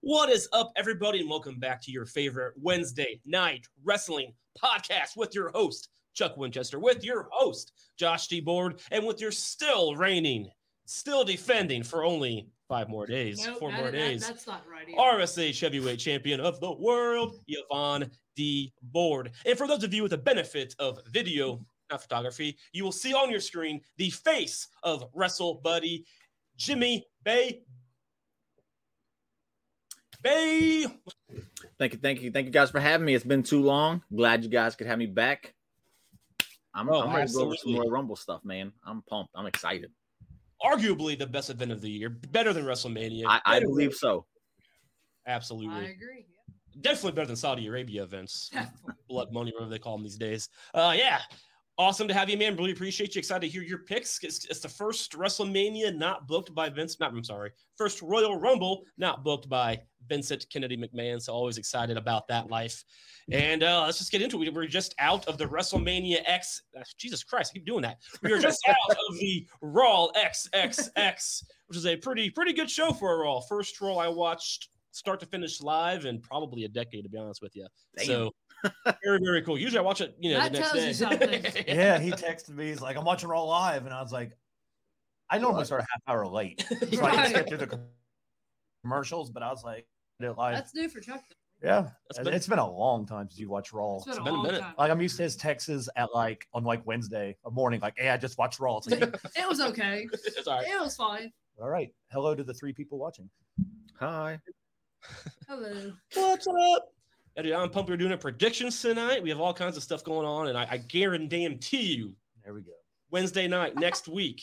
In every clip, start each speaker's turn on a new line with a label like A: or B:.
A: What is up, everybody, and welcome back to your favorite Wednesday night wrestling podcast with your host, Chuck Winchester, with your host, Josh D. Board, and with your still reigning, still defending for only five more days,
B: No,
A: four
B: that-
A: more
B: that-
A: days,
B: that's not right. either.
A: RSA heavyweight champion of the world, Yvonne D. Board. And for those of you with the benefit of video, not photography, you will see on your screen the face of Wrestle Buddy Jimmy Bay. Bay.
C: Thank you, thank you, thank you guys for having me. It's been too long. Glad you guys could have me back. I'm,
A: Oh,
C: I'm ready to go over some
A: absolutely.
C: more Rumble stuff, man. I'm pumped. I'm excited.
A: arguably the best event of the year, better than WrestleMania.
C: I, I
A: better than-
C: believe so.
B: I
A: absolutely,
B: agree. yeah.
A: definitely better than Saudi Arabia events,
B: Definitely.
A: Blood Money, whatever they call them these days. Uh, yeah, awesome to have you, man. Really appreciate you. Excited to hear your picks. It's, it's the first WrestleMania not booked by Vince. Not, I'm sorry, first Royal Rumble not booked by Vincent Kennedy McMahon. So always excited about that life. And uh, let's just get into it. We were just out of the WrestleMania X. uh, Jesus Christ, I keep doing that. We were just out of the Raw XXX, which is a pretty pretty good show for a Raw. First Raw I watched start to finish live in probably a decade, to be honest with you.
C: Damn.
A: So very very cool. Usually I watch it, you know,
B: That
A: the next
B: tells
A: day.
B: you something.
D: yeah, he texted me. He's like, I'm watching Raw live. And I was like, I normally start a half hour late. So I
B: Right.
D: didn't skip through the commercials, but I was like, I did it live.
B: That's new for Chuck.
D: yeah.
A: That's
D: And
A: been-
D: it's been a long time since you watch Raw.
B: It's been,
A: been a
B: a long
A: minute.
B: time.
D: Like I'm used to his texts at like on like Wednesday a morning, like, hey, I just watched Raw. It's like,
B: It was okay.
A: It's all right.
B: It was fine.
D: all right, hello to the three people watching.
C: Hi.
B: Hello.
A: What's up? Eddie, I'm pumped. We're doing a predictions tonight. We have all kinds of stuff going on, and I, I guarantee you,
D: There we go.
A: Wednesday night next week.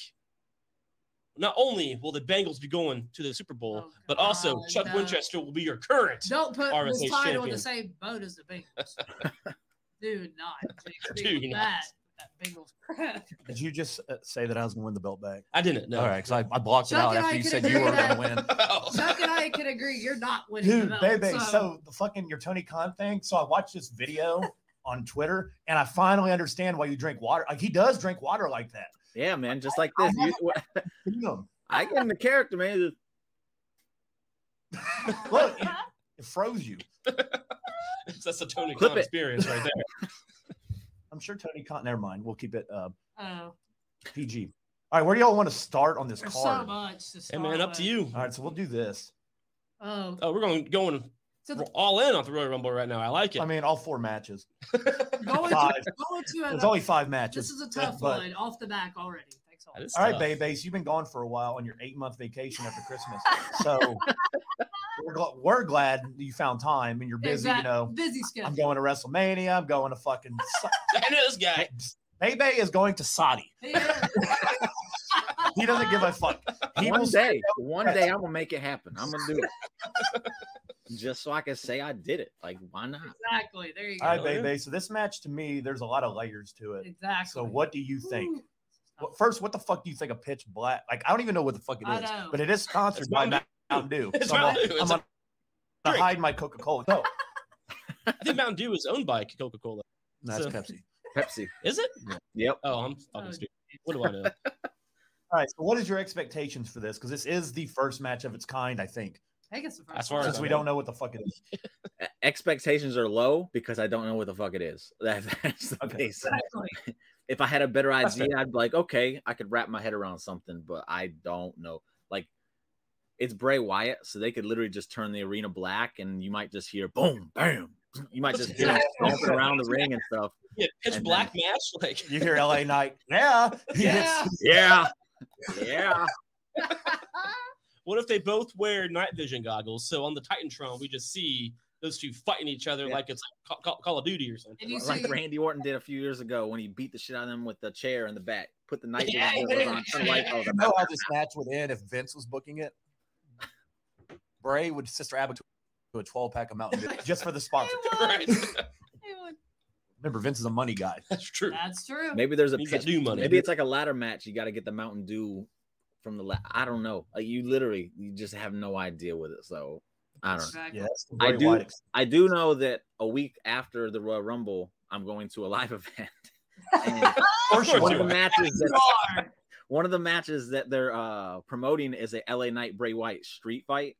A: Not only will the Bengals be going to the Super Bowl,
B: Oh,
A: but also
B: God,
A: Chuck
B: no.
A: Winchester will be your current.
B: Don't put
A: RSA
B: this title in
A: champion.
B: the same boat as the Bengals. Do not. jinx me
A: Do
B: with
A: not.
B: That, that Bengals crap.
D: Did you just uh, say that I was gonna win the belt back?
A: I didn't know. Oh,
D: All right, because I, I blocked it
B: Chuck
D: out
B: and I
D: after you
B: could
D: said
B: agree
D: you were
B: with
D: gonna win.
B: Chuck and I can agree. You're not winning
D: Dude,
B: the belt.
D: baby, so. the fucking your Tony Khan thing. So I watched this video on Twitter, and I finally understand why you drink water. Like he does drink water like that.
C: Yeah, man. Just like this. You-
D: Damn.
C: I get in the character, man. Just-
D: Look, it, it froze you.
A: That's the Tony
C: Clip
A: Khan
C: it.
A: experience right there.
D: I'm sure Tony Khan. Never mind. We'll keep it uh,
B: Oh,
D: PG. All right, where do y'all want to start on this
B: there's
D: card?
B: so
D: All
B: much. To
A: hey
B: start
A: man, up
B: with.
A: to you.
D: right, so we'll do this.
B: Oh,
A: Oh, we're going going
B: so the,
A: all in on the Royal Rumble right now. I like it.
D: I mean, all four matches.
B: going,
D: Five.
B: to, going to
D: There's
B: another-
D: only five
B: This
D: matches.
B: is a tough
D: but-
B: one off the back already. Thanks all.
A: That is
D: All right,
A: tough.
D: baby, you've been gone for a while on your eight month vacation after Christmas. So we're, gl- we're glad you found time and you're busy,
B: Exact-
D: you know.
B: Busy schedule.
D: I'm going to WrestleMania. I'm going to fucking.
A: I know this guy.
D: Bebe is going to Saudi.
B: Yeah.
D: He doesn't give a fuck. He
C: one
D: will
C: day, one day I'm gonna make it happen. I'm gonna do it. Just so I can say I did it. Like, why not?
B: exactly. There you go.
D: All right, Bebe. So this match to me, there's a lot of layers to it.
B: Exactly.
D: So what do you think?
B: Ooh.
D: What- First, what the fuck do you think of Pitch Black? Like, I don't even know what the fuck it
B: I
D: is,
B: know.
D: but it is sponsored
A: It's
D: by
A: Mountain
D: Mountain Dew.
A: It's
D: So I'm
A: Mountain
D: gonna-
A: Dew. It's
D: I'm
A: a
D: gonna
A: drink.
D: hide my Coca Cola. No,
A: I think Mountain Dew is owned by Coca Cola.
D: that's
A: So-
D: Pepsi.
C: Pepsi.
A: Is it?
C: Yep.
A: Oh, I'm fucking stupid. What do I know?
D: All right. So, what is your expectations for this? Because this is the first match of its kind, I think,
B: I think it's the first
A: As far
B: one.
A: as
D: since we don't know what the fuck it is.
C: E- Expectations are low because I don't know what the fuck it is. That- that's the
D: Okay.
C: basic.
B: Exactly.
C: if I had a better
A: That's
C: idea, I'd be like, okay, I could wrap my head around something, but I don't know. Like, it's Bray Wyatt, so they could literally just turn the arena black, and you might just hear boom, bam. You might just hear it bumping around the ring and stuff.
A: Yeah, pitch
C: And
A: black match. Like
D: You hear LA Knight. Yeah.
B: Yeah.
C: Yeah, yeah.
A: What if they both wear night vision goggles? So on the Titantron, we just see those two fighting each other
C: Yeah.
A: like it's like Ca- Ca- Call of Duty or something.
B: And you
C: Like
B: see-
C: Randy Orton did a few years ago when he beat the shit out of them with the chair in the back, put the knife
A: Yeah,
C: in the
B: yeah,
C: middle and turned the light
D: You
C: over.
D: know how this match would end if Vince was booking it? Bray would sister Abigail to a 12 pack of Mountain Dew just for the sponsor.
B: It was.
A: Right.
D: Remember, Vince is a money guy.
A: That's true.
B: That's true.
C: Maybe there's a
A: He's got
C: pitch-
A: new money.
C: Maybe it's like a ladder match. You got to get the Mountain Dew from the. La- I don't know. Like you literally, you just have no idea with it. So I don't. know.
B: Exactly.
D: Yeah, that's the
C: I
D: Bray
C: do-
D: Wyatt ex-
C: I do know that a week after the Royal Rumble, I'm going to a live event. And
A: Of course
C: one of
A: Oh, you
C: the
A: are.
C: matches that
B: You are.
C: one of the matches that they're uh, promoting is a LA Knight Bray White street fight.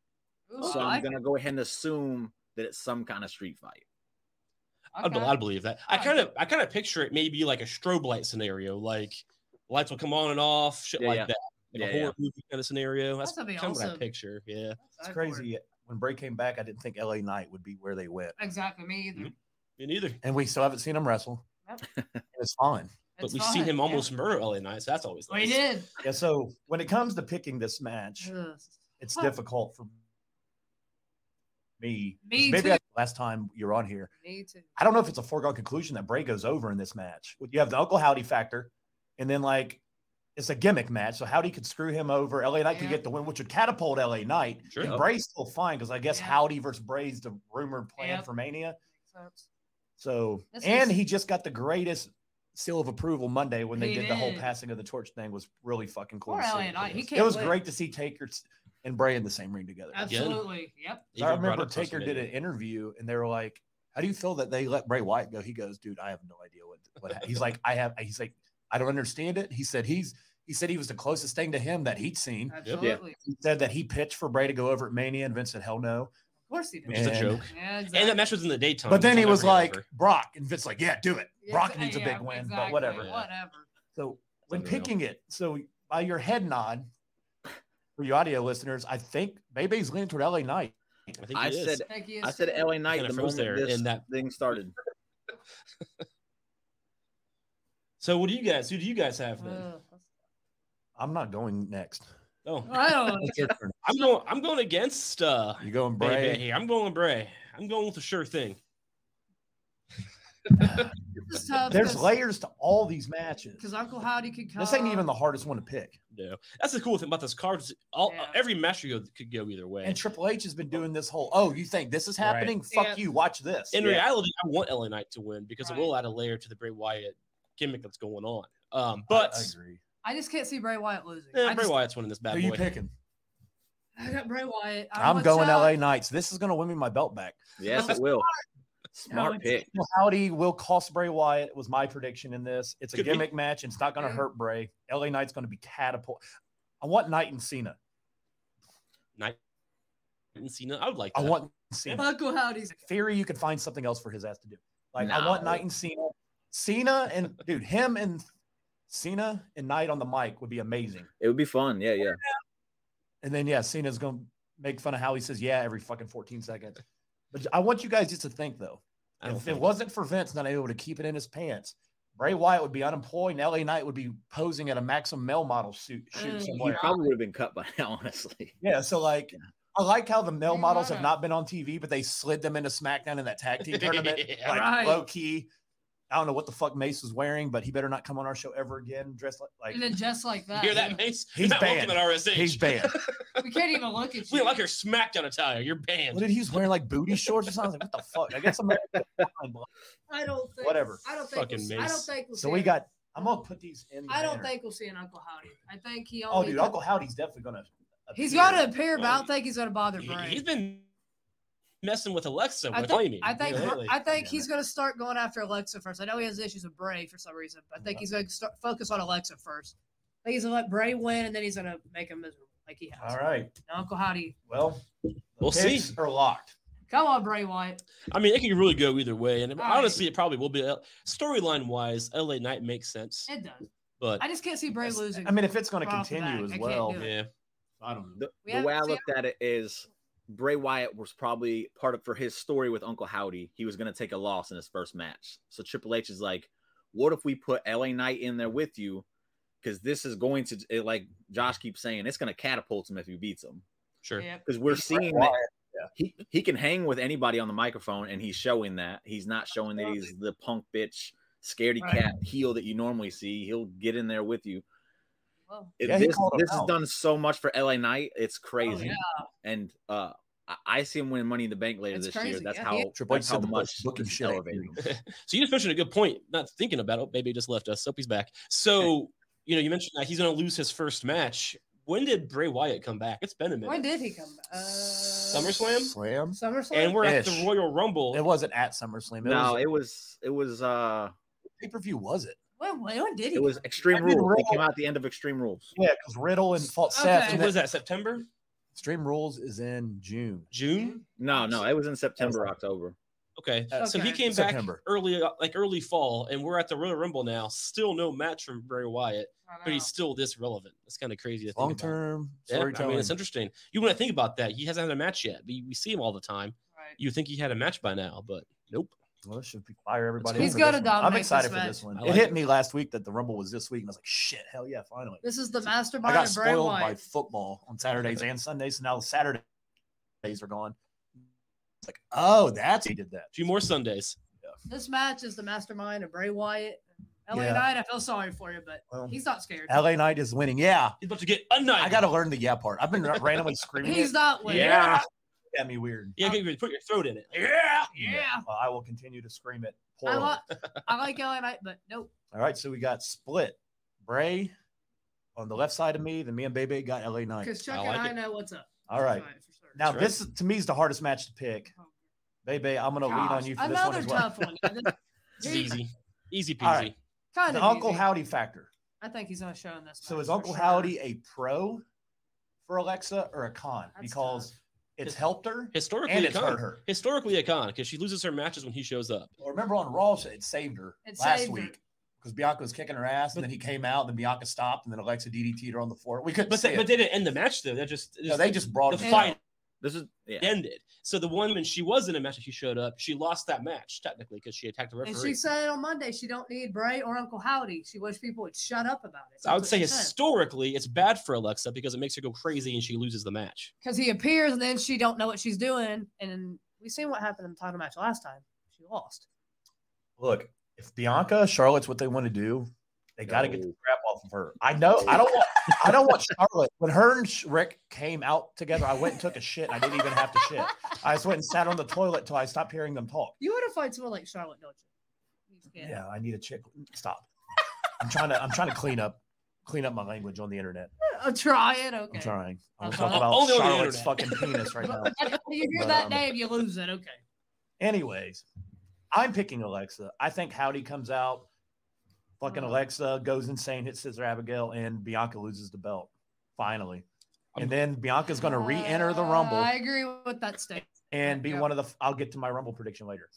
B: Ooh,
C: So
B: I
C: I'm
B: like
C: gonna go ahead and assume that it's some kind of street fight.
A: I
B: Okay.
A: bel- I believe that.
B: Oh,
A: I kind of I kind of picture it maybe like a strobe light scenario, like lights will come on and off, shit
C: Yeah,
A: like
C: yeah.
A: that. Like a
C: Yeah,
A: horror
C: yeah.
A: movie kind of scenario. That's,
B: That's gonna be
A: kind of what I
B: awesome.
A: picture. Yeah.
D: It's
B: I'd
D: crazy. When Bray came back, I didn't think LA Knight would be where they went.
B: for it. Exactly. Me either.
A: Mhm. Me neither.
D: And we still haven't seen him wrestle.
B: Nope.
D: It's fine.
A: But
B: It's
A: we've seen
B: fun,
A: him
B: yeah.
A: almost murder LA Knight, so that's always
B: We
A: nice.
B: did.
D: Yeah. So when it comes to picking this match,
B: Ugh.
D: it's
B: Huh.
D: difficult for me.
B: Me
D: Maybe
B: too.
D: I- last time you're on here,
B: Me too.
D: I don't know if it's a foregone conclusion that Bray goes over in this match. You have the Uncle Howdy factor, and then like it's a gimmick match, so Howdy could screw him over. LA Knight could
B: Yeah.
D: get the win, which would catapult LA Knight.
A: Sure.
D: And Bray's still fine because I guess
B: Yeah.
D: Howdy versus Bray's the rumored plan
B: Yep.
D: for Mania.
B: Makes sense.
D: So
B: This
D: and
B: is-
D: he just got the greatest seal of approval Monday when they
B: He
D: did, the whole
B: did.
D: passing of the torch thing was really fucking cool.
B: Poor
D: to see.
B: LA Knight. He
D: it
B: can't
D: was
B: win.
D: great to see Taker and Bray in the same ring together.
B: Absolutely. Yep.
D: So I
A: Even brought
D: remember
A: up
D: Taker did an
A: WrestleMania.
D: interview and they were like, How do you feel that they let Bray Wyatt go? He goes, Dude, I have no idea what, what hap-" he's like. I have, he's like, I don't understand it. He said, He's, he said he was the closest thing to him that he'd seen.
B: Absolutely.
D: He said that he pitched for Bray to go over at Mania and Vince said, Hell no.
B: Of course he did.
A: Which is a
D: Man.
A: joke.
B: Yeah, exactly.
A: And that match was in the daytime.
D: But then
A: so
D: he
A: that
D: was
A: ran
D: like,
A: over.
D: Brock. And Vince, like, Yeah, do it.
B: Yeah,
D: Brock
B: exa-
D: needs a
B: yeah,
D: big win,
B: exactly,
D: but whatever.
A: Yeah.
B: Whatever.
D: So when
C: Unreal.
D: picking it, so by your head nod for your audio listeners, I think maybe he's leaning toward LA Knight.
A: I, think
C: I
A: he is.
C: said
B: Thank you.
C: I said LA Knight
A: kinda
C: the
A: froze
C: moment
A: there
C: this
A: in that-
C: thing started.
A: So what do you guys? Who do you guys have then?
B: Ugh.
D: I'm not going next.
A: Oh,
B: I don't know.
D: It's your turn.
A: I'm going. I'm going against uh,
D: You going
A: Bray.
D: Bray?
A: here. I'm going Bray. I'm going with the sure thing.
B: This is tough
D: There's
B: because-
D: layers to all these matches.
B: Because Uncle Howdy could come.
D: This ain't even the hardest one to pick.
A: No, that's the cool thing about this card. is All
B: Yeah.
A: every match you go, could go either way.
D: And Triple H has been doing this whole, oh, you think this is
C: Right.
D: happening? Fuck
B: Yeah.
D: you. Watch this.
A: in
C: Yeah.
A: reality, I want LA Knight to win because
B: Right.
A: it will add a layer to the Bray Wyatt gimmick that's going on. Um, but
D: I, agree.
B: I just can't see Bray Wyatt losing.
A: eh,
B: I
A: Bray
B: just-
A: Wyatt's winning this bad
D: Who you
A: boy.
D: picking?
B: I got Bray Wyatt.
D: I'm
B: want
D: going
B: y'all-
D: LA Knights. This is going to win me my belt back.
C: Yes, it will. Smart
B: it's-
C: pick.
D: Howdy will cost Bray Wyatt was my prediction in this. It's a
A: Could be.
D: gimmick match and it's not going to
B: Yeah.
D: hurt Bray. LA Knight's going to be catapult. I want Knight and Cena.
A: Knight and Cena. I would like.
D: I
A: That.
D: want Cena.
B: Uncle Howdy's.
D: theory you could find something else for his ass to do. Like I
C: No.
D: want Knight and Cena. Cena and dude, him and Cena and Knight on the mic would be amazing.
C: It would be fun. Yeah, yeah.
B: Oh,
D: And then yeah, Cena's gonna make fun of how he says yeah every fucking 14 seconds. But I want you guys just to think though.
A: I don't
D: if
A: think-
D: it wasn't for Vince not able to keep it in his pants, Bray Wyatt would be unemployed and LA Knight would be posing at a Maxim male model suit shoot
B: Mm.
C: He
D: somewhere.
C: probably would have been cut by now, honestly.
D: Yeah, so like I like how the male
B: Bray
D: models have
B: Wyatt.
D: not been on TV, but they slid them into SmackDown in that tag team tournament.
A: Yeah.
D: like
B: Right.
D: low key. I don't know what the fuck Mace was wearing, but he better not come on our show ever again dressed like, like
B: And then just like that.
A: You hear
B: yeah.
A: that, Mace?
D: He's
A: Not
D: banned.
A: Welcome at RSH.
D: he's banned.
B: We can't even look at
A: We
B: you.
A: don't like your SmackDown attire. You're banned.
D: what did he was wearing like booty shorts or something? Like, what the fuck? I guess I'm
B: I don't think.
D: Whatever.
B: I don't think.
A: Fucking
B: we'll, I don't
A: Mace.
B: think. We'll
D: so
B: see
D: we
B: it.
D: got. I'm gonna put these in. the
B: I don't
D: banner.
B: think we'll see an Uncle Howdy. I think he
D: Oh,
B: only.
D: dude, Uncle Howdy's definitely gonna.
B: He's
D: appear.
B: got to appear, but I don't think he's going to bother
A: He-
B: Bray.
A: He's been messing with Alexa
B: I
A: with
B: thi-
A: Amy.
B: I think
A: lately.
B: I think
D: Yeah.
B: he's going to start going after Alexa first. I know he has issues with Bray for some reason, but I think he's going to start focus on Alexa first. I think he's going to let Bray win, and then he's going to make him miserable like he has.
D: All right.
B: Now, Uncle Howdy,
D: Well, the
A: We'll
D: picks
A: see.
D: Are locked.
B: come on, Bray Wyatt.
A: I mean, it can really go either way, and
B: All right.
A: honestly, it probably will be uh, storyline wise. LA Knight makes sense,
B: It does.
A: but
B: I just can't see Bray losing.
D: I mean, if it's gonna
B: Right off the
D: continue
B: bat, I
D: as
B: can't
D: well,
B: do it.
A: yeah,
D: I don't know.
C: The,
B: We
C: the way I
B: haven't seen
C: looked at it is Bray Wyatt was probably part of for his story with Uncle Howdy. He was going to take a loss in his first match. So Triple H is like, what if we put LA Knight in there with you? Because this is going to, it, like Josh keeps saying, it's going to catapult him if you beats him.
A: sure.
B: Yep.
C: Because we're seeing that
D: Wyatt, yeah.
C: he, he can hang with anybody on the microphone, and he's showing that. He's not showing that he's the punk bitch, scaredy
B: Right.
C: cat heel that you normally see. He'll get in there with you.
B: Well,
C: It-
D: Yeah, he
C: this
D: called him
C: this has
D: out.
C: done so much for LA Knight. It's crazy.
B: Oh, yeah.
C: And uh I, I see him winning Money in the Bank later
B: That's
C: this year.
B: crazy,
C: That's
B: yeah.
C: how
B: Yeah.
D: Triple H
C: that's
D: said
C: how
D: the
C: much
D: book's booking
C: this is
D: shit.
C: elevating him.
A: So you just mentioned a good point. Not thinking about it. Baby just left us. Hope he's back. So you know, you mentioned that he's going to lose his first match. When did Bray Wyatt come back? It's been a minute.
B: When did he come back? Uh,
A: SummerSlam,
D: Slam.
B: SummerSlam.
A: and we're at the
D: Ish.
A: Royal Rumble.
D: It wasn't at SummerSlam. It
C: No,
D: was,
C: it was it was uh
D: pay per view was it?
B: when, when, when did he?
C: it was
B: come back?
C: Extreme
D: I mean,
C: Rules. They
D: Raw-
C: came out at the end of Extreme Rules.
D: Yeah, because Riddle and False
B: Okay.
D: Seth.
A: So
D: And
A: what is
D: that,
A: that? September,
D: Extreme Rules is in June.
A: June?
C: No, no, it was in September, October.
A: Okay.
D: Uh,
A: So he
B: Okay.
A: came
D: September.
A: back early, uh, like early fall, and we're at the Royal Rumble now. Still no match from Bray Wyatt,
B: I
A: but he's
B: know.
A: still this relevant. That's kind of crazy. to think
D: Long
A: about.
D: term
A: Yeah, I
D: storytelling.
A: mean, it's interesting. You wouldn't think about that. He hasn't had a match yet, but we see him all the time.
B: Right.
A: You think he had a match by now, but nope.
D: Well, it should be fire everybody.
A: He's
D: up for
B: gotta
D: this one. I'm
B: dominate
D: excited
B: this
D: for this one.
A: I
D: it
A: like
D: hit
A: it.
D: me last week that the Rumble was this week, and I was like, shit, hell yeah, finally.
B: This is the
D: I
B: mastermind
D: got
B: of Bray
D: spoiled by
B: Wyatt.
D: football on Saturdays and Sundays, so now Saturdays are gone. It's like, oh, that's he did that.
A: Two more Sundays.
B: This match is the mastermind of Bray Wyatt. LA
D: Yeah.
B: Knight, I feel sorry for you, but
D: Well,
B: he's not scared.
D: LA Knight is winning. Yeah.
A: He's about to get a night.
D: I got to learn the yeah part. I've been randomly screaming.
B: He's
D: it.
B: not winning.
D: Yeah. At me weird.
A: Yeah, get your- put your throat in it. Yeah.
B: Yeah.
D: Well, I will continue to scream it.
B: I,
D: Horrible.
B: like I like LA Knight, but nope.
D: All right, so we got split. Bray on the left side of me, then me and Bebe got LA Knight.
B: Because Chuck
A: I
B: and
A: like
B: I
A: it.
B: know what's up.
D: All right.
B: Tonight, for sure.
D: Now
A: That's
D: this is, to me is the hardest match to pick. Bebe, I'm gonna lean on you for this one
B: Another
D: as well.
B: tough one. Kind
A: This is easy. Easy peasy.
D: All right.
B: of
D: The Uncle
B: easy.
D: Howdy factor.
B: I think he's gonna show in this.
D: So
B: match
D: is
B: for
D: Uncle
B: sure.
D: Howdy a pro for Alexa or a con?
B: That's
D: because
B: tough.
D: it's helped her
A: Historically,
D: and
A: a
D: it's hurt
A: con.
D: her.
A: Historically, a con because she loses her matches when he shows up.
D: Well, remember on Raw, it saved her
B: It
D: last
B: saved her.
D: week because Bianca was kicking her ass, and then he came out, and then Bianca stopped, and then Alexa DDT'd her on the floor. We couldn't
A: But
D: see
A: they,
D: it.
A: but they didn't end the match though. That just,
D: No, they just brought
A: the
D: it
A: fight
C: This is yeah.
A: ended. So the one when she was in a match, that she showed up. She lost that match technically because she attacked the referee.
B: And she said on Monday she don't need Bray or Uncle Howdy. She wish people would shut up about it.
A: I would say
B: because
A: historically, it's bad for Alexa because it makes her go crazy and she loses the match.
B: he appears and then she don't know what she's doing, and we seen what happened in the title match last time. She lost.
D: Look, if Bianca Charlotte's what they want to do, they got to get the
C: No.
D: crap off of her. I know. I don't want. I don't want Charlotte. When her and Sh- Rick came out together, I went and took a shit. I didn't even have to shit. I just went and sat on the toilet till I stopped hearing them talk.
B: You want to fight someone like Charlotte, don't you? You
D: Yeah,
B: can't.
D: I need a chick. Stop. I'm trying to. I'm trying to clean up. Clean up my language on the internet.
B: I'm trying. Okay.
D: I'm trying. I'm
B: Okay.
D: talking about
A: Uh-huh. Only on the
D: Charlotte's fucking
A: internet.
D: penis right now.
B: you hear
D: But,
B: that
D: um,
B: name, you lose it. Okay.
D: Anyways, I'm picking Alexa. I think Howdy comes out, fucking
B: Mhm.
D: Alexa goes insane, hits Scissor Abigail, and Bianca loses the belt finally.
A: I'm-
D: And then Bianca's going to re-enter the
B: Uh,
D: Rumble
B: I agree with that statement.
D: and be
B: yeah.
D: one of the. I'll get to my Rumble prediction later.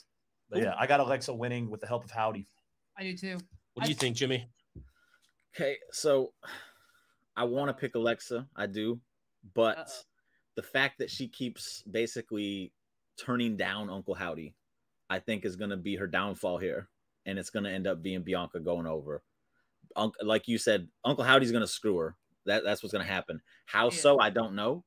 D: But yeah, I got Alexa winning with the help of Howdy.
B: I do too.
A: What do you
B: I-
A: think, Jimmy?
C: Okay, so I want to pick Alexa. I do, but
B: Uh-oh.
C: the fact that she keeps basically turning down Uncle Howdy, I think is going to be her downfall here, and it's going to end up being Bianca going over. Unc like you said, Uncle Howdy's going to screw her. That that's what's going to happen. How
B: Yeah.
C: so? I don't know.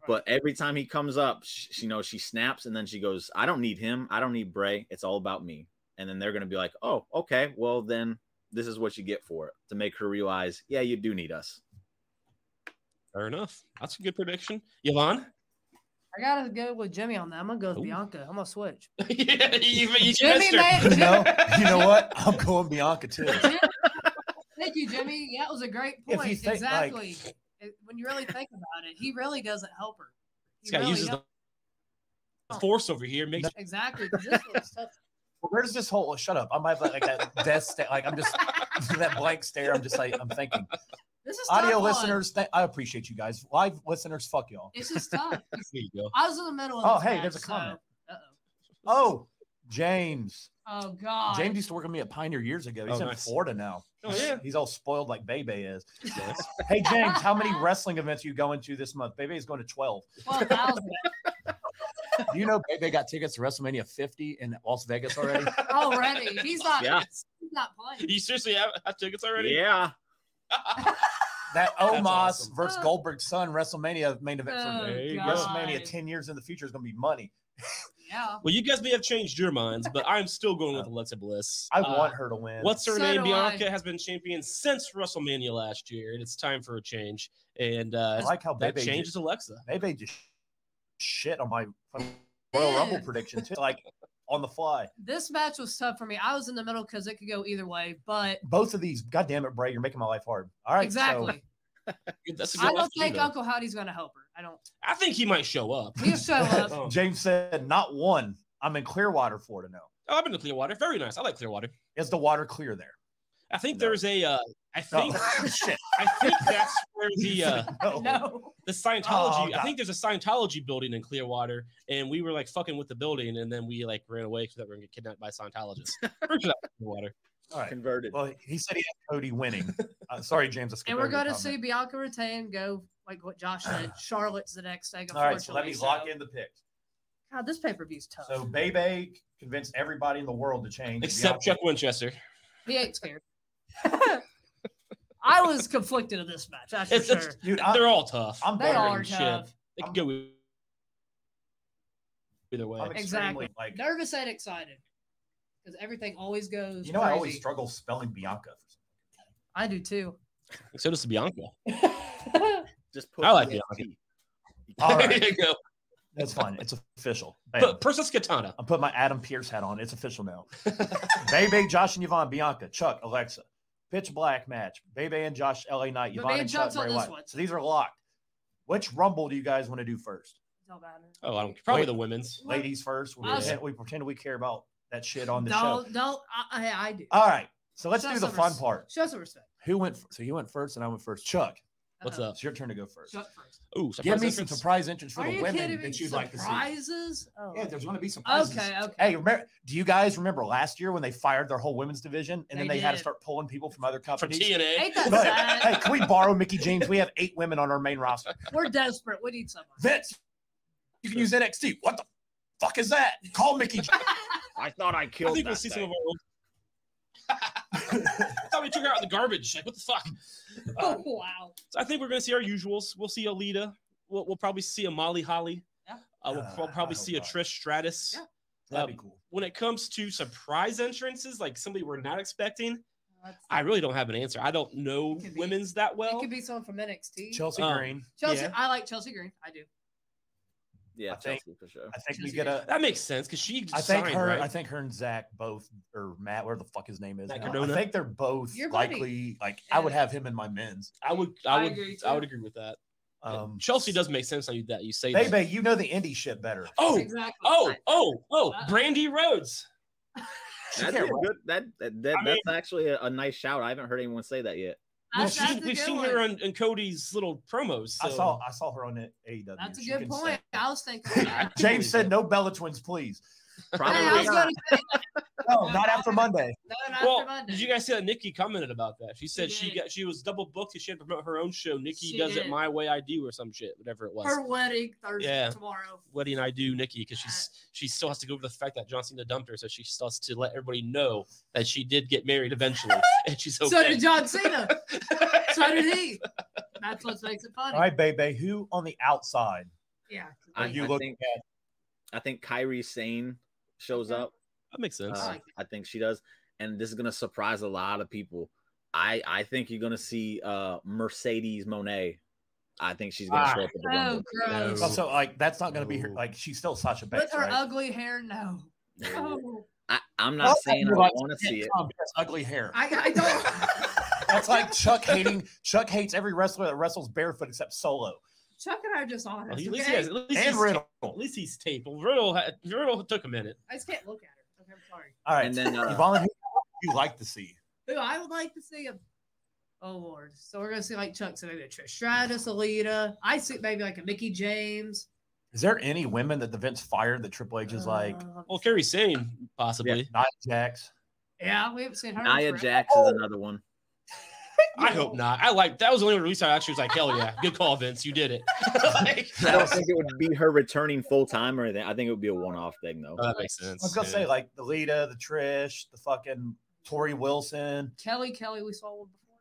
B: Right.
C: But every time he comes up, she, you know, she snaps and then she goes, "I don't need him. I don't need Bray. It's all about me." And then they're going to be like, "Oh, okay. Well, then this is what you get for it." To make her realize, "Yeah, you do need us."
A: Fair enough. That's a good prediction. Yvonne?
B: I gotta go with Jimmy on that. I'm gonna go with
A: Ooh.
B: Bianca. I'm gonna switch.
A: yeah, you, you
B: Jimmy
A: missed her.
B: made.
D: You know, you know what? I'm going Bianca too.
B: Thank you, Jimmy. Yeah, That was a great
D: If
B: point.
D: you think, like-
B: exactly. It- when you really think about it, he really doesn't help her. He
A: This guy
B: really
A: uses
B: don't.
A: the force over here. Makes
B: exactly. 'cause This one's tough.
D: Where's this whole? Shut up! I might have like that death stare. Like I'm just that blank stare. I'm just like I'm thinking.
B: This is
D: Audio
B: tough one.
D: listeners, th- I appreciate you guys. Live listeners, fuck y'all.
B: It's just tough.
A: there you go.
B: I was in the middle of.
D: Oh,
B: this
D: hey,
B: match,
D: there's a comment.
B: So,
D: Oh, James.
B: uh-oh. oh God.
D: James used to work with me at Pioneer years ago. He's
A: Oh,
D: in
A: nice.
D: Florida now.
A: Oh, yeah.
D: He's all spoiled like Bebe is. Hey, James, how many wrestling events are you going to this month? Bebe is going to 12.
B: Twelve thousand.
D: Do you know Bebe got tickets to WrestleMania 50 in Las Vegas already?
B: already. He's not.
C: Yeah.
B: He's not playing.
A: You seriously have, have tickets already?
C: Yeah.
D: That Omos
A: awesome.
D: versus Goldberg's son WrestleMania main event
B: Oh,
D: for
A: There you go.
D: WrestleMania
B: God.
D: 10 years in the future is going to be money.
B: Yeah.
A: Well, you guys may have changed your minds, but I'm still going with Alexa Bliss.
D: I
A: Uh,
D: want her to win.
A: What's her
B: So
A: name?
B: do I.
A: Bianca has been champion since WrestleMania last year, and it's time for a change. And
D: I
A: uh,
D: like how
A: that
D: Bebe
A: changes
D: just,
A: Alexa.
D: Bebe just shit on my fucking Royal Rumble prediction too. Like on the fly.
B: This match was tough for me. I was in the middle because it could go either way, but
D: Both of these, God damn it, Bray, you're making my life hard. All right. so-
B: exactly.
A: That's a
B: I
A: good
B: don't
A: left
B: think
A: leader.
B: Uncle Howdy's gonna help her. I don't.
A: I think he might show up.
B: He'll show up.
A: Oh.
D: James said, not one. I'm in Clearwater, Florida now.
A: Oh, I've been to Clearwater. Very nice. I like Clearwater.
D: Is the water clear there?
A: I think
C: No.
A: there's a. Uh, I think.
D: Oh, shit.
A: I think that's where the uh,
D: No.
B: No.
A: the Scientology.
D: Oh,
A: I
D: God.
A: think there's a Scientology building in Clearwater, and we were like fucking with the building, and then we like ran away because we were gonna get kidnapped by Scientologists. Pretty sure that was Clearwater.
D: All right.
C: Converted.
D: Well, he said he had Cody winning. Uh, sorry, James. I skipped
B: And we're
D: over your
B: gonna
D: comment.
B: see Bianca retain go like what Josh said. Charlotte's the next thing.
D: All right, so let me
B: unfortunately,
D: lock
B: so-
D: in the pick.
B: God, this pay per view's tough.
D: So Bebe convinced everybody in the world to change.
A: Except Chuck
D: Bianca-
A: Winchester.
B: he ain't scared. I was conflicted in this match. That's for
A: It's-
B: sure.
A: it's-
D: Dude, I'm,
A: They're all tough.
D: I'm
B: they
D: better
B: are
D: than
A: shit.
B: tough.
A: They can go e- either way.
D: I'm extremely
B: Exactly.
D: like.
B: Nervous and excited because everything always goes.
D: You know, I always
B: crazy.
D: struggle spelling Bianca.
B: I do too.
A: so does Bianca.
C: Just put
A: I like
C: EST.
D: All right,
A: there you go.
D: that's fine. It's official. Bam.
A: But Princess Katana.
D: I'm putting my Adam Pierce hat on. It's official now. Bebe, Josh, and Yvonne, Bianca, Chuck, Alexa, Pitch Black match. Bebe and Josh, LA Knight,
B: But
D: Yvonne
B: me
D: and
B: and
D: Chuck.
B: Chuck's on
D: Bray
B: this
D: Wyatt.
B: one.
D: So these are locked. Which Rumble do you guys want to do first?
B: Don't matter.
A: Oh, I don't. Probably
D: Wait.
A: the women's.
D: Ladies first. We
B: I'll-
D: pretend, we pretend we care about that shit on the show.
B: Don't don't. I, I, I do.
D: All right. So let's
B: Show
D: do the
B: some
D: fun
B: res-
D: part.
B: Show some respect. Uh-huh.
D: Who went? f- So you went first, and I went first. Chuck,
A: What's
C: Uh-huh.
B: Uh-oh.
A: up?
D: it's your turn to go first.
B: Chuck first.
A: Ooh,
D: Give
A: surprise
D: me some
A: entrance.
D: surprise entrance for
B: Are
D: the
B: you
D: women
B: kidding me?
D: that you'd like to see.
B: Surprises? Oh.
D: Yeah, there's going to be surprises.
B: Okay, okay.
D: Hey, remember, do you guys remember last year when they fired their whole women's division and then
B: They
D: they had to
B: did.
D: start pulling people from other
A: from
D: companies?
A: TNA.
B: Ain't that
D: But,
B: sad?
D: hey, can we borrow Mickey James? We have eight women on our main roster.
B: We're desperate. We need someone.
D: Vince, you can use NXT. What the fuck is that? Call Mickey. James.
C: I thought I
A: I
C: killed.
A: think
C: that
A: we'll see some
C: thing.
A: of our. old- I thought we took her out in the garbage. Like, what the fuck? Uh,
B: Oh, wow.
A: so I think we're gonna see our usuals. We'll see Alita. We'll, we'll probably see a Molly Holly.
B: Yeah.
A: Uh, we'll, pro-
D: Uh, I
A: probably
D: hope
A: see a
D: not.
A: Trish Stratus.
B: Yeah.
D: That'd be cool.
A: When it comes to surprise entrances, like somebody we're not expecting,
B: That's-
A: I really don't have an answer. I don't know
B: It could be-
A: women's that well.
B: it could be someone from NXT. Chelsea.
D: Chelsea
A: Um,
D: Green.
A: yeah.
B: I like Chelsea Green. I do.
C: Yeah,
D: I think-
C: Chelsea for sure.
D: I think we
B: Chelsea
D: get
B: Green.
D: a.
A: that makes sense because she
D: I
A: just
D: think
A: signed,
D: her.
A: right?
D: I think her and Zach both, or Matt, where the fuck his name is.
A: Matt
D: now.
A: Cardona?
D: I think they're both
B: Your buddy.
D: likely. Like I
B: Yeah.
D: would have him in my men's.
A: I would. I,
B: I
A: would.
B: agree,
A: I
B: too.
A: would agree with that.
D: Um,
A: Chelsea does make sense. How you that you say that.
D: Baby, you know the indie shit better.
A: Oh,
B: Exactly.
A: oh, oh, oh!
B: Uh-oh.
A: Brandy Rhodes.
C: That'd
D: can't
C: be a good. That that, that
A: I mean-
C: that's actually a, a nice shout. I haven't heard anyone say that yet.
A: Well,
B: That's,
A: she's-
B: that's a
A: we've
B: good
A: seen
B: one.
A: her on, on Cody's little promos.
D: I
A: so-
D: saw. I saw her on the AEW.
B: That's a
D: She
B: good
D: can
B: point.
D: sing.
B: I was thinking.
A: I
B: that.
A: can believe
D: James said,
A: that.
D: "No Bella twins, please."
C: Probably.
B: Hey, I was
C: not.
B: going to say
D: No, not after Monday.
B: that after
A: Well,
B: Monday.
A: did you guys see that Nikki commented about that? She said she
B: did.
A: got she was double booked. 'cause She had to promote her own show. Nikki
B: She
A: does it
B: did.
A: my way. I do or some shit, whatever it was.
B: her wedding Thursday
A: Yeah.
B: tomorrow?
A: Wedding I do Nikki because she's
B: Uh,
A: she still has to go over the fact that John Cena dumped her, so she still has to let everybody know that she did get married eventually, and she's okay.
B: So did John Cena. so did he. That's what makes it funny.
D: All right, baby. Who on the outside
B: Yeah.
D: are
C: I-
D: you
C: I
D: looking
C: think- I think Kyrie Sane shows
A: Mm-hmm.
B: Okay.
C: up.
A: that makes sense.
C: Uh,
B: like
C: I think she does, and this is gonna surprise a lot of people. I I think you're gonna see uh Mercedes Monet. I think she's gonna
A: Ah.
C: show up at the
B: Oh,
C: Rumble.
B: gross.
D: at? Also, like that's not going to be her.
A: Ooh.
D: Like she's still Sasha
B: With
D: Banks,
B: her
D: right?
B: ugly hair, no.
D: Oh,
B: Oh. No.
C: I, I'm not saying I
D: Like,
C: want to see it.
D: Tom Bennett's ugly hair.
B: I, I don't.
D: That's like Chuck hating. Chuck hates every wrestler that wrestles barefoot except Solo
B: Chuck and I are just honest.
A: Well, he- at least he
B: okay?
A: has, at least
D: and
A: he's,
D: Riddle.
A: at least he's taped. Well, Riddle had- Riddle took a minute.
B: I just can't look at her. Okay, I'm sorry.
D: All right,
C: And then uh,
D: Yvonne, who do you like to see?
B: Who I would like to see a Oh Lord. So we're gonna see like Chuck, so maybe a Trish Stratus, Alita. I see maybe like a Mickey James.
D: Is there any women that the Vince fired that Triple H is like
B: Uh,
A: Well, Kerry Sane possibly.
D: Nia Jax?
B: yeah, we haven't seen her. in
C: Nia
B: forever.
C: Jax is another one.
A: I hope not. I like that was the only release I actually was like, hell yeah, good call, Vince, you did it. Like,
D: Oh.
C: I don't think it would be her returning full time or anything. I think it would be a one off thing though.
A: Oh,
D: Uh,
A: that makes
D: I was
A: sense.
D: gonna
A: yeah.
D: say like the Lita, the Trish, the fucking Tori Wilson,
B: Kelly Kelly we saw one before.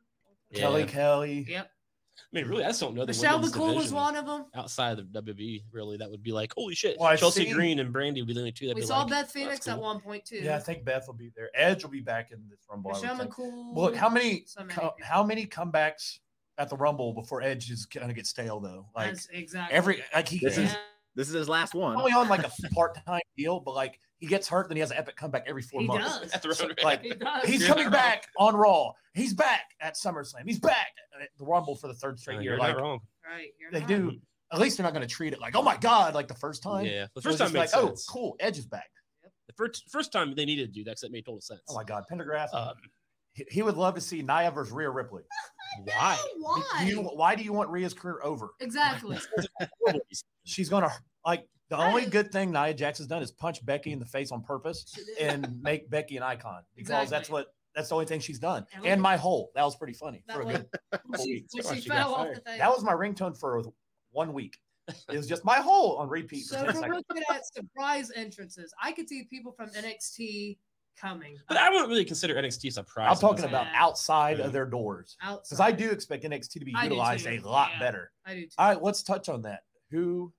A: Yeah.
D: Kelly Kelly.
B: Yep.
A: I mean, really, I just don't know. The
B: Michelle
A: women's
B: McCool was
A: division
B: one of them.
A: outside of WWE. E, Really, that would be like, holy shit,
D: Well, I've
A: Chelsea
D: seen-
A: Green and Brandy would be the only two. That'd
B: We
A: be
B: saw
A: like,
B: Beth Phoenix
A: cool.
B: at one point too.
D: Yeah, I think Beth will be there. Edge will be back in this Rumble. I would
B: Michelle
D: think.
B: McCool.
D: Look, how many,
B: So many
D: co-
B: people.
D: how many comebacks at the Rumble before Edge is gonna get stale though? Like
B: That's exactly
D: every like he
C: This
D: he's,
C: is-
B: Yeah.
C: This is his last one.
D: Only on like a part time deal, but like he gets hurt, then he has an epic comeback every four
B: He
D: months.
B: does.
A: At the road,
D: Like,
B: He does.
D: He's
A: Yeah.
D: coming back on Raw. He's back at SummerSlam. He's back at the Rumble for the third straight
A: you're
D: year.
A: not
D: Like
A: wrong.
B: Right. You're
D: they
B: not.
D: do. At least they're not going to treat it like, oh my god, like the first time.
A: Yeah, the
D: It
A: first
D: was
A: time
D: just
A: makes
D: like,
A: sense.
D: oh cool, Edge is back.
A: The first first time they needed to do that because it made total sense.
D: Oh my god, Pendergrass.
A: Um,
D: he, he would love to see Nia versus Rhea Ripley.
A: why?
D: Do
B: Why?
D: you- why do you want Rhea's career over?
B: exactly.
A: Horrible reason.
D: She's gonna like the
B: That
D: only
B: is-
D: good thing Nia Jax has done is punch Becky in the face on purpose and make Becky an icon because that's
B: Exactly.
D: what that's the only thing she's done.
B: And
D: And,
B: look-
D: my hole that was pretty funny.
B: That
D: for a
B: one-
D: good
B: when she, when
D: Sorry,
B: she
D: she got
B: fell off
D: fired.
B: the thing.
D: That was my ringtone for one week. It was just my hole on repeat.
B: So
D: for 10
B: if we're
D: seconds.
B: looking at surprise entrances, I could see people from NXT coming.
A: But I wouldn't really consider NXT surprising.
D: I'm talking
A: That's-
D: about
B: Yeah.
D: outside
A: Yeah.
D: of their doors
B: outside.
D: because I do expect NXT to be
B: I do
D: utilized a
B: too.
D: lot
B: Yeah.
D: better.
B: I do too.
D: All right, let's touch on that. Who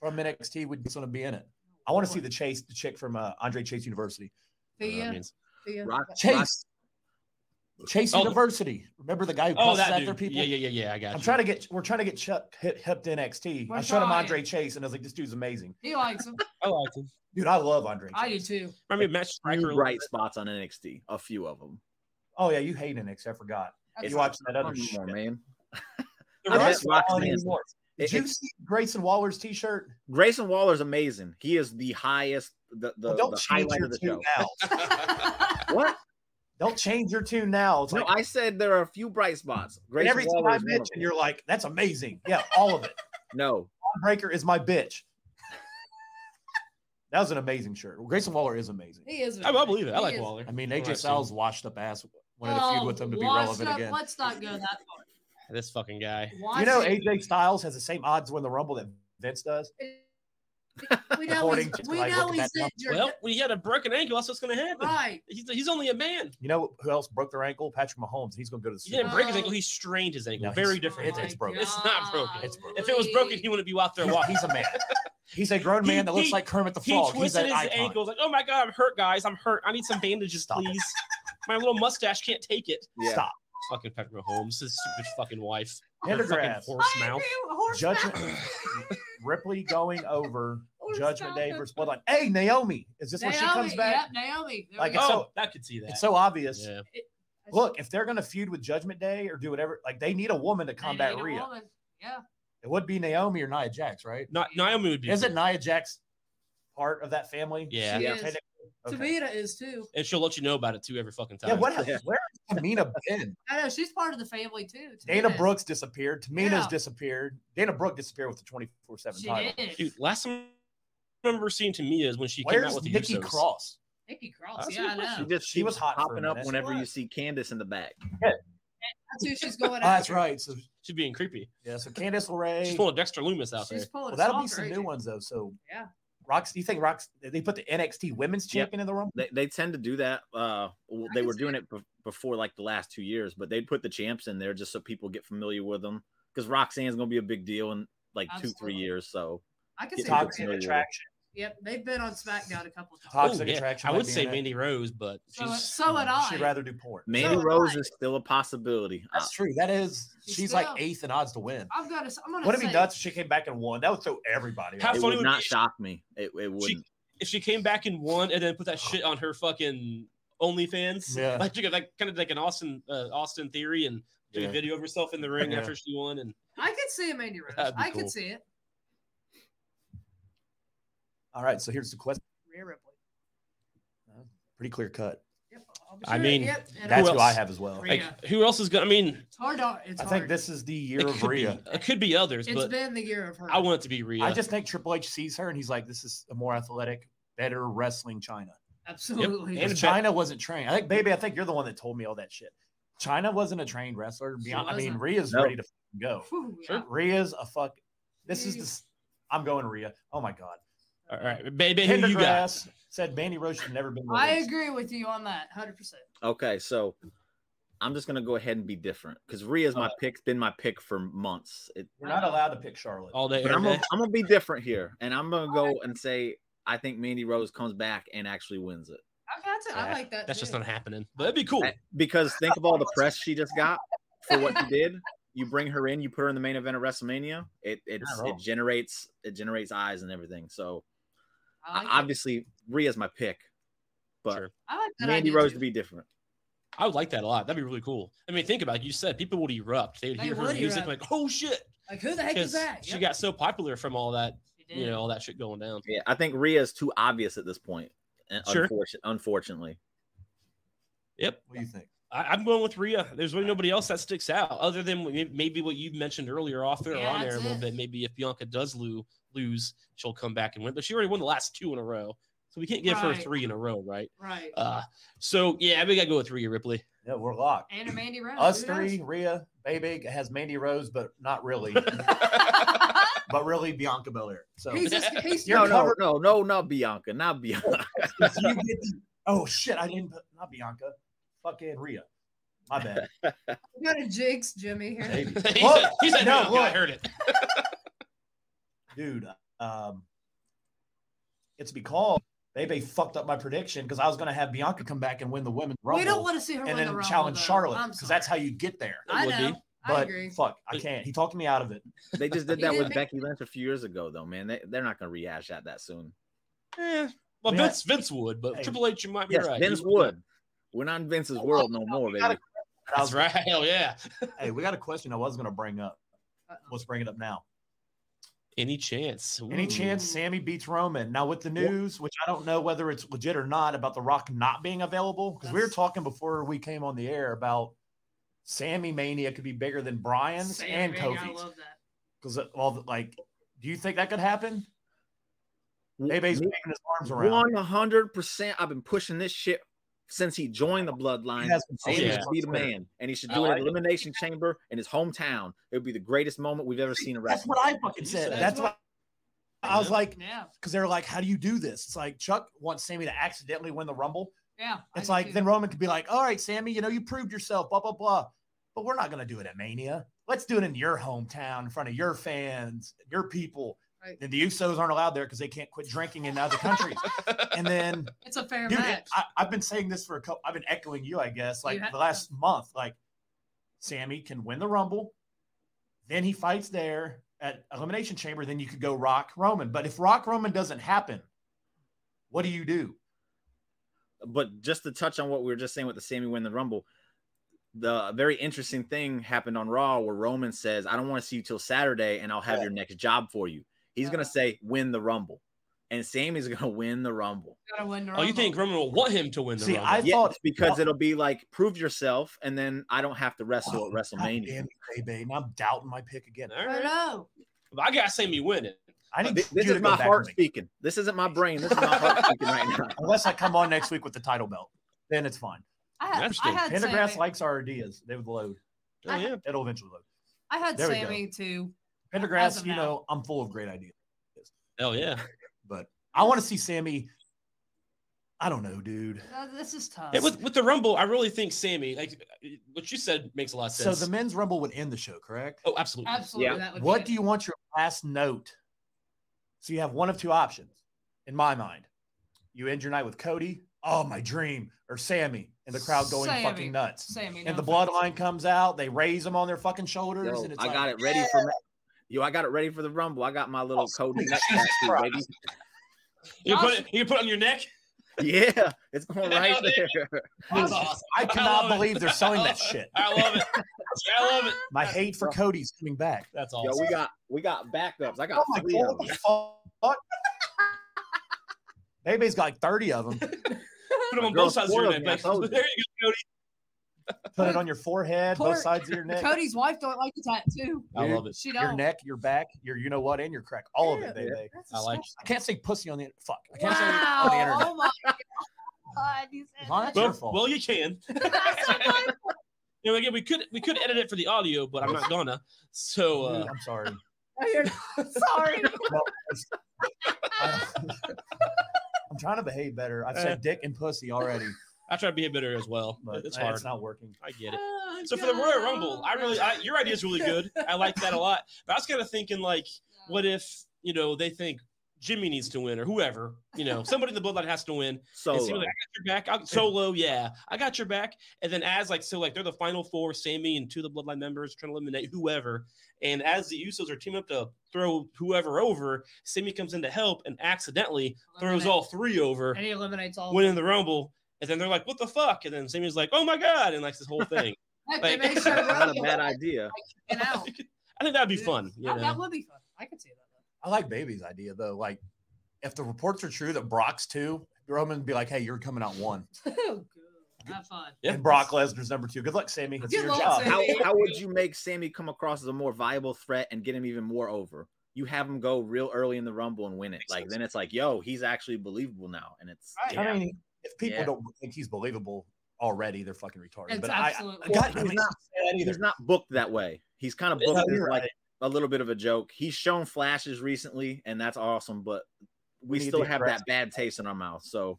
D: from NXT would want to be in it? I want to see the chase, the chick from uh, Andre Chase University.
A: I don't know what that
B: Thea,
A: means.
B: Thea.
C: Rock, Rock-
D: Chase, Chase
A: Oh.
D: University. Remember the guy who
A: Oh,
D: cussed
A: that
D: after
A: dude.
D: people?
A: Yeah, yeah, yeah, yeah. I got.
D: I'm
A: you.
D: trying to get. We're trying to get Chuck hip, hip to NXT.
B: We're
D: I showed him
B: trying.
D: Andre Chase, and I was like, "This dude's amazing,
B: He likes him.
A: I like him.
D: dude. I love Andre."
B: I
D: Chase.
B: do too.
A: I mean, Matt Striker. a
C: few
A: little
C: bright
A: bit.
C: spots on NXT. A few of them.
D: Oh yeah, you hate NXT. I forgot.
B: That's
D: you watching that other
C: Come
D: shit.
C: on, man.
A: The
D: I
C: I'm
A: Rock-
D: miss
C: at Rock's
D: Wallen
C: Man's
D: anymore.
C: It-
D: Did you
C: it-
D: see Grayson Waller's T-shirt?
C: Grayson Waller's amazing. He is the highest, the, the,
D: Well, don't
C: the
D: change
C: highlight
D: your
C: of the
D: tune
C: show.
D: now.
C: What?
D: Don't change your tune now. It's
C: No,
D: like,
C: I said there are a few bright spots.
D: and
C: Grayson
D: every time
C: Waller
D: I
C: is one of
D: mention,
C: them.
D: you're like, "That's amazing." Yeah, all of it.
C: no,
D: Braun Breaker is my bitch. That was an amazing shirt. Grayson Waller is amazing.
B: he is.
A: I, I believe it. I
B: He
A: like
B: is.
A: Waller.
D: I mean,
A: From what
D: AJ
A: I've
D: Styles washed up ass wanted to
B: Oh,
D: feud with him to be
B: washed
D: relevant
B: up.
D: again.
B: Let's not go that far.
A: seen. This fucking guy.
D: You know,
B: Washed
D: AJ Styles has the same odds to win the Rumble that Vince does.
B: up. we know
D: according
B: he's,
D: to
B: we
D: my
B: know
D: look
B: he's
D: at that
B: injured.
A: Well, when he had a broken ankle, that's what's going to happen.
B: right.
A: He's, he's only a man.
D: You know who else broke their ankle? Patrick Mahomes. He's going to go to the
A: He
D: Super
A: didn't
D: Bowl.
A: break his
B: Oh.
A: ankle. He strained his ankle.
D: No, he's-
A: Very different.
D: it's- it's broken.
A: It's not broken.
D: It's broken.
A: if it was broken, he wouldn't be out there walking.
D: He's a man. He's a grown
A: He-
D: man that looks
A: he-
D: like Kermit the
A: He
D: Frog. He's
A: twisted
D: that
A: his
D: icon.
A: ankle. Like, oh my god, I'm hurt, guys. I'm hurt. I need some bandages,
D: Stop it.
A: please. My little mustache can't take it.
C: yeah.
D: Stop.
A: Fucking Patrick Mahomes, his stupid fucking wife, Her fucking
D: Pendergrass.
A: horse
B: I
A: mouth.
B: agree with horse
D: Judgment-
B: mouth.
D: Ripley going over
B: Horse
D: Judgment Day
B: mouth.
D: versus Bloodline. Hey, Naomi. Is this when she comes back?
B: Yep, Naomi. There
D: Like,
B: we
D: it's
B: go.
A: Oh,
D: so-
A: that could see that.
D: It's so obvious.
A: yeah.
D: Look, if they're going to feud with Judgment Day or do whatever, like they need a woman to
B: They
D: combat
B: need a
D: Rhea.
B: woman. Yeah.
D: It would be Naomi or Nia Jax, right?
A: Not Naomi would be.
D: Isn't Nia Jax part of that family?
A: Yeah.
B: She
C: Yeah.
B: is.
D: Technically- Okay.
B: Tamina is too.
A: and she'll let you know about it too every fucking time.
D: Yeah, what
C: Yeah.
D: happened? Where has Tamina been?
B: I know she's part of the family too.
D: Dana
B: Tamina.
D: Brooks disappeared. Tamina's
B: Yeah.
D: disappeared. Dana Brooke disappeared with the 24 7
B: She
D: title.
B: did.
A: Dude, last time I remember seeing Tamia is when she came out
D: Where's
A: with the
D: Nikki
A: Usos.
D: Cross?
B: Nikki Cross.
A: That's a
B: yeah, I
A: good
B: know.
C: She just
D: She was hot for a
C: popping up
D: minute.
C: whenever
B: She
C: you
B: was.
C: see Candace in the back.
B: That's who she's going after.
D: Oh, that's right. So,
A: She's being creepy.
D: yeah, so Candice LeRae.
A: She's pulling Dexter Loomis out
B: She's
A: there.
B: pulling
D: Well,
B: a
D: that'll be
B: stalker,
D: some
B: ain't
D: new
B: she?
D: ones, though. So,
B: Yeah.
D: Rox, you think Rox, they put the NXT women's
C: Yep.
D: champion in the Rumble?
C: They, they tend to do that. Uh, well, they
B: can
C: were
B: see
C: doing it be- before like the last two years, but they'd put the champs in there just so people get familiar with them because Roxanne's going to be a big deal in like two, three
B: Absolutely.
C: years. So
B: I can
C: Get
B: see
C: Toxic
B: her.
C: Toxic
D: Toxic
C: familiar.
D: Attraction.
B: Yep, they've been on SmackDown a couple times.
D: Toxic
A: Ooh, Oh, yeah.
D: Attraction.
A: I
D: might
A: would
D: be
A: say
D: in it.
A: Mandy Rose, but
B: So-
A: she's
B: so would I.
D: She'd rather do porn.
C: Mandy
B: So-
C: Rose is still a possibility. Uh,
D: That's true. That is,
B: She's
D: she's, like
B: still-
D: eighth in odds to win.
B: I'm gonna. s- I'm gonna.
D: Would it
B: say,
D: be nuts if she came back and won? That would throw everybody.
A: How
D: off.
C: it
A: funny
C: would
A: would
C: not
A: be-
C: shock me. It, it wouldn't.
A: if she came back and won and then put that shit on her fucking OnlyFans,
D: Yeah.
A: like you got like kind of like an Austin uh, Austin theory and do a
D: Yeah.
A: video of herself in the ring
D: Yeah.
A: after she won and
B: I could see a Mandy Rose.
A: That'd be
B: I
A: cool.
B: could see it.
D: All right. So here's the question.
B: Rhea Ripley.
D: Pretty clear cut.
B: Yep, I'm
A: I
B: sure-
A: mean,
B: yep, and
D: That's
B: I'm-
D: who I have as well.
B: Rhea.
A: like who else is gonna? I mean,
B: It's hard. To, it's
D: I
B: hard.
D: think this is the year
A: it
D: of
A: could, be,
D: Rhea.
A: it could be others,
B: It's
A: but
B: been the year of her.
A: I want it to be Rhea.
D: I just think Triple H sees her and he's like, this is a more athletic, better wrestling China.
B: absolutely.
A: Yep.
D: And
A: And-
D: China wasn't trained. I think, baby, I think you're the one that told me all that shit. China wasn't a trained wrestler.
B: She
D: Beyond, I mean,
B: wasn't.
D: Rhea's
C: No.
D: ready to f***ing go.
B: Whew,
A: Sure.
B: yeah.
D: Rhea's a fuck. This is the. s- I'm going Rhea. Oh my God.
A: All right, baby, who you got?
D: Pendergrass said Mandy Rose should never been.
B: I
D: released.
B: agree with you on that, hundred percent.
C: Okay, so I'm just gonna go ahead and be different because Rhea's
D: Uh,
C: my pick, been my pick for months. It,
D: We're not allowed to pick Charlotte.
A: All day,
C: but
A: every
C: I'm gonna,
A: day.
C: I'm gonna be different here, and I'm gonna go and say I think Mandy Rose comes back and actually wins it
B: I got to. I
A: Yeah,
B: like that.
A: That's
B: too.
A: just not happening. But it'd be cool.
C: I- because think of all the press she just got for what she did. you bring her in, you put her in the main event at WrestleMania. It it's,
A: Not at all.
C: it generates it generates eyes and everything. So
B: I
C: I-
B: like, it.
C: obviously Rhea's my pick, but
A: Sure.
B: I like that
C: Mandy
B: idea
C: Rose
B: too.
C: to be different.
A: I would like that a lot. That'd be really cool. I mean, think about it. You said people would erupt. They would
B: They
A: hear her
B: would
A: music
B: erupt.
A: like, "Oh shit!"
B: like, who the heck
A: Because
B: is that?
A: she got so popular from all that, you know, all
B: that.
A: that shit going down.
C: Yeah, I think Rhea's too obvious at this point. and
A: Sure.
C: unfortu- unfortunately.
A: Yep,
D: What do you think?
A: I, I'm going with Rhea. There's really nobody else that sticks out other than may- maybe what you mentioned earlier off there or
B: Yeah,
A: on there a
B: that's
A: little
B: it.
A: bit. Maybe if Bianca does lose, lose, she'll come back and win. But she already won the last two in a row, so we can't give her
B: Right.
A: three in a row, right?
B: Right.
A: Uh, so yeah, we gotta go with Rhea Ripley.
D: Yeah, we're locked.
B: and a Mandy Rose.
D: Us
B: who knows?
D: three, Rhea, Baby has Mandy Rose, but not really, but really Bianca Belair. So
B: he's just, he's
D: You're
C: No,
B: no,
C: no, no, no, not Bianca, not Bianca.
D: if you get the- oh shit, I didn't put not Bianca, fucking Rhea. My bad.
B: got a jinx, Jimmy here.
D: Baby.
A: he,
D: Look,
A: said, he said,
D: no,
A: no, God, I
D: look.
A: heard it.
D: dude. Um, it's because Bebe fucked up my prediction because I was gonna have Bianca come back and win the women's rumble,
B: We don't want to see her win
D: and then
B: the Rumble,
D: challenge
B: though.
D: Charlotte
B: I'm
D: because that's how
B: sorry.
D: you get there.
A: it
B: I
A: would
B: know.
A: be.
B: I
D: But
B: agree.
D: fuck, I can't. He talked me out of it.
C: They just did
B: He
C: that
B: did
C: with
B: make-
C: Becky Lynch a few years ago, though, man. They, they're not going to rehash that that soon.
A: Eh, well,
D: Yeah.
A: Vince Vince would, but
D: Hey.
A: Triple H, you might be
C: Yes,
A: right.
C: Vince
A: He-
C: would. We're not in Vince's world no more, baby.
D: gotta- I
A: That's
D: was-
A: right. Hell yeah.
D: Hey, we got a question I was gonna bring up.
B: Uh-oh.
D: Let's bring it up now.
A: Any chance?
D: Any
A: Ooh.
D: chance Sammy beats Roman? Now with the news, which I don't know whether it's legit or not, about The Rock not being available, because we were
B: That's-
D: talking before we came on the air about Sammy Mania could be bigger than Brian's
B: Sam
D: and
B: Mania, I
D: Kofi's.
B: love that.
D: Because all the, like, do you think that could happen? Bebe's
C: W-
D: waving his arms around.
C: One hundred percent. I've been pushing this shit since he joined the bloodline.
D: He has been
C: Sammy
D: saying
A: Yeah.
D: this
C: should be the
D: on Twitter.
C: man, and he should
A: I
C: do it
A: like
C: at
A: it.
C: Elimination Chamber in his hometown. It would be the greatest moment we've ever seen in
D: That's
C: wrestling.
D: what I fucking
A: You
D: said.
A: said
D: That's what
B: what-
D: I was like,
B: Yeah.
D: because they're like, how do you do this? It's like Chuck wants Sammy to accidentally win the Rumble.
B: Yeah. I
D: It's
B: do
D: like
B: too.
D: then Roman could be like, all right, Sammy, you know, you proved yourself, blah blah blah. But we're not gonna do it at Mania. Let's do it in your hometown, in front of your fans, your people.
B: Right.
D: And the Usos aren't allowed there because they can't quit drinking in other countries. and then
B: it's a fair
D: Dude,
B: match.
D: I, I've been saying this for a couple. I've been echoing you, I guess, like
B: You have-
D: the last month. Like, Sammy can win the Rumble, then he fights there at Elimination Chamber. Then you could go Rock Roman. But if Rock Roman doesn't happen, what do you do?
C: but just to touch on what we were just saying with the Sammy win the Rumble, the very interesting thing happened on Raw where Roman says, I don't want to see you till Saturday and I'll have your next job for you. He's going
B: Yeah.
D: Uh-huh.
C: to say, win the Rumble. And Sammy's going to win the Rumble.
B: Gotta win the
A: Oh, you
B: Rumble.
A: think Roman will want him to win the
D: See,
A: Rumble?
D: I
C: Yeah,
D: thought
C: because
D: well-
C: it'll be like, prove yourself. And then I don't have to wrestle
D: Oh,
C: at WrestleMania.
D: baby. And I'm doubting my pick again.
A: All
B: I
A: right.
B: know.
A: I got Sammy winning.
D: I need
C: Th-
D: you
C: Uh, This
D: to
C: is
D: go
C: my
D: back on
C: heart
D: me.
C: speaking. This isn't my brain. This is my heart speaking right now.
D: Unless I come on next week with the title belt, then it's fine.
B: I had, I
A: Interesting.
B: had
D: Pendergrass
B: Sammy.
D: likes our ideas. They would load.
A: Oh, yeah.
D: It'll eventually load.
B: I had
D: There we go.
B: Sammy too. As
D: Pendergrass,
B: of
D: you
B: now.
D: know, I'm full of great ideas.
A: Hell yeah.
D: but I want to see Sammy. I don't know, dude.
B: Uh, This is tough.
A: Yeah, with with the Rumble, I really think Sammy, like what you said, makes a lot of
D: So
A: sense.
D: the men's rumble would end the show, correct?
A: oh, absolutely.
B: Absolutely.
C: Yeah.
B: That would
D: What do
B: be it.
D: you want your last note? So you have one of two options, in my mind. You end your night with Cody, oh my dream, or Sammy, and the crowd going
B: Sammy.
D: fucking nuts.
B: Sammy?
D: And
B: no
D: the
B: offense.
D: bloodline comes out, they raise them on their fucking shoulders,
C: Yo,
D: and it's
C: I
D: like,
C: got it ready for Yo, I got it ready for the Rumble. I got my little
D: Oh,
C: Cody neck tattoo, baby.
A: You can put it, you can put it on your neck.
C: Yeah, it's going right there.
A: That's awesome.
D: I cannot
A: love it.
D: believe they're selling that shit.
A: I love it. I love it.
D: My hate for Cody's coming back.
A: That's
C: Yo,
A: awesome.
C: we got we got backups. I
D: Oh
C: got
D: my
C: three
D: god,
C: of
D: what
C: them.
D: the fuck? Baby's got like 30 of them.
A: put them on
C: Girl,
A: both sides of your neck.
C: spoiled me, I
A: like,
C: told you.
A: there you go, Cody.
D: Put it on your forehead,
B: Poor-
D: both sides of your neck,
B: Cody's wife don't like the tattoo.
A: I
D: Dude,
A: love it.
B: She
D: your
B: don't.
D: neck, your back, your you know what, and your crack. All of it,
C: Yeah.
D: baby.
B: That's
A: I like.
B: disgusting.
D: I can't say pussy on the fuck. I can't
B: Wow.
D: say on the internet.
B: Oh my god. You said
D: Well,
B: that.
D: It's your
A: Well,
D: fault.
A: well, you can.
B: That's so funny.
A: You know, again, we could we could edit it for the audio, but I'm not gonna. So uh,
D: Dude, I'm sorry.
B: Oh, you're not- Sorry.
D: No, it's- I- I'm trying to behave better. I've said dick and pussy already,
A: I try to be a bitter as well.
D: but
A: Uh, it's
D: it's,
A: hard.
D: not working.
A: I get it. So for the Royal Rumble, I really I, your idea is really good. I like that a lot. But I was kind of thinking like, what if you know they think Jimmy needs to win or whoever, you know, somebody in the bloodline has to win. And
C: So
A: Sammy, like, I got your back. i solo, yeah. I got your back. And then as like so, like they're the final four, Sammy and two of the bloodline members trying to eliminate whoever. And as the Usos are teaming up to throw whoever over, Sammy comes in to help and accidentally throws all three over,
B: And he eliminates all.
A: winning the rumble. And then they're like, "What the fuck?" And then Sammy's like, "Oh my god!" And like this whole thing.
B: Heck, they
A: like-
B: made sure
C: not a
B: Rocky
C: bad idea.
B: went out.
A: I think that'd be fun. You
B: That-
A: know?
B: That would be fun. I could see that. though.
D: I like Baby's idea though. Like, if the reports are true that Brock's two, Roman would be like, "Hey, you're coming out one,"
B: Oh, good. Have fun.
A: Yeah.
D: and Brock Lesnar's number two. Good luck, Sammy. That's
B: Good
D: your
B: luck,
D: job.
B: Sammy.
C: How, how would you make Sammy come across as a more viable threat and get him even more over? You have him go real early in the Rumble and win it.
A: Makes
C: Like
A: sense.
C: then it's like, yo, he's actually believable now, and it's
D: Right.
C: yeah.
D: I mean, if people
C: Yeah.
D: don't think he's believable already, they're fucking retarded.
B: It's
D: but
B: absolutely-
D: I, God,
C: He's
D: he's
C: not-
D: not that either.
C: he's not booked that way. He's kind of booked
D: Yeah,
C: as
D: you're
C: like
D: right.
C: a little bit of a joke. He's shown flashes recently, and that's awesome. But we
D: We need
C: still
D: the
C: have that
D: aggressive-
C: bad taste in our mouth. So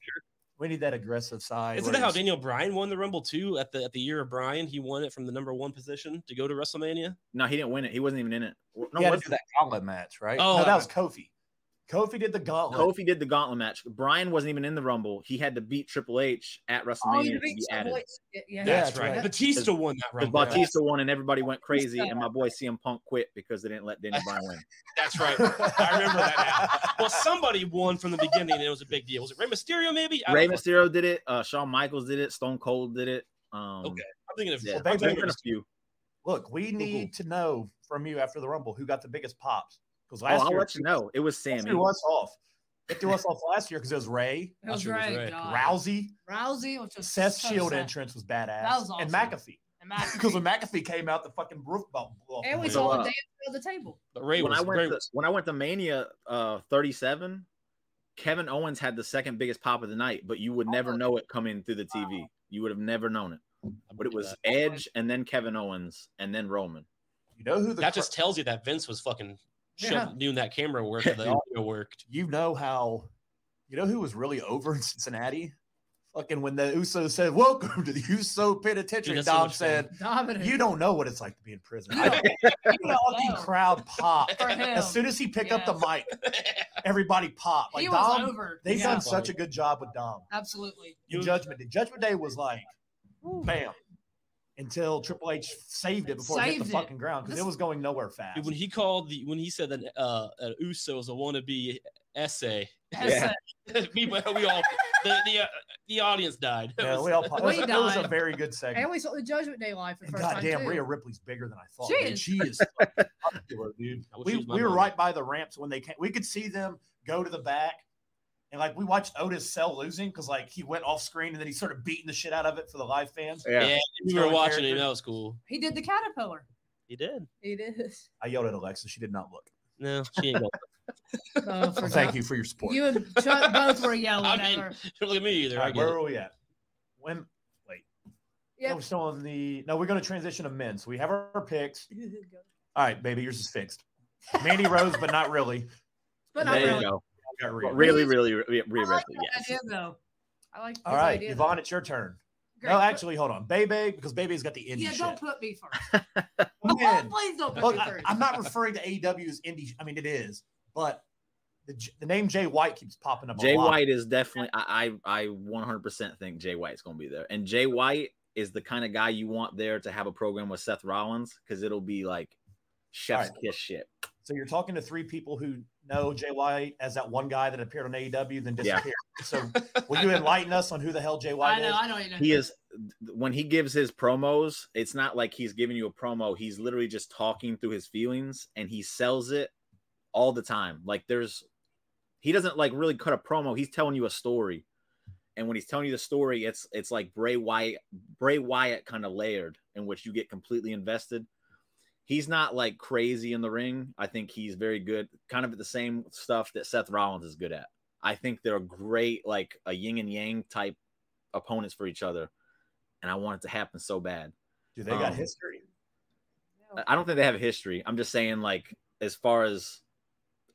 D: we need that aggressive side.
A: Isn't
D: where
A: that how
D: he's-
A: Daniel Bryan won the Rumble too at the at the year of Bryan? He won it from the number one position to go to WrestleMania.
C: no, he didn't win it. He wasn't even in it. No,
D: he had to
C: was
D: do that gauntlet match, right?
A: Oh,
D: no,
A: I-
D: that was Kofi. Kofi did the gauntlet.
C: Kofi did the gauntlet match. Brian wasn't even in the Rumble. He had to beat Triple H at
B: Oh,
C: WrestleMania
B: you
C: to be
B: beat
C: added.
B: Triple H. Yeah, yeah.
D: Yeah,
A: That's
D: that's
A: right.
D: right.
A: Batista won that
C: Because
A: Rumble.
C: Bautista won and everybody went crazy, and my boy CM Punk quit because they didn't let Daniel Bryan win.
A: That's right. I remember that. Now. Well, somebody won from the beginning, and it was a big deal. Was it Rey Mysterio? Maybe. I don't
C: Rey
A: know.
C: Mysterio did it. Uh, Shawn Michaels did it. Stone Cold did it. Um,
A: Okay. I'm thinking of.
C: yeah.
A: I'm thinking
C: There's
A: of
C: been a few.
D: Look, we need to know from you after the Rumble who got the biggest pops. Because last
C: oh, I'll
D: year,
C: let you know. It was
D: it
C: Sammy.
D: threw us off. It threw us off last year because it was Ray,
B: That was
A: Usher was
B: great.
A: right.
B: Oh, God.
D: Rousey,
B: Rousey, which was
D: Seth
B: so
D: Shield
B: sad.
D: entrance was badass,
B: That was
D: and
B: awesome.
D: McAfee.
B: And Matt-
D: Because when McAfee came out, the fucking roof bump blew off.
B: and we
D: the
C: So,
B: saw
C: uh,
B: him dance on the table.
A: But Ray
C: when
A: was.
C: I went
A: Ray
C: to,
A: was-
C: when I went to Mania uh, 37, Kevin Owens had the second biggest pop of the night, but you would
B: Oh,
C: never know it coming through the TV. You would have never known it. But it was Edge and then Kevin Owens and then Roman.
D: You know who the
A: That just tells you that Vince was fucking shoving,
D: Yeah.
A: doing that camera work, and the audio worked.
D: you know how you know who was really over in Cincinnati? Fucking when the Usos said, Welcome to the Uso
A: Dude,
D: Penitentiary,
A: that's so
D: Dom
A: much
D: said,
B: Dominant.
D: You don't know what it's like to be in prison.
B: You
D: You don't,
B: don't-
D: you don't know the crowd pop.
B: for him.
D: As soon as he picked up the mic,
A: it
D: everybody popped. Like
B: he
D: Dom,
B: was over.
D: they've
B: yeah,
D: done such a good job with Dom.
B: absolutely.
D: In
A: You-
D: Judgment Day. Judgment Day was like bam. Until Triple H saved it before it hit
B: Saved
D: the
B: it.
D: fucking ground because it
B: This-
D: was going nowhere fast.
A: when he called the when he said that uh, uh Uso was a wannabe essay.
B: Yeah.
A: we, we all the the, uh, the audience died. It
D: Yeah,
A: was-
D: we all popped. It was,
B: We
D: it was a
B: died.
D: very good segment.
B: And we saw the Judgment Day live for the
D: And
B: first time
D: goddamn,
B: too.
D: Rhea Ripley's bigger than I thought.
B: She
D: dude.
B: is.
D: She is fucking popular, dude.
A: I wish
D: We,
A: it was my
D: we were
A: mom.
D: right by the ramps when they came. We could see them go to the back, and like we watched Otis Cell losing because like he went off screen and then he started beating the shit out of it for the live fans.
A: Yeah, we were
D: Stolen
A: watching it.
D: character.
A: That was cool.
B: He did the caterpillar.
A: He did.
B: He did.
D: I yelled at Alexa. She did not look.
A: No, she ain't gonna.
B: Oh, for
D: Well, thank you for your support.
B: You and Chuck both were yelling
A: I
B: at
A: mean,
B: her.
A: Don't look at me
D: All
A: either. I
D: right,
A: get
D: where
A: it.
D: are we at? When? Wait. Yeah,
B: Yep.
D: we're still on the. No, we're going to transition to men. So we have our picks. All right, baby, yours is fixed. Mandy Rose, but not really.
B: but not
C: there
B: really.
C: you go.
D: Got Rhea.
C: But really, really, really,
B: I
C: really,
B: like
C: really
B: that
C: yes.
B: idea though. I like
D: All
B: his
D: right,
B: idea, though.
D: Yvonne, it's your turn.
B: Great.
D: No, actually, hold on. Bebe, because Bebe's got the indie
B: Yeah,
D: shit.
B: don't put me first. Oh,
D: Man,
B: please don't put
D: look,
B: me
D: I,
B: first.
D: am not referring to AEW's indie. I mean, it is, but the, J- the name Jay White keeps popping up.
C: Jay
D: a lot.
C: White is definitely. I I I 100% think Jay White's going to be there, and Jay White is the kind of guy you want there to have a program with Seth Rollins because it'll be like chef's
D: Alright.
C: kiss shit.
D: So you're talking to three people who know Jay White as that one guy that appeared on AEW, then
C: Yeah.
D: disappeared. So will you enlighten us on who the hell Jay White
B: I know.
D: is?
B: I don't even know.
C: he is when he gives his promos it's not like he's giving you a promo he's literally just talking through his feelings and he sells it all the time like there's he doesn't like really cut a promo he's telling you a story and when he's telling you the story it's it's like bray wyatt bray wyatt kind of layered in which you get completely invested he's not like crazy in the ring i think he's very good kind of at the same stuff that seth rollins is good at i think they're great like a yin and yang type opponents for each other, and I want it to happen so bad.
D: Do they got
C: Um,
D: history?
C: I- I don't think they have a history. I'm just saying, like as far as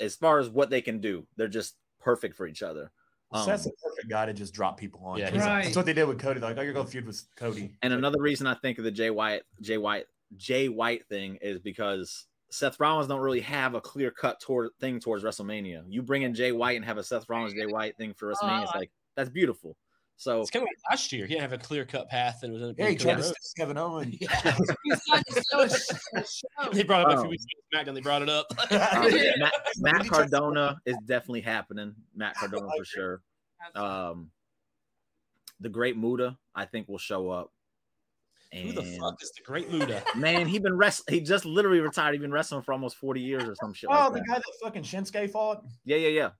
C: as far as what they can do, they're just perfect for each other. um,
D: Seth's the perfect guy to just drop people on.
A: Yeah,
D: Yeah,
A: he's
B: a- Right.
D: that's what they did with Cody. Like, oh, you're going to feud with Cody.
C: And another reason I think of the Jay White, Jay White, Jay White thing is because Seth Rollins don't really have a clear cut toward thing towards WrestleMania. You bring in Jay White and have a Seth Rollins Jay White thing for WrestleMania. it's like that's beautiful. So
A: It's kind of like last year. He didn't have a clear cut path and it was in a
D: Yeah, he tried to
A: road.
D: stick Kevin Owens.
A: They brought it up a
C: Oh.
A: few weeks ago. at SmackDown. They brought it up.
D: Oh,
C: um,
D: Yeah.
C: Matt,
D: Did
C: Matt
D: he try-
C: Cardona is definitely happening. Matt Cardona for sure. Um, the Great Muda, I think, will show up. And
A: Who the fuck is the Great Muda?
C: man, he been rest. He just literally retired. He been wrestling for almost forty years or some shit.
D: Oh,
C: like
D: the
C: that.
D: guy that fucking Shinsuke fought.
C: Yeah, yeah, yeah.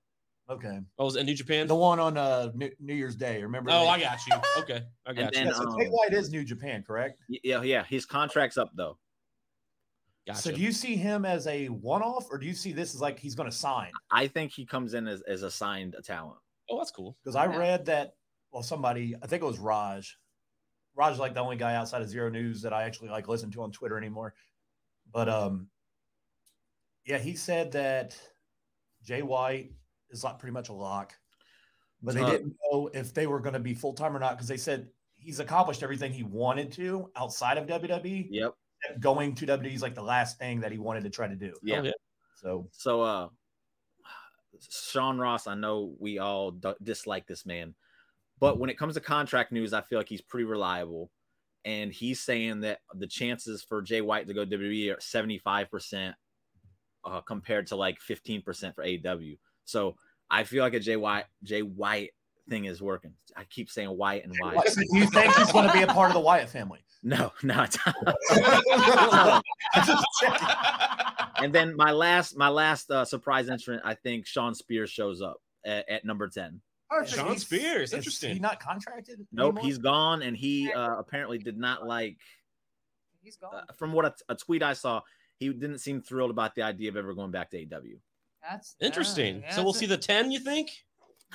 D: Okay,
A: Oh, was it in New Japan?
D: the one on uh, New, New Year's Day. Remember?
A: Oh,
D: they-
A: I got you. Okay, I got
C: then-
A: you.
D: Yeah, so
C: um,
D: Jay White is New Japan, correct?
C: Y- Yeah, yeah. His contract's up though.
A: Gotcha.
D: So do you see him as a one-off, or do you see this as like he's going to sign?
C: I think he comes in as, as assigned a talent.
A: oh, that's cool.
D: Because I
C: Yeah.
D: read that, well, somebody, I think it was Raj. Raj is like the only guy outside of Zero News that I actually like listen to on Twitter anymore. But um, yeah, he said that Jay White is like pretty much a lock, but they
C: Uh,
D: didn't know if they were going to be full time or not because they said he's accomplished everything he wanted to outside of WWE.
C: Yep.
D: except Going to WWE is like the last thing that he wanted to try to do.
C: Yeah.
A: Oh, yeah.
D: So
C: So, uh, Sean Ross, I know we all d- dislike this man, but when it comes to contract news, I feel like he's pretty reliable. And he's saying that the chances for Jay White to go WWE are 75% uh, compared to like 15% for AEW. So I feel like a Jay White, Jay White thing is working. I keep saying White and White.
D: What, so do you think he's going to be a part of the Wyatt family?
C: No, no.
D: Just checking.
C: and then my last, my last uh, surprise entrant, I think Sean Spears shows up at, at number 10.
D: I was just-
A: Sean
D: he's-
A: Spears,
D: is
A: interesting.
D: He not contracted.
C: Nope,
D: anymore?
C: he's gone, and he uh, apparently did not like.
B: He's gone.
C: Uh, from what a, a tweet I saw, he didn't seem thrilled about the idea of ever going back to E AW.
B: That's
A: Interesting.
B: yeah,
A: so we'll
B: that's
A: see
B: it.
A: the ten. You think?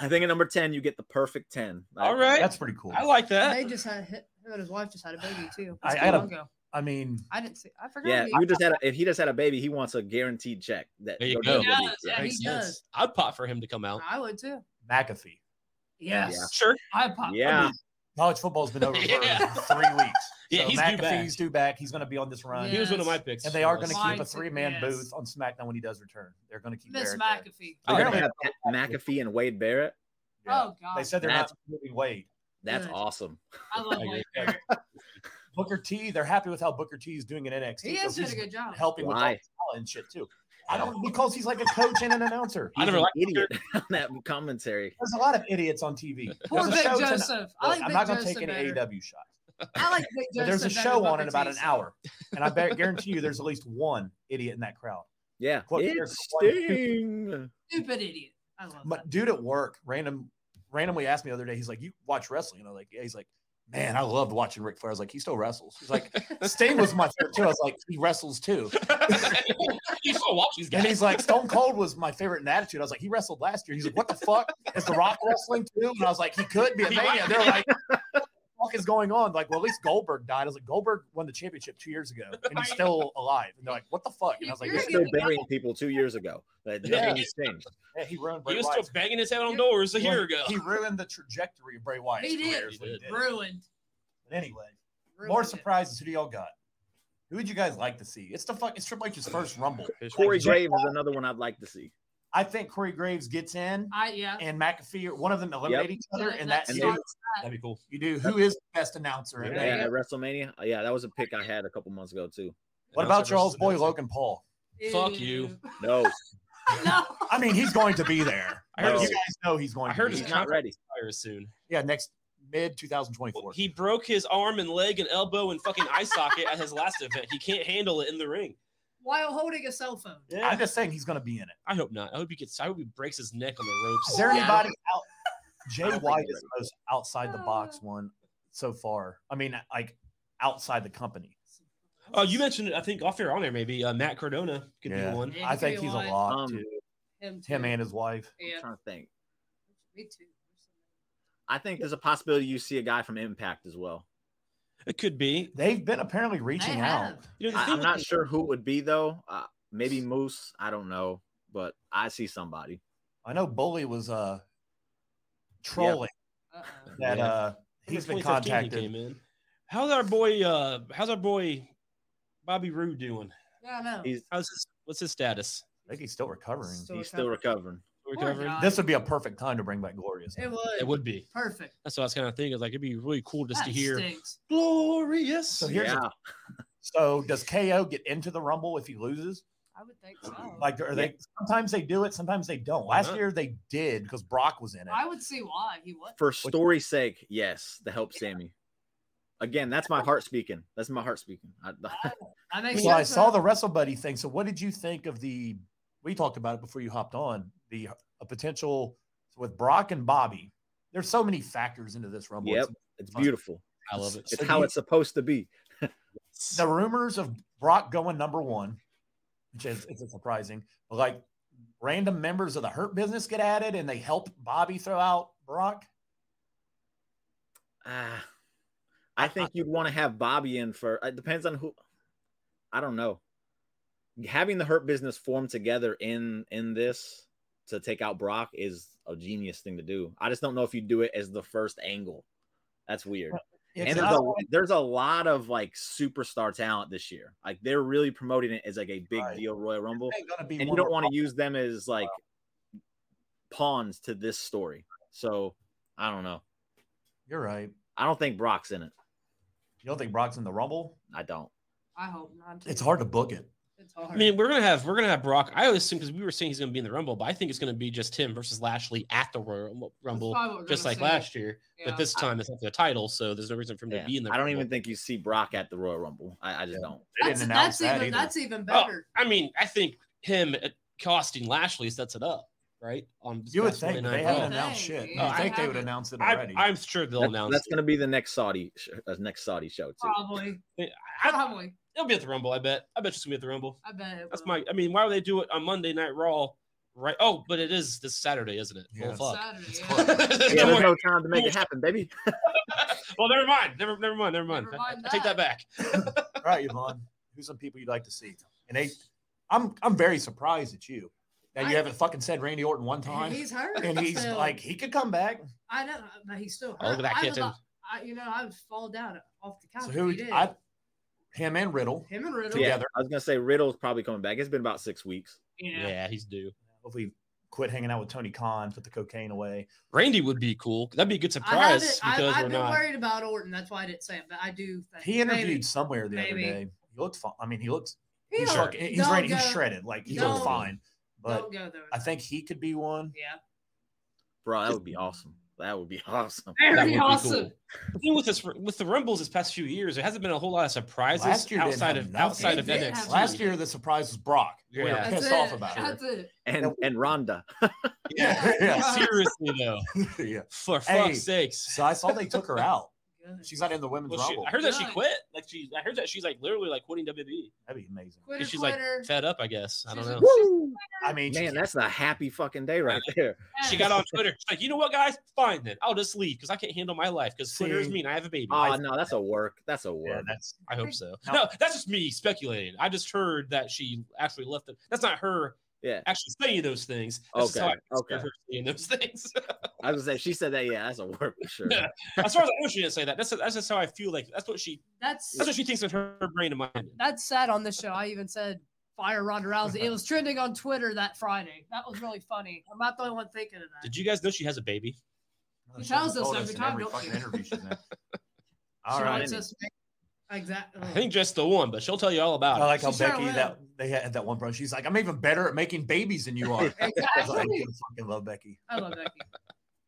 C: I think at number ten, you get the perfect ten. Like,
A: All right.
D: That's pretty cool.
A: I like
B: They
A: that.
B: just had him and his wife just had a baby too.
D: I-
B: It's
D: I
B: too
D: don't-
B: long ago.
D: I mean,
B: I didn't see. I forgot.
C: Yeah,
B: he-
C: you just had. A, if he just had a baby, he wants a guaranteed check. That
A: There you
C: go
A: go.
C: to AEW.
B: Yes, yeah,
C: Yeah.
B: he
A: Makes
B: does.
A: sense. I'd pop for him to come out.
B: I would too.
D: McAfee.
B: Yes,
A: Sure.
B: I pop.
C: Yeah.
D: College football's been over for
A: Yeah.
D: three weeks.
A: Yeah,
D: So
A: he's due back.
D: McAfee's due back. He's going to be on this run,
A: He was one of
B: Yes.
A: my picks.
D: and they are going to
A: Yes.
D: keep
B: Mine too,
D: a three-man
B: yes.
D: booth on SmackDown when he does return. They're going to keep
B: Miss
D: Barrett there.
B: McAfee.
C: They're gonna
D: Apparently-
C: have Pat McAfee and Wade Barrett.
D: Yeah.
B: Oh God,
D: They said they're
C: That's-
D: not moving Wade.
C: That's
B: Good.
C: awesome.
B: I love
A: I agree.
B: Wade.
D: Yeah.
B: Barrett.
D: Booker T. They're happy with how Booker T. is doing in NXT.
B: He is
D: so
B: doing
D: he's
B: a good job.
D: helping with all
C: Why?
D: the talent and shit too. I don't because he's like a coach and an announcer.
A: I
C: He's
A: never
C: an
A: liked Booker.
C: idiot on that commentary.
D: There's a lot of idiots on TV.
B: Poor
D: There's a
B: Vic
D: show tonight-
B: Joseph. I
D: Look,
B: like
D: I'm
B: Vic
D: not going to
B: Joseph
D: take an
B: better.
D: AEW shot.
B: I like Vic
D: But
B: Joseph.
D: there's a
B: better
D: show
B: than
D: on in
B: Booker
D: about an
B: T, so-
D: hour, and I bet, guarantee you there's at least one idiot in that crowd.
C: Yeah,
D: Quote-
C: it's
D: Quote-
C: Sting.
B: Stupid idiot. I love
D: My
B: that.
D: dude at work, random, randomly asked me the other day. He's like, "You watch wrestling?" And I was like, "Yeah." He's like, "Man, I loved watching Ric Flair." I was like, "He still wrestles." He's like, "Sting was my favorite too." I was like, "He wrestles too."
A: you still watch these
D: And
A: guys.
D: he's like, "Stone Cold was my favorite in Attitude." I was like, "He wrestled last year." He's like, "What the fuck is The Rock wrestling too?" And I was like, "He could be a
A: He
D: mania."
A: might
D: They're like. What the fuck is going on? Like, well, at least Goldberg died. I was like, Goldberg won the championship two years ago, and he's still alive. And they're like, "What the fuck?" And I was like,
B: You're
C: You're
D: "This
C: still
B: gonna-
C: burying people two years ago. That doesn't
D: Yeah.
C: mean Sting.
D: Yeah, he ruined Bray
A: He was
D: Wyatt.
A: still banging his head on doors a year ago.
D: He ruined the trajectory of Bray Wyatt.
B: He did.
A: He did.
B: Ruined.
D: But anyway,
B: Ruined
D: more
B: it.
D: surprises. Who do y'all got? Who would you guys like to see? It's the fuck. It's Triple H's first Rumble.
C: Corey
D: Jay-
C: Graves is another one I'd like to see.
D: I think Corey Graves gets in,
B: I yeah.
D: and McAfee or one of them eliminate each other,
B: Uh, Yeah,
D: and that's
B: that's
C: And
D: you.
C: then
B: smart.
A: That'd be cool.
D: You do. Who is the best announcer? in
C: yeah,
D: that?
C: at WrestleMania, Uh, yeah, that was a pick I had a couple months ago too.
D: What
A: Announcer
D: about your old
A: versus
D: boy
A: announcer.
D: Logan Paul?
A: Fuck
B: Ew.
A: you.
C: No,
B: no.
D: I mean, he's going to be there.
A: I heard
D: you
C: his-
D: guys know he's going.
A: I heard
D: to be
A: his
D: there.
C: he's not ready.
A: Fire soon.
D: yeah next mid 2024.
A: He broke his arm and leg and elbow and fucking eye socket at his last event. He can't handle it in the ring.
B: While holding a cell phone.
D: I'm just saying he's going to be in it.
A: I hope not. I hope he gets. I hope he breaks his neck on the ropes.
D: Is there
B: Yeah.
D: anybody out? Jay
C: think
D: White
C: he's
D: is the most outside the box
B: Oh.
D: one so far. I mean, like outside the company.
A: Oh, you mentioned it. I think off air on there maybe uh, Matt Cardona could
D: Yeah.
A: be one.
B: Yeah,
D: I
B: he could
D: think
B: be
D: he's a
B: one.
D: lot.
C: Um,
D: too.
B: Him,
D: Him
B: too.
D: and his wife.
C: I'm
B: Yeah.
C: trying to think.
B: Me too.
C: I think there's a possibility you see a guy from Impact as well.
A: It could be.
D: They've been apparently reaching
B: They
D: out.
B: have.
A: You know, the
C: I,
A: thing
C: am
A: with
C: not
A: the-
C: sure who it would be though. Uh, maybe Moose. I don't know, but I see somebody.
D: I know Bully was uh trolling
B: Uh-uh.
D: that
C: Yeah.
D: uh
A: in
D: he's
A: 2015
D: been
A: he
D: contacted.
A: came in. How's our boy? uh How's our boy? Bobby Roode doing?
B: Yeah, I know.
C: He's
A: How's his what's his status?
D: I think he's still recovering.
B: Still
C: he's still recovering.
B: Poor
A: Recovering?
B: guy.
D: This would be a perfect time to bring back Glorious.
B: It would.
A: It would be.
B: Perfect.
A: That's what I was kind of thinking. Like it'd be really cool just to
B: That
A: hear
B: Stinks.
A: glorious.
D: So here's
C: yeah,
D: So does KO get into the Rumble if he loses?
B: I would think so.
D: Like, are they? Sometimes they do it. Sometimes they don't. Last
A: not?
D: year they did because Brock was in it.
B: I would see why he would.
C: for story's sake, yes, to help Sammy. Again, that's my heart speaking. That's my heart speaking. I,
B: I make
D: So I saw the Wrestle Buddy thing. So what did you think of the? We talked about it before you hopped on. The a potential with Brock and Bobby. There's so many factors into this Rumble.
C: Yep.
D: It's-
C: it's beautiful.
A: I love it.
C: It's
D: So
C: how
D: you-
C: it's supposed to be.
D: the rumors of Brock going number one, which is it's surprising, but like random members of the Hurt Business get added and they help Bobby throw out Brock.
C: Ah, I think you'd want to have Bobby in for. It depends on who. I don't know. Having the Hurt Business form together in in this to take out Brock is a genius thing to do. I just don't know if you do it as the first angle. That's weird.
D: It's
C: and there's
D: not
C: a, there's a lot of like superstar talent this year. Like they're really promoting it as like a big
D: Right.
C: deal Royal Rumble,
D: gonna be
C: and you
D: one
C: don't
D: more
C: want
D: Brock.
C: to use them as like pawns to this story. So I don't know.
D: You're right.
C: I don't think Brock's in it.
D: You don't think Brock's in the Rumble?
C: I don't.
B: I hope not.
D: It's hard to book it.
B: It's hard.
A: I mean, we're gonna have we're gonna have Brock. I always assume because we were saying he's gonna be in the Rumble, but I think it's gonna be just him versus Lashley at the Royal Rumble, just like last year. But this time it's not for the title, so there's no reason for him
C: Yeah.
A: to be in the.
C: I don't
A: Rumble.
C: even think you see Brock at the Royal Rumble. I, I just
D: Yeah.
C: don't.
D: They
B: that's,
D: didn't announce
B: that's even
D: that either.
B: that's even
A: Oh,
B: better.
A: I mean, I think him uh, costing Lashley sets it up, right? On
D: You would
A: Smash
D: think
A: 29
D: but they
A: Raw.
B: Oh,
D: haven't announced
B: thank
D: shit.
B: you.
D: You
A: I
D: think they would
B: haven't.
D: announce it
A: I'm,
D: already?
A: I'm sure they'll
C: That's,
A: announce.
C: that's
A: it.
C: going to be the next Saudi sh- uh, next Saudi show too.
B: Probably.
A: I-
B: Probably.
A: They'll be at the Rumble. I bet. I bet she's gonna be at the Rumble.
B: I bet. It
A: That's
B: will.
A: my. I mean, why would they do it on Monday Night Raw? Right. Oh, but it is this Saturday, isn't it?
D: Yeah.
A: Well, fuck.
B: Saturday.
D: close.
C: Yeah,
A: Don't
C: there's
A: worry.
C: no time to make it happen, baby.
A: well, never mind. Never, never mind. Never mind.
B: Never mind
A: I, I take that back.
D: All right, Yvonne. Who's some people you'd like to see? And they, I'm I'm very surprised at you. Now you
B: I-
D: haven't fucking said Randy Orton one
B: yeah. And
D: time,
B: he's hurt.
D: and he's
B: still.
D: like he could come back.
B: I know, but he's still hurt.
A: Oh, look at that
B: I would
A: kitten.
B: li- I, you know, I would fall down off the couch.
D: So
B: if
D: who
B: he
D: would
B: did.
D: I? Him and Riddle.
B: Him and Riddle.
C: Yeah,
D: Together.
C: I was going to say Riddle's probably coming back. It's been about six weeks.
A: Yeah.
B: Yeah.
A: he's due.
D: Hopefully, quit hanging out with Tony Khan, put the cocaine away.
A: Randy would be cool. That'd be a good
B: I haven't-
A: surprise
B: I,
A: because
B: I've
A: we're
B: been
A: not.
B: worried about Orton. That's why I didn't say it, but I do think
D: He interviewed
B: maybe.
D: somewhere the
B: Maybe.
D: other day. He looked fine. I mean, he looks
B: He
D: he's,
B: don't-
D: fucking- he's
B: don't
D: ready. He's
B: go-
D: shredded. Like he
B: Don't-
D: looked fine, but
B: Don't go there.
D: I think he could be one.
B: Yeah.
C: Bro, that would be awesome. That would be awesome.
A: That would
B: Very
A: be
B: awesome.
A: cool. The thing with this, with the Rumbles this past few years, there hasn't been a whole lot of surprises
D: Last year didn't
A: outside
D: have
A: of
D: nothing.
A: outside of
B: They did
A: NXT.
B: have
D: Last year, the surprise was Brock. We
A: Yeah.
D: were
B: That's
D: pissed
B: it.
D: off about it.
B: That's it.
C: And and Rhonda.
D: Yeah.
B: Yeah.
A: seriously though,
D: Yeah. yeah.
A: for fuck's
D: Hey.
A: sakes.
D: So I saw they took her out.
B: Good.
D: She's not in the women's
A: Well, she,
D: rumble.
A: I heard that she
B: Good.
A: quit. Like she, I heard that she's like literally like quitting WWE.
D: That'd be amazing.
B: Quitter,
A: And she's like
B: quitter.
A: fed up, I guess. I don't
B: She's
A: know.
B: a-
C: Woo!
D: I mean, she-
C: Man, that's a happy fucking day right there.
A: She got on Twitter. She's like, you know what, guys? Fine then. I'll just leave because I can't handle my life because Twitter is
D: See?
A: mean. I have a baby.
C: Oh
A: I,
C: no, that's a work. That's a
D: yeah,
C: work.
D: that's
A: I hope so.
D: No.
A: No, that's just me speculating. I just heard that she actually left it. That's not her
C: Yeah.
A: actually saying those things. That's just
C: Okay,
A: how I picture
C: okay.
A: Her saying those things.
C: I was gonna say she said that. Yeah, that's a work for sure.
A: Yeah. as far as I know, she didn't say that. That's that's just how I feel. Like that's what she
B: That's
A: that's what she thinks in her brain and mind.
B: that's sad on this show. I even said fire Ronda Rousey. It was trending on Twitter that Friday. That was really funny. I'm not the only one thinking of that.
A: Did you guys know she has a baby?
D: she
B: tells
D: told
B: us every
D: in
B: time,
D: every
B: don't
D: fucking
B: she?
D: interview she's in.
B: She
D: All right.
B: wants us- Exactly.
A: I think just the one, but she'll tell you all
D: I
A: about it.
D: like how
B: She's trying to
D: Becky
B: win.
D: that they had that one bro. She's like, I'm even better at making babies than you are. I was like,
B: exactly.
D: "I fucking love Becky.
B: I love Becky.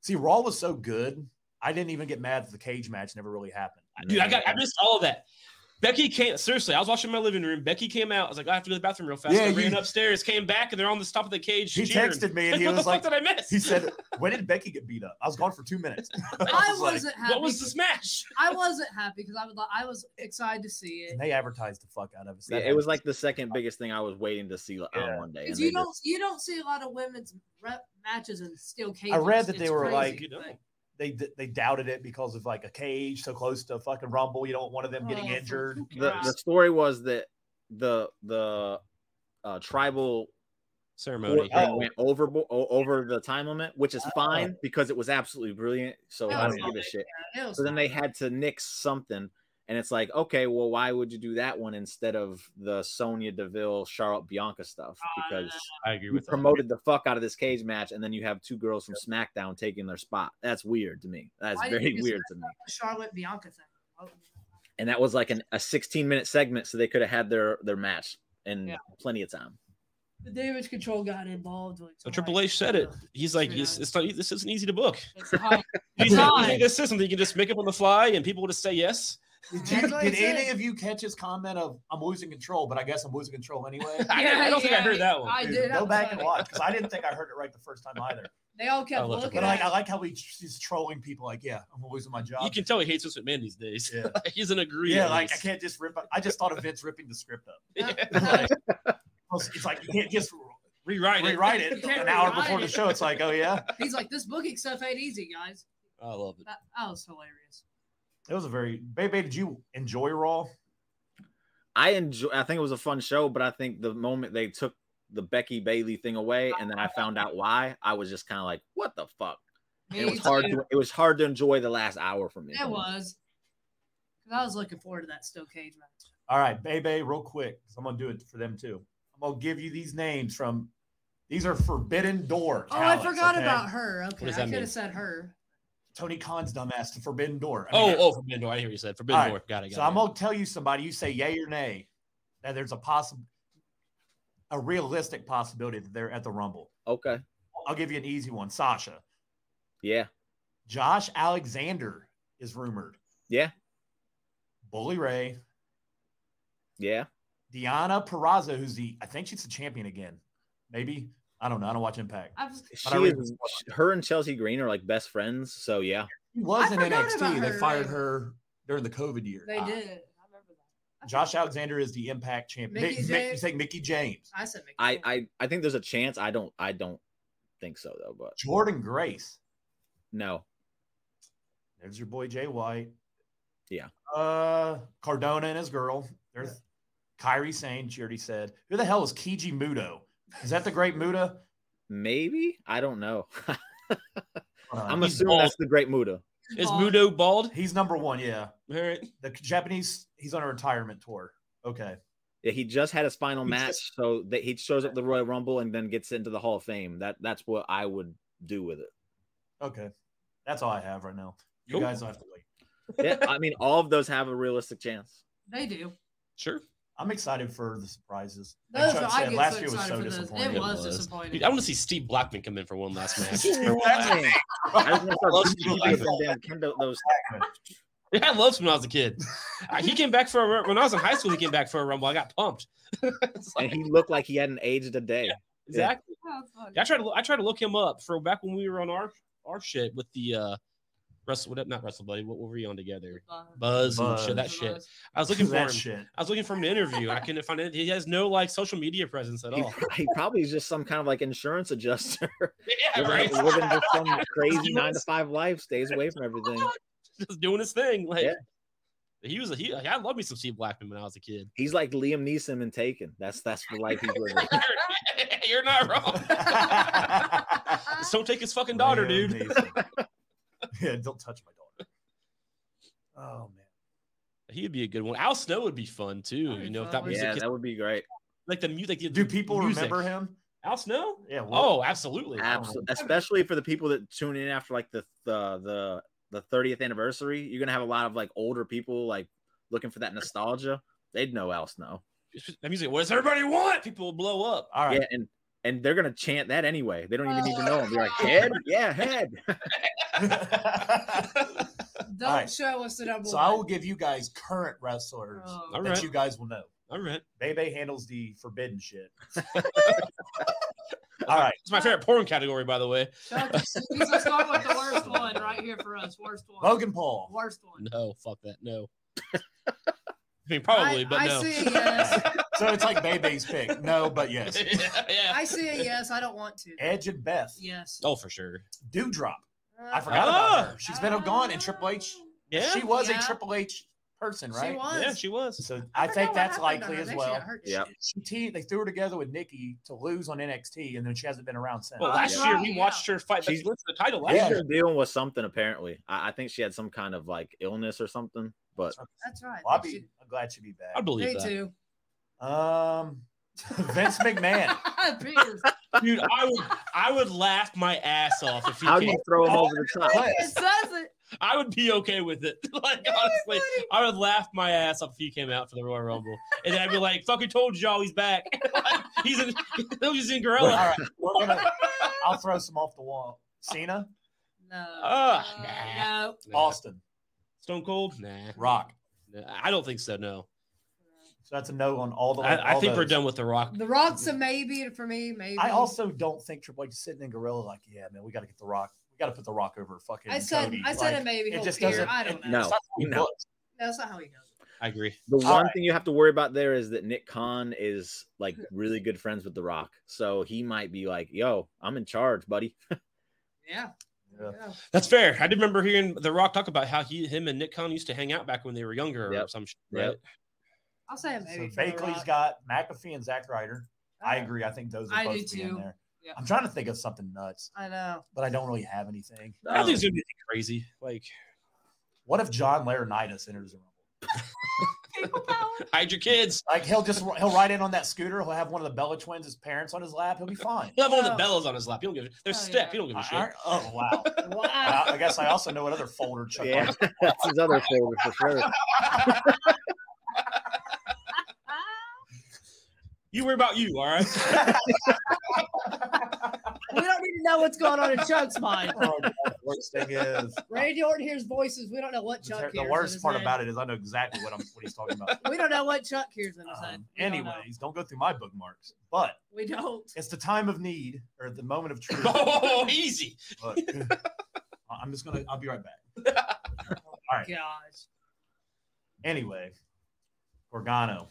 D: See, Raw was so good. I didn't even get mad that the cage match never really happened.
A: Dude, I got I missed all of that. Becky came seriously. I was watching my living room. Becky came out. I was like, "Oh, I have to go to the bathroom real fast.
D: Yeah,
A: I
D: you-
A: ran upstairs, came back, and they're on the top of the cage.
D: He
A: cheering.
D: texted me
A: Like,
D: and he
A: what
D: was
A: the
D: like,
A: fuck did I miss?
D: he said, when did Becky get beat up? I was gone for two minutes.
B: I
D: like-
B: wasn't happy.
A: What was the smash?
B: I wasn't happy because I was like, I was excited to see it.
D: and they advertised the fuck out of us.
C: Yeah,
D: That
C: it was like the second biggest thing I was waiting to see on
D: Yeah.
C: Monday. and
B: Because
C: they
B: you
C: just-
B: don't you don't see a lot of women's rep matches in steel cages.
D: I read that they
B: It's
D: were
B: crazy,
D: like-
A: You know.
B: but-
D: they d- they doubted it because of like a cage so close to fucking Rumble. You don't want one of them getting
B: Oh, for-
D: injured.
C: the,
B: Yeah.
C: the story was that the the uh, tribal court
A: Ceremony.
C: thing
B: Oh.
C: went over over the time limit, which is
D: Oh.
C: fine because it was absolutely brilliant. So
B: That
C: I
B: was
C: don't give a
B: fine,
C: shit.
B: It was
C: So then they
B: fine.
C: had to nix something, And it's like, okay, well, why would you do that one instead of the Sonya Deville, Charlotte Bianca stuff?
B: Oh,
C: Because
A: I agree
C: you
A: with that.
C: promoted the fuck out of this cage match, and then you have two girls from SmackDown taking their spot. That's weird to me. That's
B: Why didn't
C: very
B: you
C: weird to me.
B: The Charlotte Bianca thing. Oh,
C: And that was like an, a 16 minute segment, so they could have had their their match in
B: Yeah.
C: plenty of time.
B: The damage control got involved. Like,
A: So Triple H said it. He's like, it's, it's not, this isn't easy to book.
B: It's hard.
A: You think- you
B: not.
A: think this is something you can just make up on the fly and people will just say yes?
D: Did,
B: That's
D: you,
B: what I
D: did
B: said.
D: any of you catch his comment of "I'm losing control," but I guess I'm losing control anyway?
A: I don't think I heard that one.
B: I
D: Dude,
B: did.
D: Go
B: I'm
D: back and
B: sorry.
D: watch because I didn't think I heard it right the first time either.
B: They all kept
A: I love
B: looking.
D: But
A: Triple
B: at
D: like, I
B: it.
D: like how he, he's trolling people. Like, yeah, I'm losing my job.
A: You can tell he hates Vince McMahon these days.
D: Yeah.
A: He's an agree.
D: yeah,
A: on
D: like I
A: this.
D: can't just rip. I just thought of Vince ripping the script up.
A: Yeah.
D: It's like you can't just
A: Rewrite it.
D: rewrite it
B: Can't
D: an hour
B: rewrite
D: before the
B: it.
D: show. It's like, oh yeah,
B: He's like, this booking stuff ain't easy, guys.
A: I love it.
B: That, that was hilarious.
D: it was a very. Babe, did you enjoy Raw?
C: I enjoy. I think it was a fun show, but I think the moment they took the Becky Bailey thing away, and then I found out why, I was just kind of like, what the fuck. And it was hard. To, it was hard to enjoy the last hour for me.
B: It was. 'Cause I was looking forward to that steel cage match.
D: All right, Bebe, real quick, 'cause I'm gonna do it for them too. I'm gonna give you these names from. These are Forbidden Door.
B: Oh, I
D: talents,
B: forgot
D: okay?
B: about her. Okay,
A: does
B: I
A: that
B: could
A: mean?
B: have said her.
D: Tony Khan's dumbass. The Forbidden Door. I
A: Oh,
D: mean,
A: oh, Forbidden Door. I hear what you said. Forbidden
D: All right.
A: Door. Got it. Got
D: So
A: it.
D: I'm gonna tell you somebody. You say yay or nay. That there's a possible, a realistic possibility that they're at the Rumble.
C: Okay.
D: I'll give you an easy one. Sasha,
C: Yeah.
D: Josh Alexander is rumored.
C: Yeah.
D: Bully Ray,
C: Yeah.
D: Diana Peraza, who's the I think she's the champion again. Maybe I don't know. I don't watch Impact.
B: I was,
C: She
D: But I read
C: is, her and Chelsea Green are like best friends. So yeah.
D: She was
B: I
D: in
B: forgot
D: NXT.
B: about
D: They
B: her.
D: fired her during the COVID year.
B: they
C: Uh,
D: Ah.
B: did. I remember that.
D: Josh Alexander is the Impact champion.
B: Mickey
D: Mick- Mick-
B: James.
D: you say Mickey James,
B: I said Mickey
C: I
B: James.
C: I I think there's a chance. I don't. I don't think so though. But
D: Jordan Grace.
C: no.
D: There's your boy Jay White.
C: Yeah.
D: Uh, Cardona and his girl. There's Kyrie Sane. She already said. Who the hell is Kiji Muto? Is that the great Muda?
C: Maybe. I don't know.
D: Hold on.
C: I'm
A: He's
C: assuming
A: bald.
C: that's the Great Muda.
A: Is
B: Bald.
A: Mudo bald?
D: Uh, He's number one. Yeah.
A: All right.
D: The Japanese. He's on a retirement tour. Okay.
C: Yeah, he just had a spinal
D: He
C: match,
D: just-
C: so that he shows up at the Royal Rumble and then gets into the Hall of Fame. That that's what I would do with it.
D: Okay. That's all I have right now. You
A: Cool.
D: guys don't have to wait.
C: Yeah, I mean, all of those have a realistic chance.
B: They do.
A: Sure.
D: I'm excited for the surprises. Like
B: Those
D: Chuck
B: are, I
D: said,
B: get
D: last
B: so
D: year was
B: excited
D: so
B: for those.
D: disappointing.
B: It was,
A: was. Dude,
B: disappointing.
A: I want to see Steve Blackman come in for one last match.
C: I just want to start
A: Love
C: beating
A: Steve
C: people with them Kendo- those
A: I loved him when I was a kid. Uh, he came back for a, ru- when I was in high school. He came back for a rumble. I got pumped. It's like-
C: and he looked like he hadn't aged a day.
A: exactly.
B: Yeah, it's funny.
A: I tried to look- I tried to look him up for back when we were on our our shit with the uh wrestle what not wrestle buddy what were we on together Buzz, and shit, that
B: Buzz.
A: shit. I was looking for him.
D: that shit.
A: I was looking for him to interview. I couldn't find it. He has no like social media presence at
C: He,
A: all.
C: he probably is just some kind of like insurance adjuster.
A: yeah,
C: Living-
A: right.
C: Living just some crazy nine to five life, stays away from everything.
A: Just doing his thing. Like
C: Yeah.
A: he was. A, he. I loved me some Steve Blackman when I was a kid.
C: He's like Liam Neeson in Taken. That's that's the life he's living.
A: You're not wrong. Just don't take his fucking daughter,
D: Liam
A: dude.
D: Neeson. yeah, don't touch my daughter. Oh man.
A: He'd be a good one. Al Snow would be fun too.
B: That'd be
A: You know, if
B: fun.
A: that music,
C: Yeah,
A: is-
C: that would be great.
A: like the music. the-
D: Do
A: the
D: people
A: music.
D: remember him?
A: Al Snow?
D: Yeah. well,
A: Oh, absolutely.
C: Absolutely, especially for the people that tune in after like the the the the thirtieth anniversary. You're gonna have a lot of like older people like looking for that nostalgia. They'd know Al Snow,
A: That music. What does everybody want? People will blow up.
D: All right.
C: yeah, and and they're gonna chant that anyway. They don't even need to know him. They're like head, yeah, head.
B: Don't
D: All right.
B: show us the number
D: so
B: one.
D: I will give you guys current wrestlers
B: Oh.
D: that
A: All right.
D: you guys will know.
A: All right.
D: Bebe handles the forbidden shit. All right.
A: It's my favorite porn category, by the way.
B: Chuck, he's gonna start with the worst one right here for us. Worst one.
D: Logan Paul.
B: Worst one.
A: No, fuck that. No. I mean, probably,
B: I,
A: but
B: I
A: no.
B: see a yes.
D: So it's like Bebe's pick. No, but yes.
A: yeah, yeah.
B: I see a yes. I don't want to.
D: Edge and Beth.
B: Yes.
A: Oh, for sure.
D: Dewdrop. I
B: Uh,
D: forgot about
A: Ah.
D: her. She's been gone in Triple H.
A: Yeah.
D: She was
B: Yeah.
D: a Triple H person,
B: She
D: right?
B: was.
A: yeah, she was.
D: So I,
B: forgot
D: think
B: what happened
D: that's
B: to
D: likely
B: her. I
D: as
B: think she
D: well.
B: got hurt.
C: Yep.
D: She te- they threw her together with Nikki to lose on NXT, and then she hasn't been around since.
A: Well, last
B: Yeah.
A: year we watched her fight. She's
C: She's-
A: listed the title last
D: Yeah.
C: She's
A: year.
C: been dealing with something apparently. I, I think she had some kind of like illness or something. But
B: That's right.
D: Well, I'll
B: They
D: be, I'm glad she'd be
A: I
D: back.
A: believe
B: should- Me
A: that.
B: too.
D: Um, Vince McMahon.
B: Peter's-
A: Dude, I would I would laugh my ass off if he
C: how do
A: came.
C: you throw him over the top?
D: What?
B: it says it.
A: I would be okay with it. like honestly, I would laugh my ass off if he came out for the Royal Rumble, and then I'd be like, "Fucking told y'all he's back. like, he's in, he's in
D: All
A: gorilla."
D: right, we're gonna. I'll throw some off the wall. Cena,
B: No.
A: Ah,
B: Uh,
A: nah.
B: no.
A: Nah.
D: Austin,
A: Stone Cold? Nah.
D: Rock.
A: Nah, I don't think so. No.
D: So that's a no on all the.
A: I, I
D: all
A: think we're
D: those.
A: done with the Rock.
B: The Rock's a maybe for me. Maybe.
D: I also don't think Triple H is sitting in Gorilla like, yeah, man, we got to get the Rock. We got to put the Rock over fucking.
B: I said
D: Cody.
B: I said
D: Like,
B: a maybe. He'll
D: It just
B: appear.
D: doesn't.
B: I don't
D: it-
B: know.
D: it's not how he
C: No.
D: looks.
B: That's not how he does it.
A: I agree.
C: The
D: All
C: one
D: right.
C: thing you have to worry about there is that Nick Khan is like really good friends with The Rock, so he might be like, "Yo, I'm in charge, buddy."
B: Yeah.
D: Yeah.
B: yeah.
A: That's fair. I did remember hearing The Rock talk about how he, him, and Nick Khan used to hang out back when they were younger or
C: Yep.
A: some shit.
C: Yep.
A: Right?
B: I'll say a
D: So
B: maybe. for The
D: Bakley's
B: Rock.
D: got McAfee and Zack Ryder. I agree. I think those are
B: I do
D: supposed to be in
B: too.
D: there.
B: Yeah.
D: I'm trying to think of something nuts,
B: I know.
D: but I don't really have anything.
A: I don't think it's gonna be anything crazy. Like
D: What if John Laurinaitis enters the rumble?
B: People power.
A: hide your kids.
D: Like he'll just he'll ride in on that scooter. He'll have one of the Bella twins, his parents on his lap. He'll be fine.
A: He'll have one of the
B: Oh.
A: bells on his lap. You don't give a There's
B: Oh,
A: step.
B: yeah.
A: You don't give a shit.
D: I- oh wow!
B: Wow.
D: I, I guess I also know what other folder Chuck.
C: Yeah, that's his other folder for sure.
A: You worry about you, all right?
B: we don't need to know what's going on in Chuck's mind.
D: Oh, God, the worst thing is
B: Randy Orton hears voices. We don't know what
D: the,
B: Chuck
D: the
B: hears.
D: worst part about it is I know exactly what I'm what he's talking about.
B: We don't know what Chuck hears in his head.
D: Um,
B: We don't know.
D: anyways, don't go through my bookmarks, but
B: we don't.
D: it's the time of need or the moment of truth.
A: oh, easy.
D: Look, I'm just gonna. I'll be right back.
B: Gosh.
D: Anyway, Organo.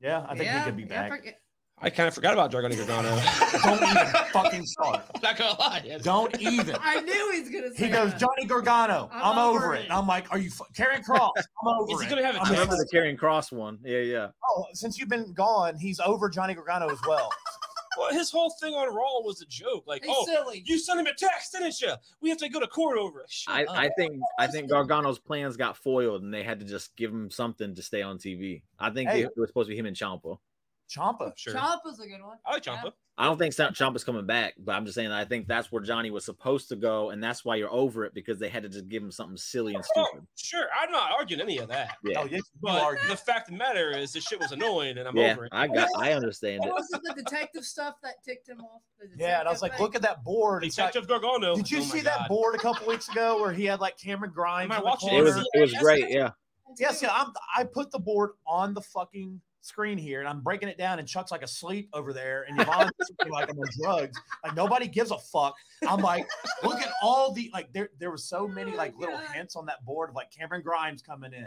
D: Yeah, I think
B: yeah,
D: he could be
B: yeah, I
D: back.
B: forget-
A: I kind of forgot about Dragoni Gargano.
D: Don't even fucking start.
A: Not gonna lie. yes.
D: Don't even.
B: I knew he was gonna say
D: He goes,
B: that.
D: Johnny Gargano. I'm,
B: I'm
D: over, it. And I'm like, are you fu- Karen Cross? I'm over
A: Is he
D: it.
A: gonna have a
D: I'm
C: I remember
A: test?
C: the carrying cross one. Yeah, yeah.
D: oh, since you've been gone, he's over Johnny Gargano as well.
A: Well, his whole thing on Raw was a joke. Like,
B: He's
A: oh,
B: silly.
A: you sent him a text, didn't you? We have to go to court over it. Shut
C: I,
A: up.
C: I think I think Gargano's plans got foiled, and they had to just give him something to stay on TV. I think
D: Hey.
C: it was supposed to be him and Champa.
D: Champa.
A: sure.
B: Ciampa's a good one.
A: I like Champa.
C: I don't think Champa's coming back, but I'm just saying that I think that's where Johnny was supposed to go, and that's why you're over it because they had to just give him something silly and
A: Oh,
C: stupid.
A: sure. I'm not arguing any of that.
C: Yeah,
D: Oh, yes, you
A: But
D: argue.
A: the fact of the matter is, this shit was annoying, and I'm
C: yeah.
A: over it.
C: I got, I understand it.
B: What was it, the detective stuff that ticked him off? The
D: Yeah, and I was
B: detective
D: like,
B: thing?
D: look at that board. It's like-
A: Detective Gargano.
D: did you
A: Oh my
D: see that
A: God.
D: board a couple weeks ago where he had like Cameron Grimes?
A: Am I
D: in the
A: watching
C: It was
D: corner?
C: it was great. Yeah,
D: Yes, yeah. I'm, I put the board on the fucking screen here, and I'm breaking it down. And Chuck's like asleep over there, and Yvonne's looking like I'm on drugs. Like nobody gives a fuck. I'm like, look at all the like. There, there were so many like little
B: Oh God.
D: hints on that board of like Cameron Grimes coming in,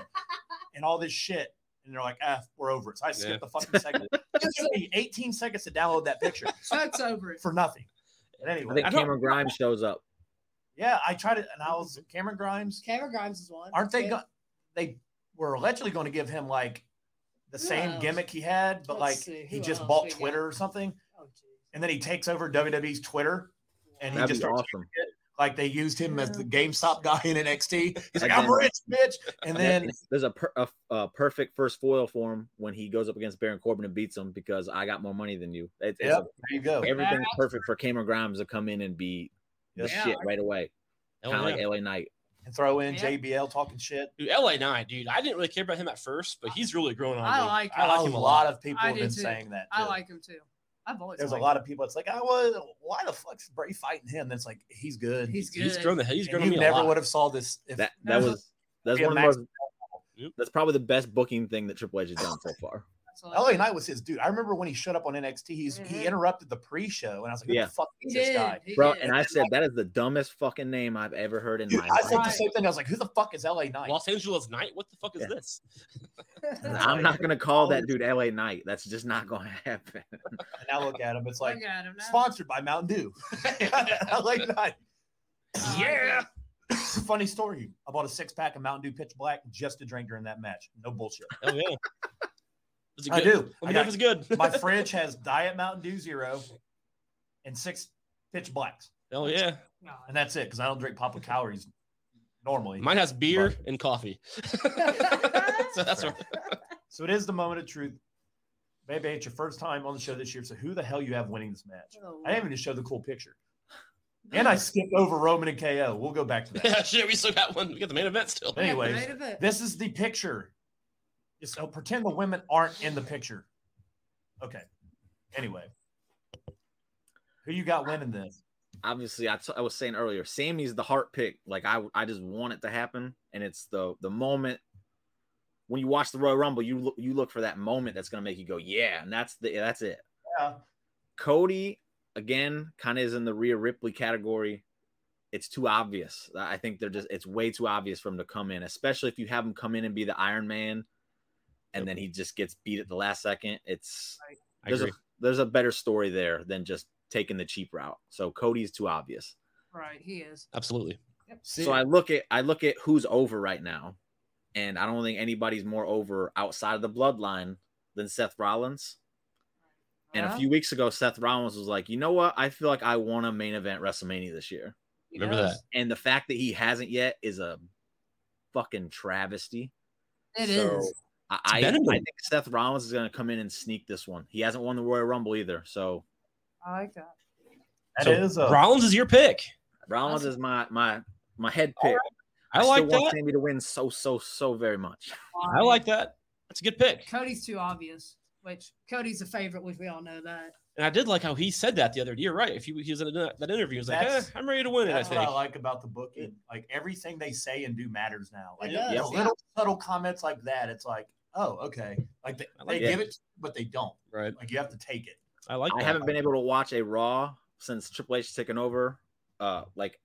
D: and all this shit. And they're like, ah, we're over it. So I skipped
A: Yeah.
D: the fucking segment. It took me 18 seconds to download that picture
B: Chuck's over it.
D: for nothing. But
C: I
D: anyway,
C: think
A: I don't-
C: Cameron Grimes shows up.
D: yeah, I tried it, and I was Cameron Grimes.
B: Cameron Grimes is one.
D: aren't they
B: Yeah.
D: going they were allegedly going to give him like the
B: Who
D: same
B: else?
D: gimmick he had but
B: Let's
D: like
B: see,
D: he
B: who
D: just
B: else
D: bought
B: we got?
D: twitter or something
B: Oh, geez.
D: and then he takes over wwe's twitter and he
C: That'd
D: just
C: be
D: starts
C: awesome.
D: like they used him as the gamestop guy in nxt he's like
C: And
D: i'm
C: then-
D: rich bitch and then
C: And there's a, per, a, a perfect first foil for him when he goes up against Baron Corbin and beats him because I got more money than you. It's, it's
D: yep, there you go
C: a- everything's perfect for Cameron Grimes to come in and be the
D: Yes.
C: shit right away,
A: Hell
C: kind of
A: yeah.
C: like LA Knight.
D: and throw in
B: Yeah.
D: jbl talking shit
A: Dude, LA Nine, dude. I didn't really care about him at first, but he's really grown on
B: I
A: me.
B: like
A: I
B: him.
A: like
D: a
A: him a
D: lot of people
B: I
D: have
B: do
D: been
B: too.
D: saying that
B: I
D: too.
B: like him too. I've always
D: there's a
B: liked
D: lot
B: him.
D: of people it's like i was why the fuck's bray fighting him that's like he's good
B: He's good.
A: He's grown the he's
D: And
A: grown on me
D: you
A: a
D: never
A: lot.
D: would have saw this if
C: That
B: No,
C: that
B: no.
C: was that's
D: Be a
C: one of the
D: max-
C: most. That's probably the best booking thing that Triple H has done so far.
B: That's all I
D: LA
B: like.
D: Knight was his dude. I remember when he showed up on NXT, he's
B: Mhm.
D: he interrupted the pre-show, and I was like, "Who
C: Yeah.
D: the fuck
B: He
D: is this
B: did.
D: guy?"
B: He
C: Bro,
B: did.
C: and I said that is the dumbest fucking name I've ever heard in
D: Dude,
C: my
D: I said the
C: life.
D: same thing. I was like, "Who the fuck is LA Knight?"
A: Los Angeles Night? What the fuck is
C: Yeah.
A: this?
C: I'm not gonna call that dude LA Knight. That's just not gonna happen.
D: and now look at him; it's like
B: Look at him now.
D: sponsored by Mountain Dew. LA Knight.
B: I like
A: Yeah.
B: him.
D: Funny story. I bought a six pack of Mountain Dew Pitch Black just to drink during that match. No bullshit.
A: Oh yeah. Is it
D: I
A: good?
D: do.
A: Let
D: I
A: me know if
D: got-
A: it's good.
D: my fridge has Diet Mountain Dew Zero and six Pitch Blacks,
A: Hell yeah.
B: God.
D: and that's it because I don't drink pop with calories normally.
A: Mine has beer
D: But-
A: and coffee. so that's right.
D: so it is the moment of truth. Baby, it's your first time on the show this year. So who the hell you have winning this match?
B: Oh,
D: I didn't even show the cool picture. And I skipped over Roman and KO. We'll go back to
A: Yeah,
D: that.
A: shit, we still got one. We got the main event still.
B: yeah,
D: anyways,
B: right of it.
D: this is the picture. So pretend the women aren't in the picture. Okay. Anyway. Who you got winning this?
C: obviously I, t- I was saying earlier sammy's the heart pick like i i just want it to happen and it's the the moment when you watch the royal rumble you look you look for that moment that's going to make you go yeah and that's the that's it
D: Yeah.
C: cody again kind of is in the Rhea ripley category it's too obvious i think they're just it's way too obvious for him to come in especially if you have him come in and be the iron man and then he just gets beat at the last second it's
A: I
C: there's
A: agree.
C: a, there's a better story there than just taking the cheap route so cody's too obvious
B: Right, he is.
A: Absolutely.
C: so I look at I look at who's over right now, and I don't think anybody's more over outside of the bloodline than Seth Rollins. And a
B: Huh?
C: few weeks ago, Seth Rollins was like, you know what? I feel like I want a main event WrestleMania this year.
B: He
A: Remember
B: does.
C: And the fact that he hasn't yet is a fucking travesty.
B: It is.
C: So, I, I, I
A: better than-
C: think Seth Rollins is gonna come in and sneak this one. He hasn't won the Royal Rumble either. So
B: I like that.
D: That
A: So
D: is a
A: Rollins is your pick.
C: Rollins is my my my head pick.
A: I,
C: still
A: like
C: want
A: that.
C: Sammy to win so so so very much.
A: I like that. That's a good pick.
B: Cody's too obvious, which Cody's a favorite, which we all know that.
A: And I did like how he said that the other day. You're right. If he, he was in a, that interview, he was like, eh,
D: That's-
A: I'm ready to win it, I
D: That's what
A: think.
D: I like about the booking. Like everything they say and do matters now. Like
B: It does,
D: the
B: yeah.
D: little subtle comments like that. It's like, oh, okay. Like they,
A: I
D: they
A: like
D: give it, but they don't.
A: Right.
D: Like you have to take it.
A: I like
C: I
A: that.
C: haven't been able to watch a Raw since Triple H taken over. Uh, like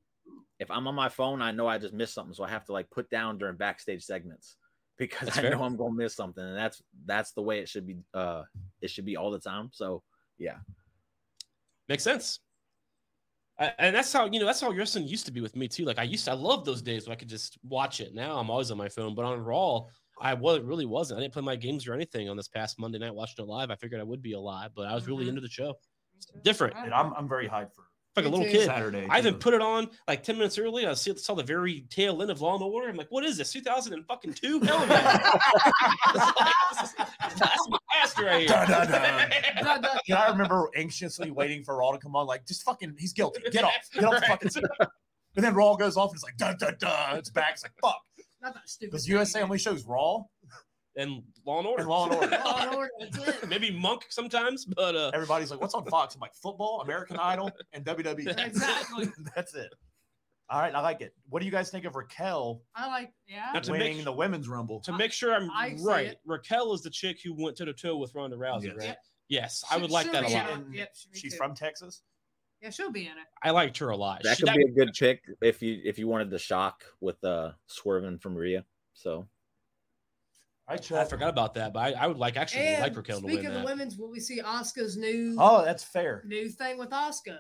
C: if I'm on my phone, I know I just missed something, so I have to like put down during backstage segments because
A: That's
C: I
A: fair.
C: know I'm gonna miss something, and that's that's the way it should be. Uh, it should be all the time. So
A: Makes sense. I, and that's how you know that's how wrestling used to be with me too. Like I used to, I love those days when I could just watch it. Now I'm always on my phone, but on Raw, I was really wasn't. I didn't play my games or anything on this past Monday night watching it live. I figured I would be alive, but I was
D: Mm-hmm.
A: really
B: Mhm.
A: into the show. different.
D: And I'm I'm very hyped for
A: Like a
B: Me
A: little
B: too.
A: kid.
D: Saturday.
A: I even
D: too.
A: put it on like 10 minutes early. I see, saw the very tail end of Law and Order. I'm like, what is this? 2002? Hell yeah. It's like, this is- this is blasting past right
D: Dun, dun, dun.
A: here.
B: Not that-
D: And I remember anxiously waiting for Raw to come on, like, just fucking, he's guilty. Get off. Get off the
A: Right.
D: fucking stage. And then Raw goes off and it's like, duh, duh, duh. It's back. It's like, fuck.
B: not that stupid.
D: Because
B: thing.
D: USA only shows Raw.
A: And Law and Order.
D: And Law and Order.
B: Law and Order, Oh, that's it.
A: Maybe Monk sometimes, but uh,
D: Everybody's like, what's on Fox? I'm like, football, American Idol, and E." WWE.
B: Exactly.
D: That's it. All right. I like it. What do you guys think of Raquel
B: I like, yeah.
A: That's- to
D: winning
A: make-
D: the women's Rumble?
A: to make sure I'm
B: I see
A: right,
B: it.
A: Raquel is the chick who went toe to toe with Ronda Rousey,
D: Yes.
A: right?
B: Yep.
A: Yes, I would like
B: She'll
A: that a
B: be
D: She
B: in
A: lot.
D: out.
B: it.
D: lot.
B: Yep, she- me
D: She's
B: too.
D: from Texas.
B: Yeah, she'll be in it.
A: I liked her a lot.
C: that
A: She-
C: could be a good pick if you if you wanted to shock with uh swerving from Rhea. So
D: All right,
A: I
D: Chuck.
A: forgot about that, but I, I would like actually really like
B: And
A: Raquel to win
B: speaking of
A: that.
B: the women's, will we see Oscar's new
D: Oh, that's fair.
B: new thing with Oscar?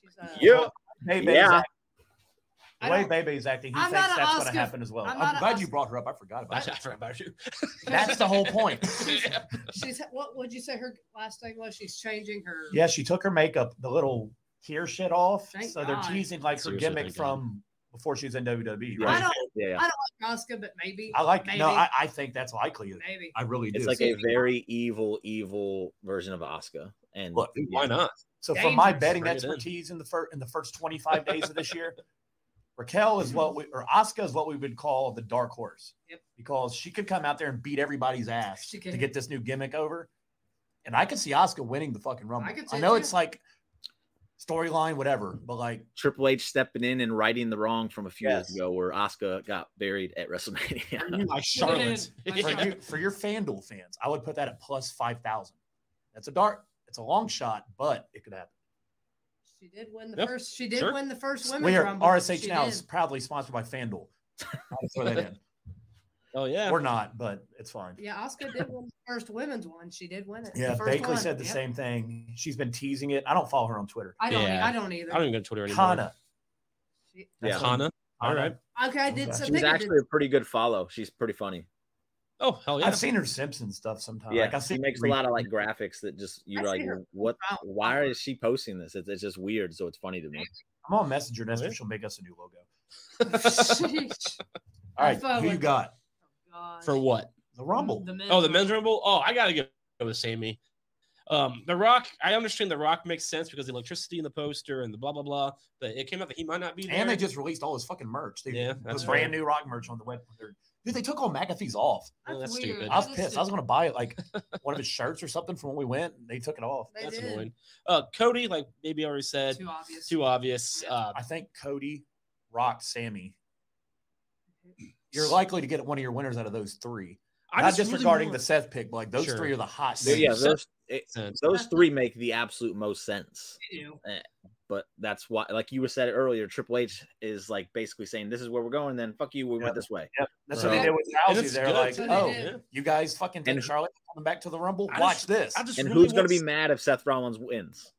B: She's, uh,
C: yeah,
D: Baby
C: Yeah.
D: yeah. The
B: I
D: way
B: don't-
D: Baby's acting, he
B: I'm
D: thinks
B: not a
D: that's going
B: Oscar-
D: to happen as well.
B: I'm
D: I'm,
B: not a
D: glad you
B: Oscar-
D: brought her up. I forgot
A: I, I
D: about it.
A: forgot about you.
D: That's the whole point.
B: she's what would you say her last thing was? She's changing her.
D: Yeah, she took her makeup, the little tear shit off.
B: Thank
D: so they're
B: God.
D: teasing like her
A: Seriously,
D: gimmick
A: thank God.
D: from before she was in WWE.
B: I
D: Right?
B: don't
C: yeah, yeah.
B: like Oscar, but maybe.
D: I like
B: Maybe.
D: no, I, I think that's likely.
B: maybe.
D: I really do.
C: It's like a very evil, evil version of Oscar. And
D: Look,
C: yeah.
A: Why not?
D: so for my
B: dangerous.
D: betting
A: Bring it in.
D: expertise in the first in the first 25 days of this year, Raquel is what we or Asuka is what we would call the dark horse.
B: Yep.
D: Because she could come out there and beat everybody's ass
B: She
D: to
B: could.
D: get this new gimmick over. And I could see Asuka winning the fucking rumble.
B: could
D: I
B: see
D: know
B: it,
D: it's
B: too.
D: like storyline, whatever, but like
C: Triple H stepping in and righting the wrong from a few
D: Yes.
C: years ago where Oscar got buried at WrestleMania.
A: Like Charlotte.
B: Like
D: for
A: Yeah.
D: you for your FanDuel fans, I would put that at plus five thousand. That's a dark. It's a long shot, but it could happen.
B: She did win the
A: Yep,
B: first. She did
A: sure.
B: win the first women's
D: We are
B: rumble.
D: RSH
B: She
D: now
B: did.
D: is proudly sponsored by FanDuel. I'll just throw that in.
A: Oh yeah.
D: We're not, but it's fine.
B: Yeah, Oscar did win the first women's one. She did win it.
D: Yeah,
B: the first
D: Bakley
B: one.
D: said the
B: Yep.
D: same thing. She's been teasing it. I don't follow her on Twitter.
B: I don't. e,
A: Yeah.
B: I don't either.
A: I don't even go to Twitter anymore.
D: Kana.
B: She-
C: Yeah.
A: Kana. All right.
B: okay, I did.
D: Okay.
B: So
C: She's
B: think I did-
C: actually a pretty good follow. She's pretty funny.
A: Oh hell yeah!
D: I've seen her Simpson stuff sometimes.
C: Yeah,
D: Uh, like I see
C: she makes a lot of like graphics that just you're
B: I
C: like,
B: see her
C: what?
B: profile.
C: Why is she posting this? It's, it's just weird. So it's funny to me.
D: I'm on Messenger and ask if she'll make us a new logo. All
B: I
D: right,
B: follow
D: who you
B: it.
D: got?
B: gosh.
A: For what?
D: The Rumble.
B: men's
A: Oh, the men's
B: rumble.
A: rumble. Oh, I gotta go with Sammy. Um, The Rock. I understand The Rock makes sense because the electricity in the poster and the blah blah blah. But it came out that he might not be there.
D: And they just released all his fucking merch. They
A: Yeah,
D: the
A: that's
D: brand new rock merch on the web. Dude, they took all McAfee's off.
A: Oh, that's
B: That's
A: stupid.
B: weird.
D: I was
B: That's
D: pissed. I was gonna buy like one of his shirts or something from when we went. And they took it off.
B: They
A: That's
B: did.
A: annoying. Uh, Cody, like maybe I already
D: uh,
A: said, too,
B: Too
A: obvious.
B: obvious. Yeah.
A: Uh,
D: I think Cody rocked Sammy. You're likely to get one of your winners out of those three.
A: I
D: Not
A: just
D: just
A: really
D: regarding
A: want-
D: the Seth pick, but like those
A: Sure.
D: three are the hot.
C: But yeah,
D: things.
C: those it,
A: sense.
C: those three make the absolute most sense.
B: They do.
C: But that's why, like you were said earlier, Triple H is like basically saying, "This is where we're going." Then fuck you, we
D: Yeah.
C: went this way.
D: That's what they
C: Right.
D: did with
A: And
D: Rousey.
A: it's
D: They're
A: good,
D: like,
A: too.
D: oh,
A: Yeah.
D: you guys fucking think
C: And-
D: Charlotte coming back to the Rumble?
A: I
D: Watch
A: just-
D: this.
A: I just
C: And
A: really
C: who's gonna
A: want
C: be
A: s-
C: mad if Seth Rollins wins?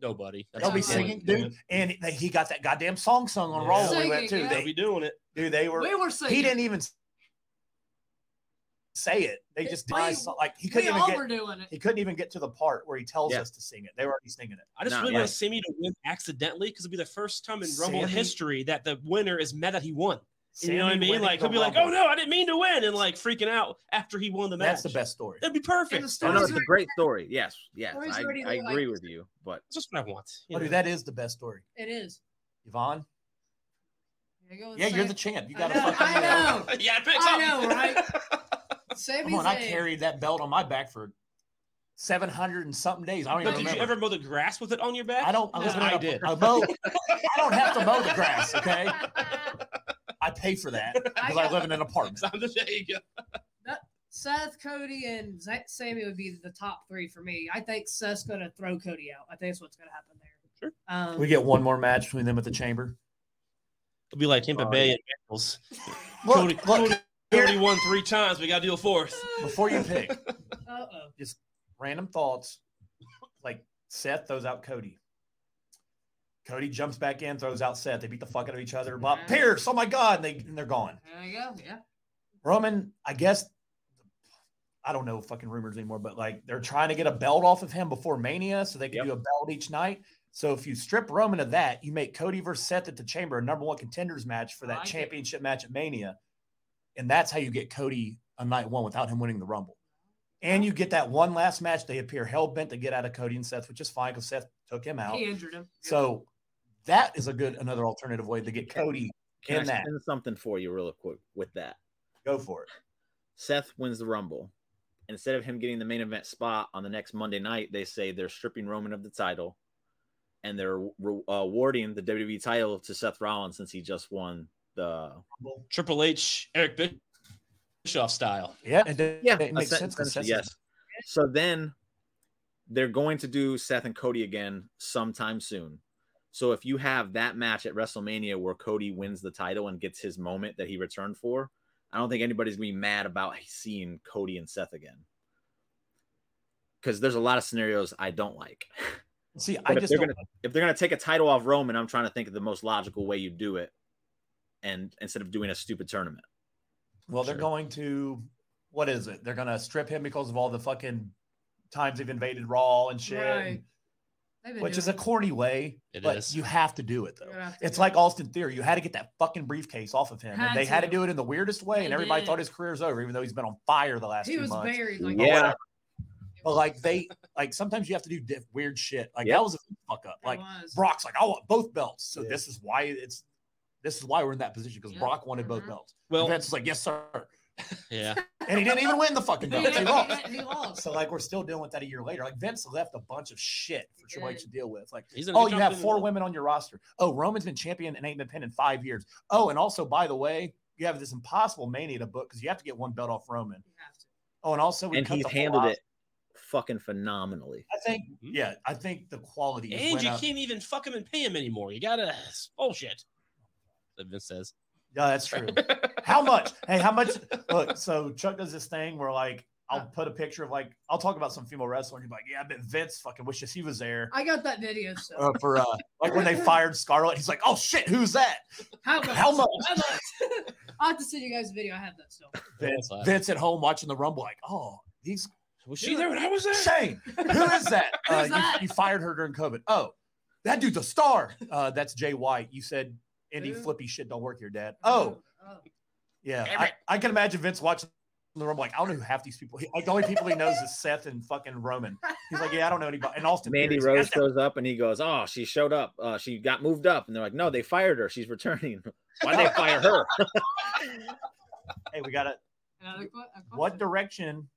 C: Oh,
A: Nobody. That's
D: They'll be
A: the
D: singing,
A: point,
D: dude. And they- he got that goddamn song sung on
A: Yeah.
D: Raw when we
B: Singing,
D: went too.
B: yeah.
A: They'll be
D: They,
A: doing it.
D: dude, they were.
B: We were singing.
D: He didn't even say it. They just
B: We-
D: did like he
B: We
D: couldn't even
B: all
D: get.
B: were doing it.
D: He couldn't even get to the part where he tells
C: Yeah.
D: us to sing it. They were already singing it.
A: I just
C: Nah,
A: really
C: yeah.
A: want Sammy to win accidentally because it'll be the first time in Rumble
D: Sammy-
A: history that the winner is mad that he won. You know what I
D: Sammy
A: mean?
D: winning
A: Like
D: the
A: he'll be like, "Oh
D: Rumble.
A: no, I didn't mean to win," and like freaking out after he won the match.
D: That's the best story.
A: That'd be
B: And
A: perfect.
B: the
A: That's
C: Oh no, it's
B: story's
C: a great story. Yes, yes,
B: Story's
C: I,
B: already
C: I
B: like-
C: agree with you. But
A: just what I want. you
D: Oh,
A: know.
D: dude, that is the best story.
B: It is.
D: Yvonne.
B: There you go with
D: Yeah, you're
B: Sam-
D: the champ. You
B: I
D: got to
B: know,
D: fucking.
B: I know.
A: yeah, it picks
B: I
A: up.
B: know, right?
D: Come
B: Sammy's
D: on, I
B: a-
D: carried that belt on my back for seven hundred and something days. I don't
A: But
D: even
A: did
D: remember.
A: you ever mow the grass with it on your back?
D: I don't. I,
A: No,
D: wasn't
A: I
D: gonna-
A: did.
D: I mow. I don't have to mow the grass. Okay, I pay for that because I live in an apartment.
A: So I'm just- there you go.
B: Seth, Cody, and Z- Sammy would be the top three for me. I think Seth's going to throw Cody out. I think that's what's going to happen there. Sure. Um,
D: We get one more match between them at the chamber.
A: It'll be like Tampa
C: Oh,
A: Bay
C: yeah.
A: and Bengals.
D: Look,
A: Cody,
D: look.
A: Cody, Cody won three times. We got to do a fourth.
D: Before you pick,
B: Uh-oh.
D: random thoughts. Like Seth throws out Cody. Cody jumps back in, throws out Seth. They beat the fuck out of each other. Blah,
B: Yeah.
D: Pierce, oh my god, and they and they're gone.
B: There you go. Yeah.
D: Roman, I guess I don't know fucking rumors anymore, but like they're trying to get a belt off of him before Mania so they can
C: Yep.
D: do a belt each night. So if you strip Roman of that, you make Cody versus Seth at the Chamber a number one contenders match for that
B: I like it.
D: championship match at Mania, and that's how you get Cody on night one without him winning the Rumble. And you get that one last match. They appear hell bent to get out of Cody and Seth, which is fine because Seth took him out.
B: He injured him.
D: So that is a good another alternative way to get Cody.
C: can I
D: In that.
C: spin something for you real quick with that?
D: Go for it.
C: Seth wins the Rumble. Instead of him getting the main event spot on the next Monday night, they say they're stripping Roman of the title and they're re- awarding the WWE title to Seth Rollins since he just won the.
A: Triple H, Eric Bischoff style.
D: Yeah, it,
C: Yeah,
D: it makes
C: essen-
D: sense. 'cause
C: essentially,
D: Seth's-
C: yes. So then they're going to do Seth and Cody again sometime soon. So if you have that match at WrestleMania where Cody wins the title and gets his moment that he returned for, I don't think anybody's gonna be mad about seeing Cody and Seth again. Because there's a lot of scenarios I don't like.
D: See, I
C: But if
D: just
C: they're
D: don't,
C: If they're gonna take a title off Roman, I'm trying to think of the most logical way you do it, and instead of doing a stupid tournament.
D: well, they're
C: Sure.
D: going to what is it? They're gonna strip him because of all the fucking times they've invaded Raw and shit,
B: Right. They've
D: and-
B: been
D: which
B: doing
D: is a
B: it.
D: corny way.
A: It
D: but
A: is.
D: you have to do it
B: They're
D: though.
B: gonna have to
D: It's
B: do it.
D: like Austin Theory. You had to get that fucking briefcase off of him,
B: Had
D: and they had to
B: to.
D: do it in the weirdest way. And
B: They
D: everybody
B: did.
D: thought his career's over, even though he's been on fire the last
B: he
D: few
B: was
D: months.
B: buried like
C: Yeah.
B: that.
D: But like they, like sometimes you have to do diff- weird shit. Like
C: Yep.
D: that was a fuck up.
B: It
D: Like
B: was.
D: Brock's like, I want both belts. So
A: Yeah.
D: this is why it's this is why we're in that position because
B: Yeah.
D: Brock wanted both
B: Mhm.
D: belts.
A: Well,
D: Vince was like, yes, sir.
A: yeah.
D: and he didn't even win the fucking
B: He
D: belt. He
B: did-
D: lost.
B: he- he lost.
D: So like we're still dealing with that a year later. Like Vince left a bunch of shit for Triple H to deal with. Like,
A: He's gonna
D: oh,
A: get
D: you
A: dropped
D: have
A: in-
D: four women on your roster. Oh, Roman's been champion and ain't been pinned in five years. Oh, and also by the way, you have this impossible mania to book because you have to get one belt off Roman.
B: You have to.
D: Oh, and also we
C: and
D: cut
C: he's
D: the whole
C: handled it
D: roster.
C: fucking phenomenally.
D: I think yeah, I think the quality is
A: Mm-hmm. And
D: went
A: you
D: up.
A: can't even fuck him and pay him anymore. You gotta it's bullshit. That Vince says.
D: Yeah, that's true. how much? Hey, how much? Look, so Chuck does this thing where like I'll put a picture of like I'll talk about some female wrestler and you're like, yeah, I bet Vince fucking wishes he was there
B: I got that video still.
D: uh, for uh, like when they fired Scarlett. He's like, oh shit, who's that?
B: how much?
D: how much?
B: How much? I'll have to send you guys a video. I have that still.
D: Vince,
A: That's
D: Vince at home watching the Rumble, like, oh, he's
A: Was she there when I was there?
D: Shane. Who is that?
B: Who's
D: Uh, you-
B: that?
D: You, fired her during COVID. Oh, that dude's a star. Uh, that's Jay White. You said any
B: Who?
D: flippy shit don't work here, Dad. Oh,
B: Oh.
D: yeah.
A: Damn
D: I,
A: it.
D: I can imagine Vince watching the Rumble, like, I don't know who half these people. He, like the only people he knows is Seth and fucking Roman. He's like, yeah, I don't know anybody. And Austin.
C: Mandy
D: Theory.
C: Rose shows up and he goes, "Oh, she showed up. Uh, she got moved up." And they're like, "No, they fired her. She's returning. Why did they fire her?"
D: Hey, we got it.
B: Another que- a
D: What
B: question.
D: direction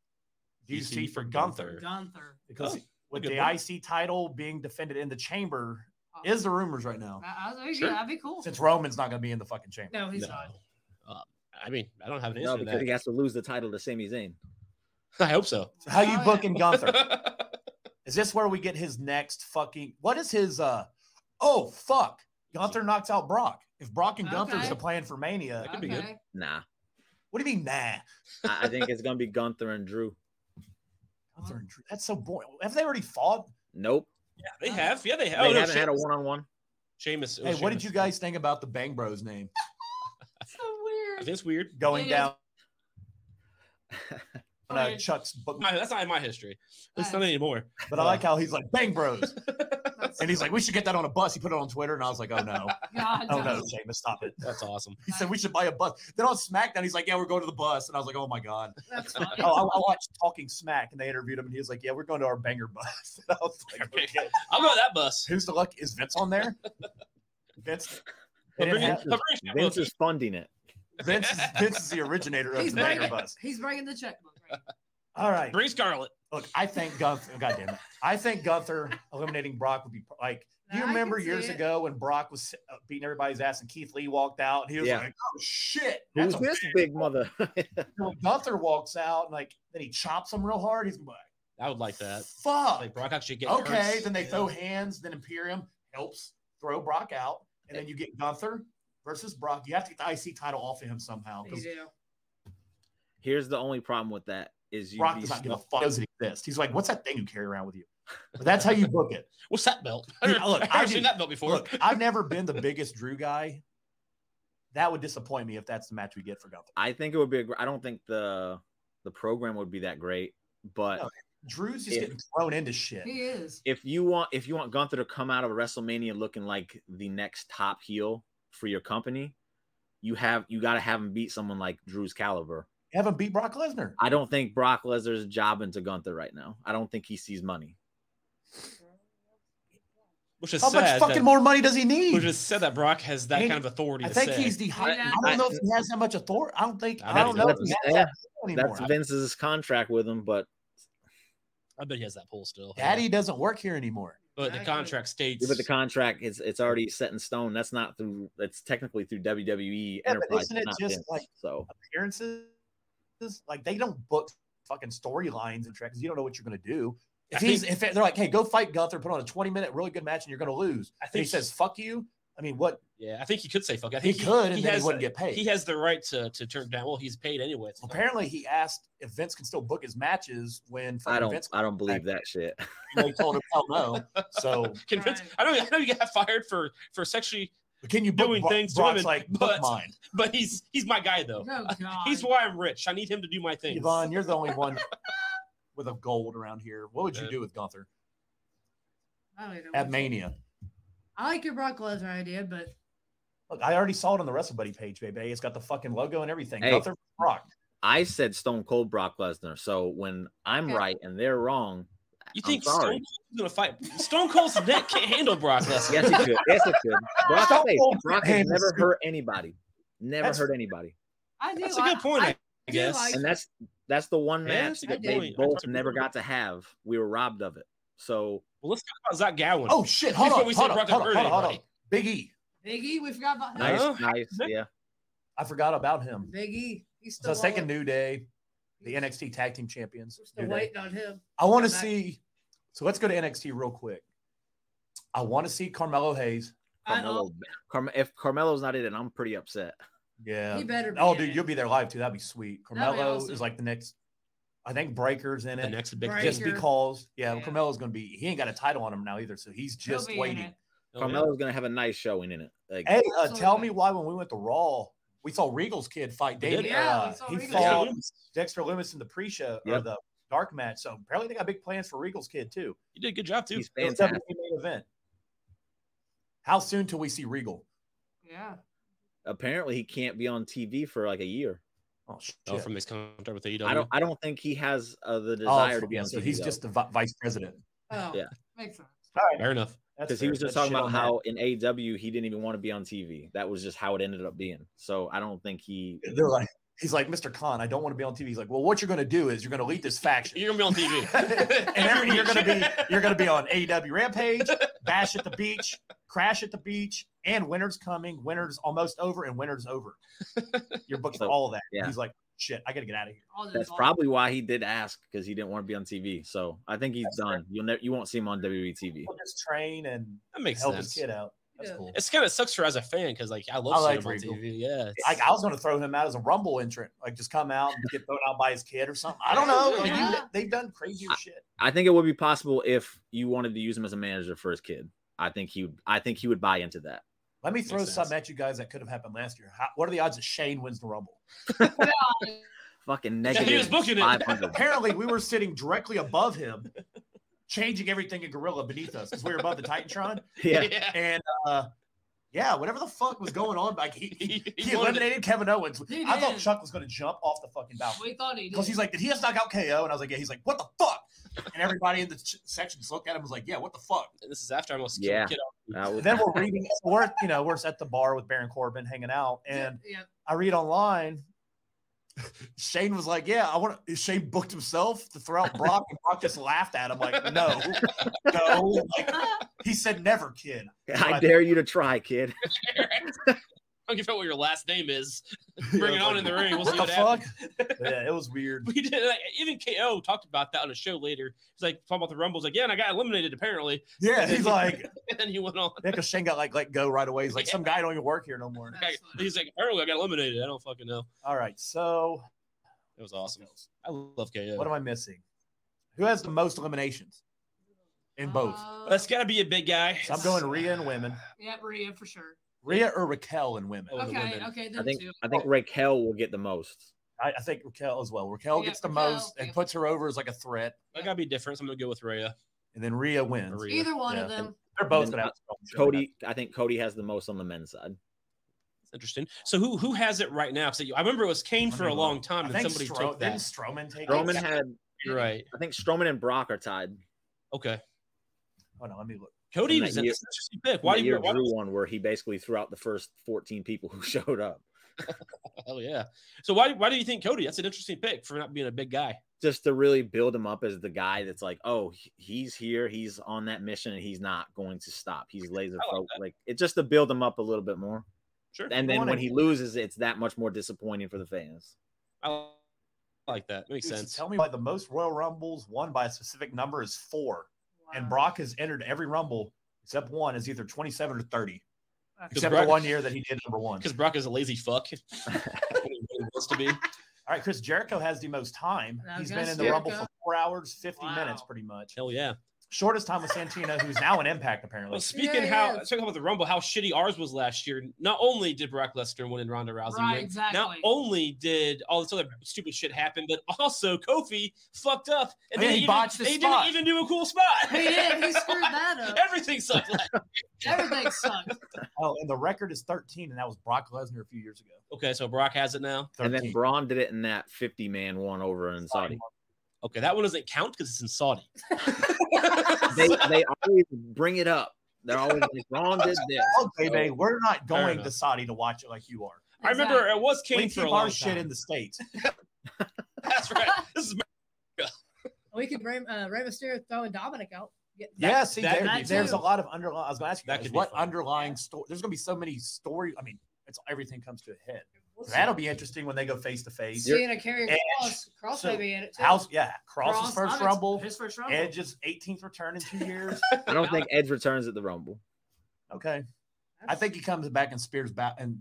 D: do you
A: DC
D: see for
A: for
D: Gunther?
A: Gunther.
B: Gunther?
D: Because
A: Oh,
D: with
A: good
D: the
A: point.
D: IC title being defended in the chamber,
B: Oh.
D: is the rumors right now?
B: I, I,
A: Sure.
B: yeah, that'd be cool.
D: Since Roman's not going to be in the fucking chamber.
B: No, he's
A: No.
B: not.
A: Uh, I mean, I don't have an answer
C: no,
A: to
C: because
A: that.
C: he has to lose the title to Sami Zayn.
A: I hope so.
D: So how
B: Oh,
D: you
B: yeah.
D: booking Gunther? Is this where we get his next fucking? What is his? uh Oh fuck! Gunther knocks out Brock. If Brock and Gunther is
B: Okay.
D: the plan for Mania,
A: That could be good.
B: Okay.
C: Nah,
D: what do you mean, nah?
C: I, I think it's gonna be Gunther and Drew.
D: Gunther and Drew. That's so boring. Have they already fought?
C: Nope,
A: yeah, they have. Yeah, they have.
C: they
A: oh, no,
C: haven't had a
A: Sheamus-
C: one-on-one.
A: Sheamus. it
D: Hey,
A: was
D: what did
A: Sheamus.
D: you guys think about the Bang Bros name
B: So
A: I think
B: weird.
A: it's weird.
D: going
B: It is-
D: down on uh,
B: Funny.
D: Chuck's book?
A: My- that's not in my history. At least
B: Uh,
A: not anymore.
D: But I like how he's like Bang Bros,
B: That's-
D: and he's like, we should get that on a bus. He put it on Twitter, and I was like, oh no,
B: God,
D: oh
B: no.
D: no, Seamus, stop it.
A: That's awesome.
D: He said we should buy a bus. Then on SmackDown, he's like, yeah, we're going to the bus, and I was like, oh my god.
B: That's funny.
D: oh, I, I watched Talking Smack, and they interviewed him, and he was like, "Yeah, we're going to our banger bus." And I was like,
A: Okay.
D: okay.
A: I'm on that bus.
D: "Who's the luck? Is Vince on there?" Vince. they
A: I'm
D: didn't
A: bringing-
D: have-
C: Vince
A: I'm bringing
C: Vince
A: Sheamus.
C: is funding it.
D: Vince, is, Vince is the originator of
B: He's
D: the banger
B: bringing-
D: bus.
B: He's bringing the checkbook. Right?
D: All right,
A: Bring Scarlet.
D: look, I think Gunther. God damn it, I think Gunther eliminating Brock would be like. Do
B: Now
D: you
B: I can
D: remember
B: see
D: years
B: it.
D: ago when Brock was uh, beating everybody's ass, and Keith Lee walked out, and he was
C: Yeah.
D: like, "Oh shit!"
C: Who's
D: That's a-
C: this big mother?
D: when Gunther walks out, and like then he chops him real hard. He's gonna be like,
A: I would like that.
D: "Fuck!"
A: Like Brock actually gets
D: Okay,
A: hurts.
D: then they
A: Yeah.
D: throw hands, then Imperium helps throw Brock out, and then you get Gunther versus Brock. You have to get the IC title off of him somehow
B: You
D: because
B: do.
C: Here's the only problem with that is you.
D: Brock
C: be
D: does not give a
C: stuck-
D: fuck. Doesn't exist. He's like, what's that thing you carry around with you? But that's how you book it.
A: What's that belt?
D: Dude,
A: I've
D: look,
A: never
D: I
A: seen
D: didn't-
A: that belt before.
D: Look, I've never been the biggest Drew guy. That would disappoint me if that's the match we get for Gunther.
C: I think it would be. A, gr- I don't think the the program would be that great, but.
D: No. Drew's just
C: Yeah.
D: getting thrown into shit.
B: He is.
C: if you want if you want Gunther to come out of WrestleMania looking like the next top heel for your company, you have you got to have him beat someone like Drew's caliber.
D: Have him beat Brock Lesnar.
C: I don't think Brock Lesnar's jobbing to Gunther right now. I don't think he sees money.
A: which is
D: How much
A: sad.
D: fucking
A: that,
D: more money does he
A: Which
D: need?
A: is sad that Brock has that
D: I think-
A: kind of authority.
D: I
A: to
D: think
A: say.
D: he's the. high- I
B: Yeah.
D: don't know if he has that much authority. I don't think.
A: I
D: I,
A: bet
D: don't
A: he
D: know. If
C: doesn't.
D: he
C: Yeah.
D: has that authority anymore.
C: That's Vince's contract with him, but
A: I bet he has that pull still.
D: Daddy doesn't work here anymore.
A: But the contract states.
C: but the contract is it's already set in stone. That's not through. That's technically through WWE
D: Yeah, but
C: Enterprise.
D: isn't it
C: not
D: just
C: Vince.
D: like-
C: so?
D: Appearances, like they don't book fucking storylines and tracks. You don't know what you're gonna do. If
A: I
D: he's
A: think-
D: if they're like, hey, go fight Gunther, put on a 20 minute really good match, and you're gonna lose.
A: I
D: I think
A: think
D: he says, fuck you. I mean, what
A: Yeah, I think he could say fuck. I
D: he
A: think
D: could, and then
A: has
D: he wouldn't get paid.
A: He has the right to, to turn down. Well, he's paid anyway. It's-
D: Apparently, he asked if Vince can still book his matches when
C: I
D: fucking
C: don't.
D: Vince
C: I don't believe that shit.
D: and they told him hell no. So,
A: Can Vince,
B: Right.
A: I know. I know you got fired for for sexually,
D: but can you book
A: Doing
D: Bro-
A: things to
D: Brock's
A: women,
D: like book
A: but-
D: mine?
A: but he's he's my guy though.
B: Oh God.
A: He's why I'm rich. I need him to do my thing.
D: Yvonne, you're the only one with a gold around here. What would you
A: Yeah.
D: do with Gunther
B: I don't even know.
D: at Mania?
B: I like your Brock Lesnar idea, but
D: Look, I already saw it on the Wrestle Buddy page, baby. It's got the fucking logo and everything.
C: Hey.
D: Gunther Brock.
C: I said Stone Cold Brock Lesnar. So when I'm
B: Okay.
C: right and they're wrong,
A: You
C: I'm
A: think Stone
C: sorry.
A: Cold's gonna fight? Stone Cold's neck can't handle Brock Lesnar.
C: Yes, it could. Yes, it could. Brock,
D: Stone
C: hey,
D: Cold
C: Brock has
D: Brand is
C: never
D: good.
C: hurt anybody. Never
D: That's-
C: hurt anybody.
B: I do.
A: That's a good
B: I-
A: point,
B: I,
A: I
B: do
A: guess.
B: like-
C: And that's that's the one
A: Yeah,
C: match
A: that's a
C: that
B: good
C: they
A: point.
C: both
A: That's a good
C: never
A: point.
C: got to have. We were robbed of it. So
A: Well, let's talk about Zach Gowen.
D: Oh shit! Hold
A: Before
D: on,
A: we
D: hold
A: said
D: on,
A: Brock
D: hold on,
A: Lesnar,
D: hold on, hold on.
A: anybody.
D: Big E.
B: Big E. We forgot about him.
C: nice,
A: Uh-huh.
C: nice. Yeah.
D: I forgot about him.
B: Big E. He's
D: So I
B: still.
D: was thinking
B: all-
D: New Day, the
B: he's-
D: NXT Tag Team Champions.
B: We're
D: New
B: still
D: Day.
B: waiting on him.
D: I want to
B: Back.
D: see. So let's go to NXT real quick. I want to see Carmelo Hayes.
A: uh,
B: I
C: Carmelo, Carm- if Carmelo's not in it, I'm pretty upset.
D: Yeah.
B: He better. Be
D: Oh,
B: in
D: dude,
B: it.
D: you'll be there live too. That'd be sweet.
B: That'd be
D: Carmelo
B: awesome.
D: is like the next. I think Breaker's in
A: The
D: it.
A: next big
B: Breaker.
D: Just
A: thing.
D: because, yeah,
B: Yeah.
D: Carmelo's going to be. He ain't got a title on him now either, so he's
B: He'll
D: just
B: be in
D: waiting.
B: it.
A: Oh, yeah.
C: Carmelo's gonna have a nice showing in it. Like,
D: Hey, uh, tell
B: Absolutely.
D: me why when we went to Raw, we saw Regal's kid fight
A: We did.
D: David.
B: Yeah,
D: uh,
B: we saw
D: he
B: Regal's
D: fought
A: kid.
D: Dexter Loomis in the pre-show or
C: Yep.
D: the dark match. So apparently they got big plans for Regal's kid too.
A: You did a good job too.
C: he's
D: It's
C: fantastic.
D: definitely a main event. How soon till we see Regal?
B: Yeah.
C: Apparently, he can't be on TV for like a year.
D: Oh shit!
A: Oh, from his contract with E AEW.
C: I don't. I don't think he has uh, the
D: Oh,
C: desire to be
D: yeah,
C: on
D: so
C: TV.
D: he's just the vi- vice president.
B: Oh,
C: Yeah.
B: Makes sense.
A: Fair enough.
D: That's
C: because he
D: fair.
C: was just talking
D: Let's shit
C: about
D: on that.
C: how in AW he didn't even want to be on TV. That was just how it ended up being. So I don't think he.
D: they're like, he's like, Mr. Khan, I don't want to be on TV. He's like, well, what you're going to do is you're going to lead this faction.
A: You're gonna be on TV.
D: and every, you're going to be you're going to be on AEW Rampage, Bash at the Beach, Crash at the Beach, and Winter's coming. Winter's almost over, and Winter's over. You're booked for
C: So,
D: all of that.
C: yeah.
D: He's like, shit, I got to get out of here.
B: All this
C: That's
B: all-
C: probably why he did ask because he didn't want to be on TV. So I think he's done. You'll never. You won't see him on E WWE TV.
D: We'll just train and
A: That makes
D: help
A: sense.
D: his kid out. That's
B: Yeah.
D: cool.
A: It's kind of sucks for as a fan because like I love
D: I
A: seeing
D: like
A: him on
D: Regal.
A: TV. Yeah, it's-
D: Like I was going to throw him out as a Rumble entrant, like just come out and get thrown out by his kid or something. I don't know. Like, you-
B: Yeah.
D: they've done crazier shit.
C: I think it would be possible if you wanted to use him as a manager for his kid. I think he. would- I think he would buy into that.
D: Let me throw
A: Makes
D: something
A: sense.
D: at you guys that could have happened last year. How, what are the odds that Shane wins the Rumble?
C: Fucking
A: Yeah,
C: negative.
A: he was booking it.
C: 500.
D: Apparently, we were sitting directly above him, changing everything in Gorilla beneath us because we were above the Titantron.
C: Yeah.
D: And uh, yeah, whatever the fuck was going on, like he, he,
A: He
D: he
A: wanted to-
D: eliminated Kevin Owens.
B: He
D: I thought
B: did.
D: Chuck was going to jump off the fucking balcony.
B: We thought he did.
D: Because he's like, did he just knock out KO? And I was like, yeah. He's like, what the fuck? And everybody in the ch- section just looked at him and was like, yeah, what the fuck?
A: And this is after I almost yeah.
C: Yeah.
A: killed
C: That
D: And
C: was-
D: then we're reading, we're, you know, we're at the bar with Baron Corbin hanging out. And
B: yeah,
D: I read online. Shane was like, "Yeah, I want." to Shane booked himself to throw out Brock, and Brock just laughed at him like, "No, no." Like, he said, "Never, kid."
C: I dare you to try, kid.
A: I don't give a fuck what your last name is. Bring it
D: Yeah,
A: on
D: like,
A: in the ring. We'll
D: what
A: see
D: the
A: what
D: fuck?
A: happens.
D: yeah, it was weird.
A: We did. Like, even KO talked about that on a show later. He's like talking about the Rumbles. Like, yeah, and I got eliminated apparently.
D: Yeah, he's like,
A: And then he went on.
D: because Shane got like let go right away. He's like, "Some guy don't even work here no more."
B: That's funny.
A: He's like, apparently I got eliminated. I don't fucking know.
D: All right, so
A: It was awesome. I love KO.
D: what am I missing? Who has the most eliminations in both?
B: Uh,
A: That's got to be a big guy.
D: So I'm going Rhea and women.
B: yeah, Rhea for sure.
D: Rhea or Raquel and women.
A: Oh, the
B: Okay,
A: women.
B: okay,
C: I
B: then
C: think.
B: two.
C: I think Raquel will get the most.
D: I, I think Raquel as well. Raquel
B: Yeah,
D: gets the
B: Raquel,
D: most and
B: yeah.
D: puts her over as like a threat.
A: I got to be different. So I'm going to go with Rhea.
D: and then Rhea wins.
A: Rhea.
B: Either one of
D: Yeah.
B: them.
D: They're
C: And
D: both
C: then
D: gonna have
C: Cody. I think Cody has the most on the men's side.
A: That's interesting. So who who has it right now? So you, I remember it was Kane
D: Let
A: for
D: me
A: a
D: look.
A: long time.
D: I
A: Did
D: think
A: somebody
D: Stro-
A: took that?
D: didn't Strowman take
C: Roman
D: it.
C: had.
A: You're right.
C: I think Strowman and Brock are tied.
A: Okay.
D: Hold on, let me look.
A: Cody
C: In that
A: was an
C: year-
A: interesting pick.
C: Why
A: Why
C: that
A: do
C: year
A: you? Why,
C: drew one where he basically threw out the first 14 people who showed up
A: hell yeah. So why why do you think Cody? That's an interesting pick for not being a big guy.
C: just to really build him up as the guy that's like, oh, he- he's here, he's on that mission, and he's not going to stop. He's laser
A: I like
C: focused.
A: that.
C: Like it's just to build him up a little bit more.
A: Sure.
C: And
D: I
C: then
D: wanna-
C: when he loses, it's that much more disappointing for the fans.
A: I like that. Makes
D: Dude, so
A: sense.
D: Tell me why the most Royal Rumbles won by a specific number is four, and
B: Wow.
D: Brock has entered every Rumble except one is either 27 or 30, except
A: Brock-
D: for one year that he did number one.
A: Because Brock is a lazy fuck. That's what he wants to be.
D: All right, Chris Jericho has the most time.
B: I was
D: He's
B: gonna
D: been in the
B: say
D: Rumble for
B: Jericho.
D: four hours, 50
B: Wow.
D: minutes, pretty much.
A: Hell yeah.
D: Shortest time with Santino, who's now in Impact
A: Well,
D: apparently.
A: speaking
B: Yeah,
A: how
B: yeah.
A: talking about the Rumble, how shitty ours was last year. Not only did Brock Lesnar win and Ronda Rousey
B: Right,
A: win,
B: exactly.
A: not only did all this other stupid shit happen, but also Kofi fucked up
D: Oh, yeah,
A: didn't
D: he
A: even-
D: botched his
A: they
D: spot.
A: didn't even do a cool spot.
B: He did. He screwed that up.
A: Everything sucked. last-
B: Everything sucked.
D: Oh, and the record is 13, and that was Brock Lesnar a few years ago.
A: okay, so Brock has it now.
D: 13.
C: And then Braun did it in that 50 man one over in Saudi.
A: Okay, that one doesn't count because it's in Saudi.
C: They, they always bring it up. They're always like, Braun did this.
D: Oh, baby, we're not
A: Fair
D: going to
A: enough.
D: Saudi to watch it like you are.
A: I remember it was
D: we
A: Kane for
D: keep
A: a long
D: our
A: time.
D: shit in the states.
A: That's right. This is
B: We could Ray, uh, Rey Mysterio throwing Dominic out. Yeah,
D: yeah, see,
A: that
D: there-
B: could be
D: there's a
B: fun.
D: lot of underlying. I was going to ask you
A: That
D: guys,
A: could be
D: what
A: fun.
D: underlying story. There's going to be so many story. I mean, it's everything comes to a head.
B: we'll see.
D: That'll be interesting when they go face to face.
B: Seeing a carrying
D: Edge.
B: cross. Cross
D: So,
B: may be in it too.
D: House, yeah, Cross's
B: Cross,
D: first
B: I'm ex-
D: rumble,
B: His first rumble.
D: Edge's 18th return in two years.
C: I don't think Edge returns at the Rumble.
D: okay, I think he comes back and spears ba- and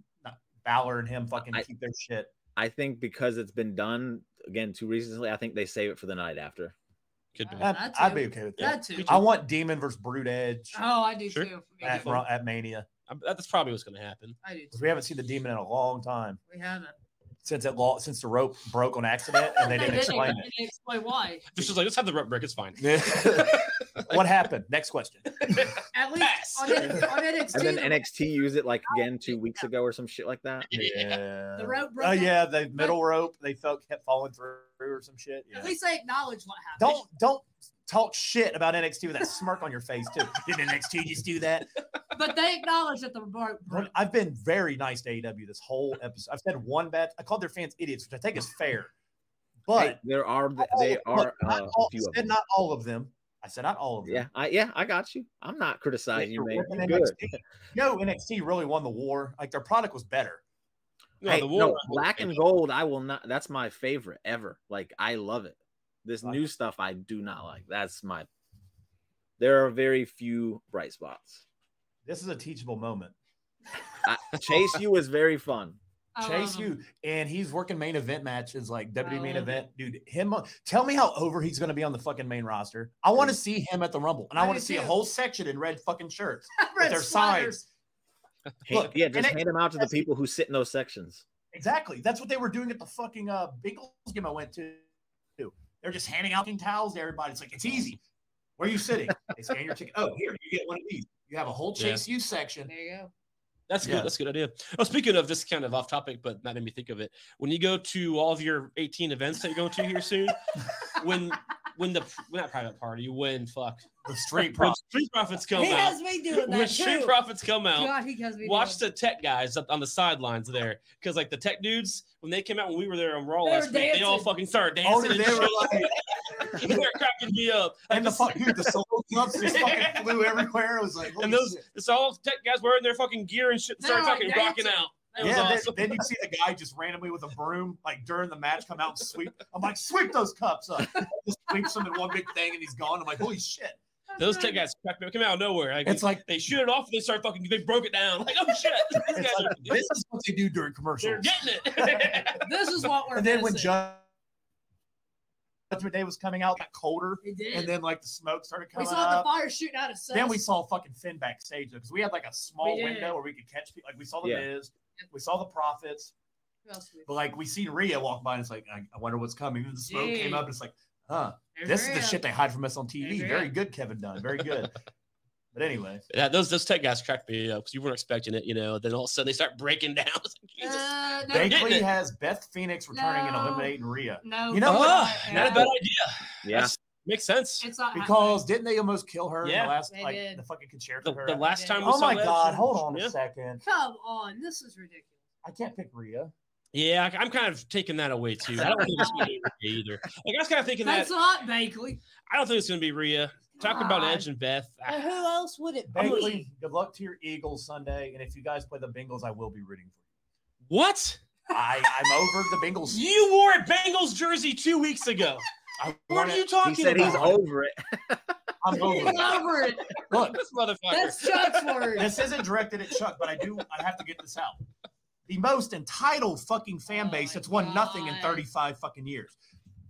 D: Balor and him fucking
C: I-
D: keep their shit.
C: I think because it's been done, again too recently. I think they save it for the night after.
A: Could be.
B: Uh,
D: I'd,
B: That's
D: I'd
B: it.
D: be okay with that.
B: That too.
A: Yeah.
D: I want Demon versus Brood Edge
B: Oh, I do
A: Sure.
B: too. Me
D: at,
B: too.
D: Ra- at Mania
A: I- That's probably what's going to happen.
B: I do.
D: because
B: Too.
D: we haven't seen the Demon in a long time
B: We haven't.
D: since it lo- since the rope broke on accident and they didn't explain
B: They didn't explain why.
A: They're just like, let's have the rep break. It's fine.
D: it. what happened? Next question.
B: At least
A: Pass.
B: on, N- on NXT,
C: And then
B: the-
C: NXT used it like again two weeks ago or some shit like that.
D: Yeah.
B: The rope broke
D: Oh
B: on-
D: yeah, the middle rope. They felt kept falling through or some shit. Yeah.
B: at least they acknowledge what happened.
D: Don't don't talk shit about NXT with that smirk on your face too. Did NXT just do that?
B: But they acknowledge that the rope broke.
D: One- I've been very nice to AW this whole episode. I've said one bad. I called their fans idiots, which I think is fair. But
C: There are
D: not all
C: they
D: of-
C: are
D: oh, look,
C: uh,
D: not
C: a
D: all,
C: few of
D: I said
C: them.
D: not all of them. I said not all of them.
C: Yeah, I yeah, I got you. I'm not criticizing you,
D: For
C: man.
D: working
C: You're good.
D: NXT. No, NXT really won the war. Like their product was better.
A: No,
C: Hey,
A: the war
C: no, black and gold, I will not. That's my favorite ever. Like I love it. This
D: Like-
C: new stuff I do not like. That's my. There are very few bright spots.
D: This is a teachable moment.
C: I, Chase you is very fun.
B: I love
D: Chase
B: him.
D: you, and he's working main event matches like WWE
B: um, love it.
D: main event, dude. Him, on- tell me how over he's going to be on the fucking main roster. I want to see him at the Rumble, and I
B: I
D: want
B: do
D: to see a
B: too.
D: whole section in red fucking shirts.
B: Red
D: their
B: sliders.
C: Hand-
D: Look,
C: yeah, just
D: NXT
C: hand them out to the people who sit in those sections.
D: Exactly, that's what they were doing at the fucking uh, Bengals game I went to. They're just handing out fucking towels to everybody. It's like it's easy. Where are you sitting? They scan your ticket. Oh, here you get one of these. You have a whole
A: Yeah.
D: Chase you section.
B: There you go.
A: That's good.
D: Yeah.
A: That's a good idea. Oh, speaking of this kind of off topic, but that made me think of it. When you go to all of your 18 events that you're going to here soon, when when the when that private party, when fuck
D: The street
A: when
D: props.
A: street profits come
B: he
A: out,
B: has me doing
A: when
B: that
A: street
B: too.
A: profits come out,
B: God, he has me
A: watch
B: doing
A: the tech guys up on the sidelines there, because like the tech dudes when they came out when we were there on Raw
B: They were
A: last week, they all
B: dancing.
A: fucking started
D: Oh,
A: dancing. and
D: dude, they were
A: shit.
D: like,
A: They were cracking me up. Like,
D: and the
A: this-
D: fuck, dude, the solo cups just fucking flew everywhere. It was like,
A: and
D: holy
A: those
D: shit.
A: it's all tech guys wearing their fucking gear and shit, and
B: They
A: started
B: were
A: fucking rocking
B: dancing.
A: out. That
D: yeah,
A: was
D: then-
A: awesome.
D: then, you see the guy just randomly with a broom, like during the match, come out and sweep. I'm like, sweep those cups up. Just sweeps them in one big thing, and he's gone. I'm like, holy shit!
B: That's
A: Those
B: right.
A: tech guys cracked me up. Came out of nowhere. Like,
D: It's like
A: they shoot it off and they start fucking they broke it down like oh shit these guys
D: it's
A: are,
D: like this is what they do during
A: they're
D: commercials.
A: getting it
B: This is what we're.
D: And then when
B: missing.
D: Judgment Day was coming out, it got colder,
B: It did.
D: and then like the smoke started
B: we
D: coming
B: saw the
D: up.
B: fire shooting out of Seth.
D: Then we saw fucking Finn backstage because we had like a small
B: We did.
D: window where we could catch people. Like we saw the
C: Yeah.
D: Miz, we saw the Profits,
B: Who else we-
D: but like we seen Rhea walk by, and it's like, I, I wonder what's coming. And the smoke came
B: Yeah.
D: up, and it's like, huh.
B: There's
D: This is the
B: Rhea.
D: shit they hide from us on TV.
B: Agree.
D: Very good, Kevin Dunn. Very good. but anyway,
A: yeah, those those tech guys cracked me up because you weren't expecting it you know then all of a sudden they start breaking down It's like, Jesus.
B: Uh, no,
A: getting
D: Bakley
A: it.
D: has Beth Phoenix returning and
B: No.
D: eliminating Rhea
B: no,
D: You know
B: it's
D: what?
B: not
A: Ah, not a
B: happening.
A: bad idea
C: Yeah,
A: That's- makes sense
B: It's not
D: because didn't they almost kill her in
A: Yeah.
D: the last
B: Uh, They
D: like
B: did.
D: the fucking concerto?
A: the,
D: her
A: the
D: at?
A: last time we
D: oh
A: saw
D: my
A: that-
D: god! Hold on
A: yeah.
D: a second.
B: Come on, this is ridiculous.
D: I can't pick Rhea.
A: yeah I- I'm kind of taking that away too I don't think it's gonna be Rhea either like I was kind of thinking that
B: That's not Bakley.
A: I don't think it's gonna be Rhea talking about
B: God.
A: Edge and Beth
B: Well,
A: I,
B: who else would it be?
D: Bakley, good luck to your Eagles Sunday, and if you guys play the Bengals, I will be rooting for
A: what
D: you. I I'm over the Bengals.
A: you wore a Bengals jersey two weeks ago
D: I
A: what
D: want
A: are
D: it.
A: you talking
C: he said
A: about
C: he's over it.
D: I'm over.
B: He's
D: it.
B: over it.
D: Look,
A: this motherfucker
B: That's Chuck's word.
D: this isn't directed at Chuck, but I do I have to get this out. The most entitled fucking fan
B: Oh
D: base
B: my
D: that's won nothing in
B: God.
D: 35 fucking years.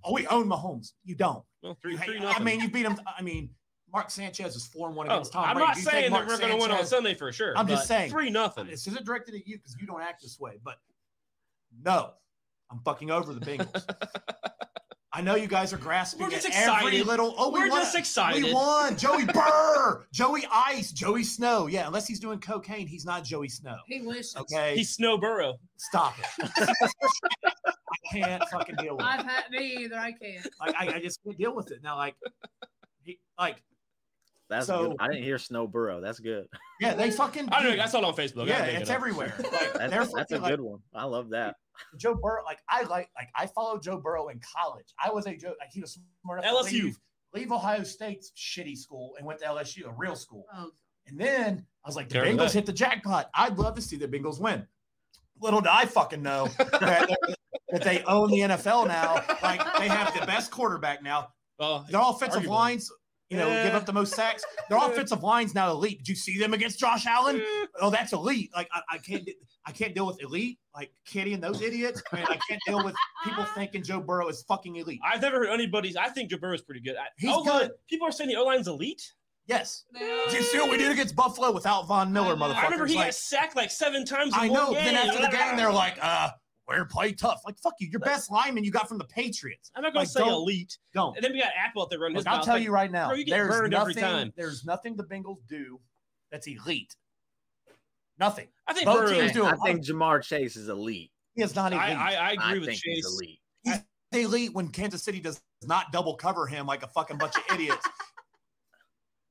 D: Oh, we own Mahomes. You don't.
A: well,
D: You
A: three,
D: hate-
A: three
D: I
A: nothing.
D: mean, you beat him. I mean, Mark Sanchez is 4 1
A: Oh,
D: against Tom
A: I'm
D: Brady.
A: not
D: Do you think
A: saying that
D: Mark
A: we're going to win on
D: Sanchez-
A: Sunday for sure.
D: I'm just
A: but
D: saying.
A: three nothing.
D: This isn't directed at you because you don't act this way, but no, I'm fucking over the Bengals. I know you guys are grasping
A: We're
D: at
A: just
D: every
A: excited.
D: little. Oh,
A: we're
D: we won.
A: just excited.
D: We won. Joey Burr, Joey Ice, Joey Snow. Yeah, unless he's doing cocaine, he's not Joey Snow.
B: He wishes.
D: Okay,
A: He's Snow Burrow.
D: stop it. I can't fucking deal with it.
B: I've had me either. I can't.
D: Like, I, I just can't deal with it now. Like, he, like
C: That's
D: So-
C: good. I didn't hear Snow Burrow. That's good.
D: yeah, they fucking.
A: I don't
D: do
A: know. I
D: that.
A: saw it on Facebook. I
D: yeah,
A: didn't make
D: it's
A: it up.
D: everywhere. Like, they're
C: That's, that's a
D: fucking, like,
C: good one. I love that.
D: Joe Burrow, like I like, like I followed Joe Burrow in college. I was a Joe, like he was smart enough to
A: LSU.
D: leave, leave Ohio State's shitty school and went to LSU, a real school.
B: Oh,
D: And then I was like, the
A: There it
D: Bengals
A: is.
D: hit the jackpot. I'd love to see the Bengals win. Little did I fucking know that, that they own the NFL now. Like they have the best quarterback now.
A: Well,
D: Their offensive
A: Arguably.
D: lines you know, give
A: Yeah.
D: up the most sacks. Their offensive line's now elite. Did you see them against Josh Allen? Oh, that's elite. Like I, I can't, I can't deal with elite, like Kitty and those idiots. I, mean, I can't deal with people thinking Joe Burrow is fucking elite.
A: I've never heard anybody's. I think Jabir is pretty good. I,
D: He's
A: O-line- People are saying the O line's elite.
D: Yes.
B: Yeah.
D: Did you see what we did against Buffalo without Von Miller, motherfucker?
A: I remember he got sacked like seven times. In
D: I know.
A: One game.
D: Then after the game, they're like, uh, we're play tough. Like, fuck you. Your best lineman you got from the Patriots.
A: I'm not gonna
D: like,
A: say
D: don't-
A: elite.
D: Don't.
A: And then we got Apple out there running his
D: Look, I'll
A: mouth
D: tell
A: like,
D: you right now,
A: bro, you get
D: there's
A: burned every
D: nothing,
A: time.
D: There's nothing the Bengals do that's elite. Nothing.
A: I think
D: both
A: Burrow.
D: teams
C: Man,
D: do. doing-
C: I think Jamar Chase is elite.
D: He is not
A: I,
D: elite.
A: I, I agree
C: I
A: with
C: think he's
A: Chase.
C: elite.
D: He's elite when Kansas City does not double cover him like a fucking bunch of idiots.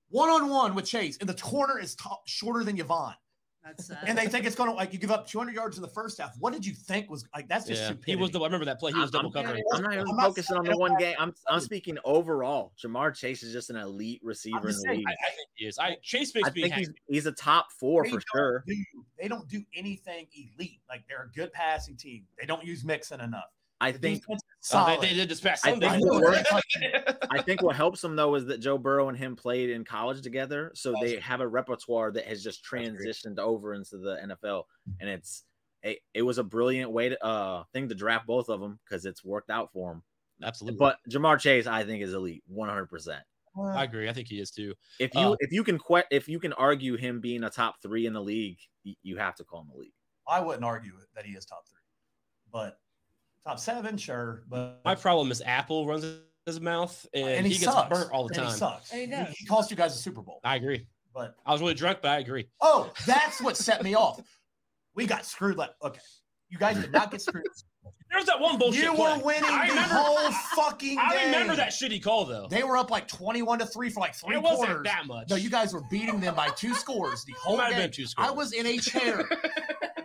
D: One on one with Chase, and the corner is t- shorter than Yvonne.
B: That's sad.
D: And they think it's going to, like, you give up 200 yards in the first half. What did you think was, like, that's just
A: Yeah,
D: stupidity.
A: he was the. I remember that play. He was double
B: I'm-
A: covering.
C: I'm not even
D: I'm not
C: focusing on the
D: saying-
C: one game. I'm I'm speaking overall. Jamar Chase is just an elite receiver in
D: just
C: the
D: saying,
C: league.
A: I, I think he is. I Chase
C: I
A: makes me
C: think
A: happy.
C: he's he's a top four
D: They
C: for
D: don't
C: sure.
D: do- they don't do anything elite. Like they're a good passing team. They don't use Mixon enough.
C: I
D: The
C: think
D: defense is
A: Oh,
D: solid.
A: they, they did this past
C: I
A: Sunday.
C: think the worst-
A: That's
C: I think what helps them though is that Joe Burrow and him played in college together, so they have a repertoire that has just
A: great.
C: transitioned over into the NFL, and it's it, it was a brilliant way to uh thing to draft both of them because it's worked out for them.
A: Absolutely.
C: But Jamar Chase, I think, is elite, one hundred percent.
A: I agree. I think he is too.
C: If you
A: Uh,
C: if you can que- if you can argue him being a top three in the league, y- you have to call him elite.
D: I wouldn't argue it that he is top three, but top seven, sure. But
A: My problem is Apple runs his mouth and,
D: and
A: he, gets
D: sucks.
A: burnt all the
D: And
A: time.
D: he sucks.
B: And Oh, he
D: He,
B: does.
D: he cost you guys a Super Bowl.
A: I agree.
D: But
A: I was really drunk, but I agree.
D: oh, that's what set me off. We got screwed. Like okay, you guys did not get screwed.
A: There was that one bullshit.
D: you were
A: play.
D: winning
A: I
D: the
A: remember.
D: whole fucking.
A: I
D: game.
A: remember that shitty call though.
D: They were up like twenty-one to three for like three
A: it wasn't
D: quarters.
A: that much.
D: No, you guys were beating them by two scores the
A: It
D: whole
A: might have
D: game.
A: been two scores.
D: I was in a chair.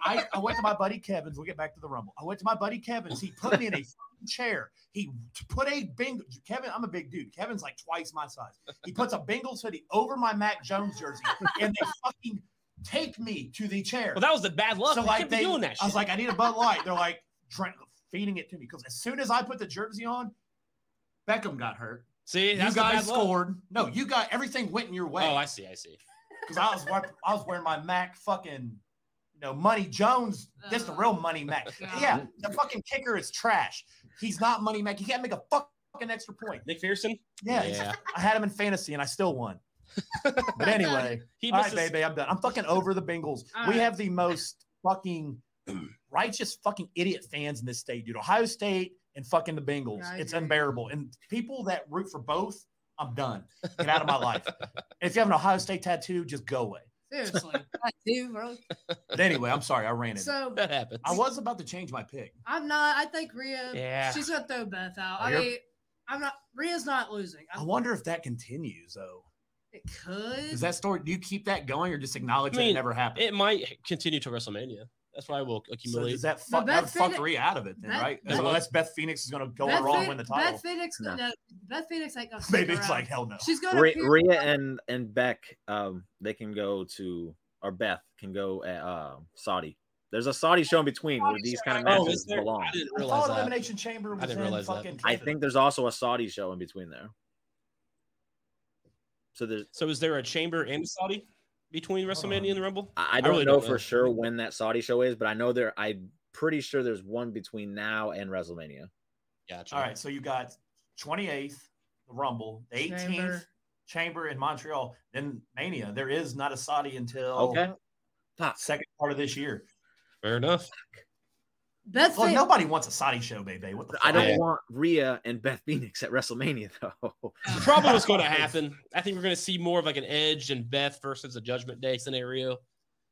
D: I, I went to my buddy Kevin's. We'll get back to the rumble. I went to my buddy Kevin's. He put me in a fucking chair. He put a Bengals. Kevin, I'm a big dude. Kevin's like twice my size. He puts a Bengals hoodie over my Mac Jones jersey, and they fucking take me to the chair.
A: Well, that was the bad luck.
D: so
A: I
D: like
A: kept
D: they,
A: doing that. Shit.
D: I was like, I need a Bud Light. They're like drink, feeding it to me because as soon as I put the jersey on, Beckham got hurt.
A: see,
D: you
A: that's the
D: guys
A: bad luck.
D: scored. No, you got everything went in your way
A: Oh, I see. I see.
D: because I was wearing, I was wearing my Mac fucking, you know, Money Jones. That's the real Money Mac.
B: Uh,
D: Yeah, the fucking kicker is trash. He's not Money Mac. He can't make a fucking extra point.
A: Nick Pearson.
D: Yeah, I had him in fantasy and I still won. But anyway,
A: He
D: all
A: misses.
D: right, baby, I'm done. I'm fucking over the Bengals.
B: All right.
D: we have the most fucking righteous fucking idiot fans in this state, dude. Ohio State and fucking the Bengals.
B: Yeah, I
D: it's
B: agree.
D: unbearable. And people that root for both, I'm done. Get out of my life. if you have an Ohio State tattoo, just go away.
B: seriously, I do, bro.
D: But anyway, I'm sorry, I ran it.
B: So
A: That happens.
D: I was about to change my pick.
B: I'm not. I think Rhea.
A: Yeah.
B: She's gonna throw Beth out.
D: Oh,
B: I
D: you're-
B: mean, I'm not. Rhea's not losing. I,
D: I wonder if that continues though.
B: it could.
D: Is that story? Do you keep that going or just acknowledge
A: I
D: that it
A: mean,
D: never happened?
A: It might continue to WrestleMania. That's why I will
D: so
A: accumulate.
D: does that fuck
B: Beth
D: that would fuck
B: Phoenix-
D: three out of it then,
B: Beth-
D: right?
A: Beth-
D: Unless Beth Phoenix is gonna go
B: Beth,
D: wrong
B: Phe-
D: and win the title.
B: Beth Phoenix.
C: No.
B: No. Beth Phoenix ain't gonna.
D: Maybe
B: stick
D: it's
B: around.
D: like hell no.
B: she's gonna.
C: Rhea,
B: appear-
C: Rhea and and Beck, um, they can go to or Beth can go at uh, Saudi. There's a Saudi show in between where
A: Saudi
C: these
A: show,
C: kind of
A: I- oh,
C: matches
A: is there?
C: belong.
A: I didn't
D: I
A: realize
D: thought
A: that.
D: Elimination Chamber was
A: didn't
D: in
A: realize that.
D: fucking
C: I
D: Canada.
C: think there's also a Saudi show in between there. So there's
A: So is there a chamber and Saudi
C: Oh.
A: between WrestleMania and the Rumble?
C: I I don't
A: really
C: know
A: don't
C: for
A: know.
C: sure when that Saudi show is, but I know there I'm pretty sure there's one between now and WrestleMania.
A: Gotcha.
D: all right. So you got 28th, the Rumble, the 18th, Chamber,
B: Chamber.
D: in Montreal, then Mania. There is not a Saudi until
A: Oh.
C: Okay.
D: second part of this year.
A: Fair enough.
B: Beth.
D: Well,
B: Phoenix-
D: Oh, nobody wants a Saudi show, baby. What the
C: I don't
A: Yeah.
C: want Rhea and Beth Phoenix at WrestleMania though.
A: Probably what's going to happen. I think we're going to see more of like an Edge and Beth versus a Judgment Day scenario.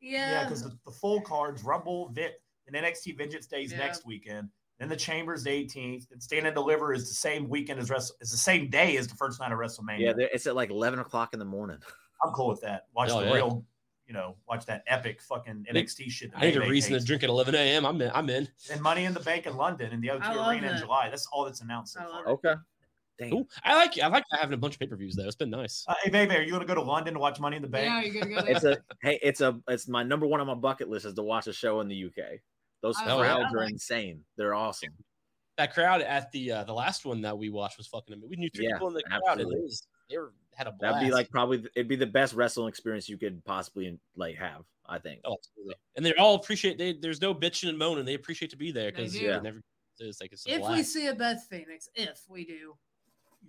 D: Yeah,
B: Yeah.
D: because the, the full cards, Rumble, Vit, and NXT Vengeance Days
B: Yeah.
D: next weekend. Then the Chambers the 18th, and Stand and Deliver is the same weekend as Wrestle. Is the same day as the first night of WrestleMania.
C: Yeah, there- it's at like eleven o'clock in the morning.
D: I'm cool with that. Watch
A: Hell
D: the
A: Oh, yeah.
D: real, you know, watch that epic fucking NXT shit. that
A: I need a
D: Bay Bay
A: reason to
D: hates.
A: drink at 11 a.m. I'm in. I'm in.
D: And Money in the Bank in London in the O2
B: I love
D: Arena in
B: that.
D: July. That's all that's announced. So
B: I
D: far.
B: love
C: Okay. Damn.
A: Ooh, I like I like having a bunch of pay per views though. It's been nice.
D: Uh, hey, baby, are you going to go to London to watch Money in the
B: Yeah,
D: Bank?
B: you're gonna go there.
C: It's a hey, it's a it's my number one on my bucket list is to watch a show in the UK. Those
B: I
A: like-
C: crowds
B: I
C: are
B: like-
C: insane. They're awesome.
A: That crowd at the uh, the last one that we watched was fucking amazing. We knew three
C: Yeah,
A: people in the crowd, and
C: absolutely.
A: it was, they were had a blast.
C: That'd be like probably it'd be the best wrestling experience you could possibly like have. I think.
A: Oh, absolutely. And they all appreciate. They, there's no bitching and moaning. They appreciate to be there because
B: They
A: yeah,
C: do.
A: never. It's like it's a
B: If we
A: blast.
B: see a Beth Phoenix, if we do,
D: You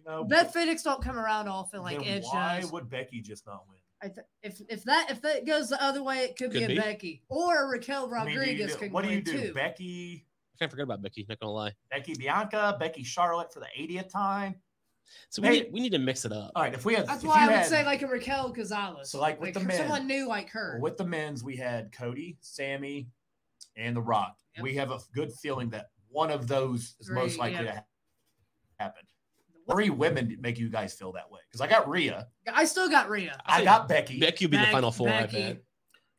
D: know,
B: Beth Phoenix don't come around often like
D: Oh. then
B: Edge
D: why
B: does.
D: would Becky just not win?
B: I th- if if that if that goes the other way, it could, be
A: Could
B: a
A: be.
B: Becky or a Raquel
D: I mean, do you
B: Rodriguez.
D: do-
B: could
D: what do you
B: win,
D: do?
B: Too.
D: Becky,
A: I kind of forgot about Becky. Not gonna lie.
D: Becky Bianca, Becky Charlotte for the 80th time.
A: So we,
D: Hey.
A: need, we need to mix it up.
D: All right, if we had,
B: That's
D: if
B: why I
D: you
B: would
D: had-
B: say like a Raquel Gonzalez.
D: So, like, with the men-
B: someone new like her.
D: with the men's, we had Cody, Sammy, and The Rock.
B: Yep.
D: We have a good feeling that one of those is most
B: Three,
D: likely
B: yeah.
D: to ha- happen. Three women make you guys feel that way because I got Rhea,
B: I still got Rhea.
D: I,
A: think
D: got Becky,
A: Becky would be in the
B: Beck-
A: final four.
B: Becky.
A: I bet.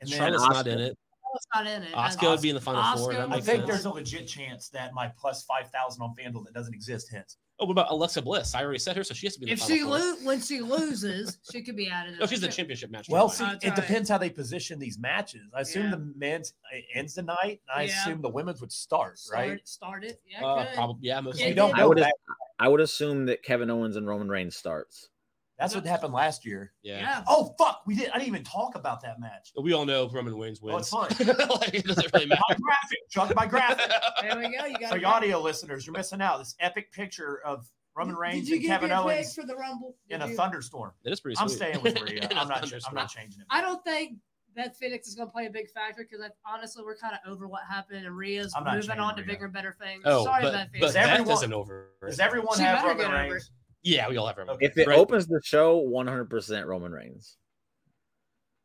D: and then
A: Charlotte's not in
C: Asuka.
A: it.
B: It's not in it.
A: Asuka would be in the final four.
B: Asuka
A: That
D: I
A: makes
D: think
A: sense.
D: there's a legit chance that my plus five thousand on FanDuel that doesn't exist hits.
A: Oh, what about Alexa Bliss? I already said her, so she has to be in the
B: if
A: final
B: she
A: four.
B: lo- when she loses, she could be added.
D: Oh,
A: No, she's the championship match.
D: Well,
A: Never
D: see,
A: mind.
B: That's
D: it
B: right.
D: depends how they position these matches. I assume
B: Yeah.
D: the men's it ends tonight, and I
B: Yeah.
D: assume the women's would start,
B: Start,
D: right?
B: start it. Yeah,
A: Uh,
B: good.
A: probably, yeah, most
B: Yeah,
D: We
A: likely.
B: it
D: don't
B: did.
C: I
D: know
C: would
D: that.
C: I would assume that Kevin Owens and Roman Reigns starts.
D: That's what happened last year.
A: Yeah.
B: yeah.
D: Oh fuck, we did. I didn't even talk about that match.
A: We all know Roman Reigns
D: Well,
A: wins.
D: it's fine.
A: like, it doesn't really matter.
D: my graphic, Chuck. My graphic.
B: There we go. You got
D: For
B: it.
D: the audio listeners, you're missing out. This epic picture of Roman
B: Did-
D: Reigns
B: Did you
D: and
B: give
D: Kevin
B: your pick
D: Owens
B: for the Rumble?
D: in
B: Did
D: a
B: you-
D: thunderstorm.
A: That is pretty sweet.
D: I'm staying with Rhea.
A: In a
D: I'm not. ch- I'm
A: thunderstorm.
D: not changing it.
B: I don't think Beth Phoenix is going to play a big factor because honestly, we're kind of over what happened, and Rhea's
D: I'm not
B: moving
D: changing
B: on to
D: Rhea.
B: bigger and better things.
A: Oh,
B: Sorry,
A: but,
B: Beth
A: but
B: Phoenix.
D: Does
A: that
D: everyone-
A: doesn't over.
D: Does everyone
B: She
D: have
B: better
D: Roman
B: get over
D: Reigns?
A: Yeah, we all have Roman.
D: Okay.
C: If it
A: Right.
C: opens the show, 100% Roman Reigns.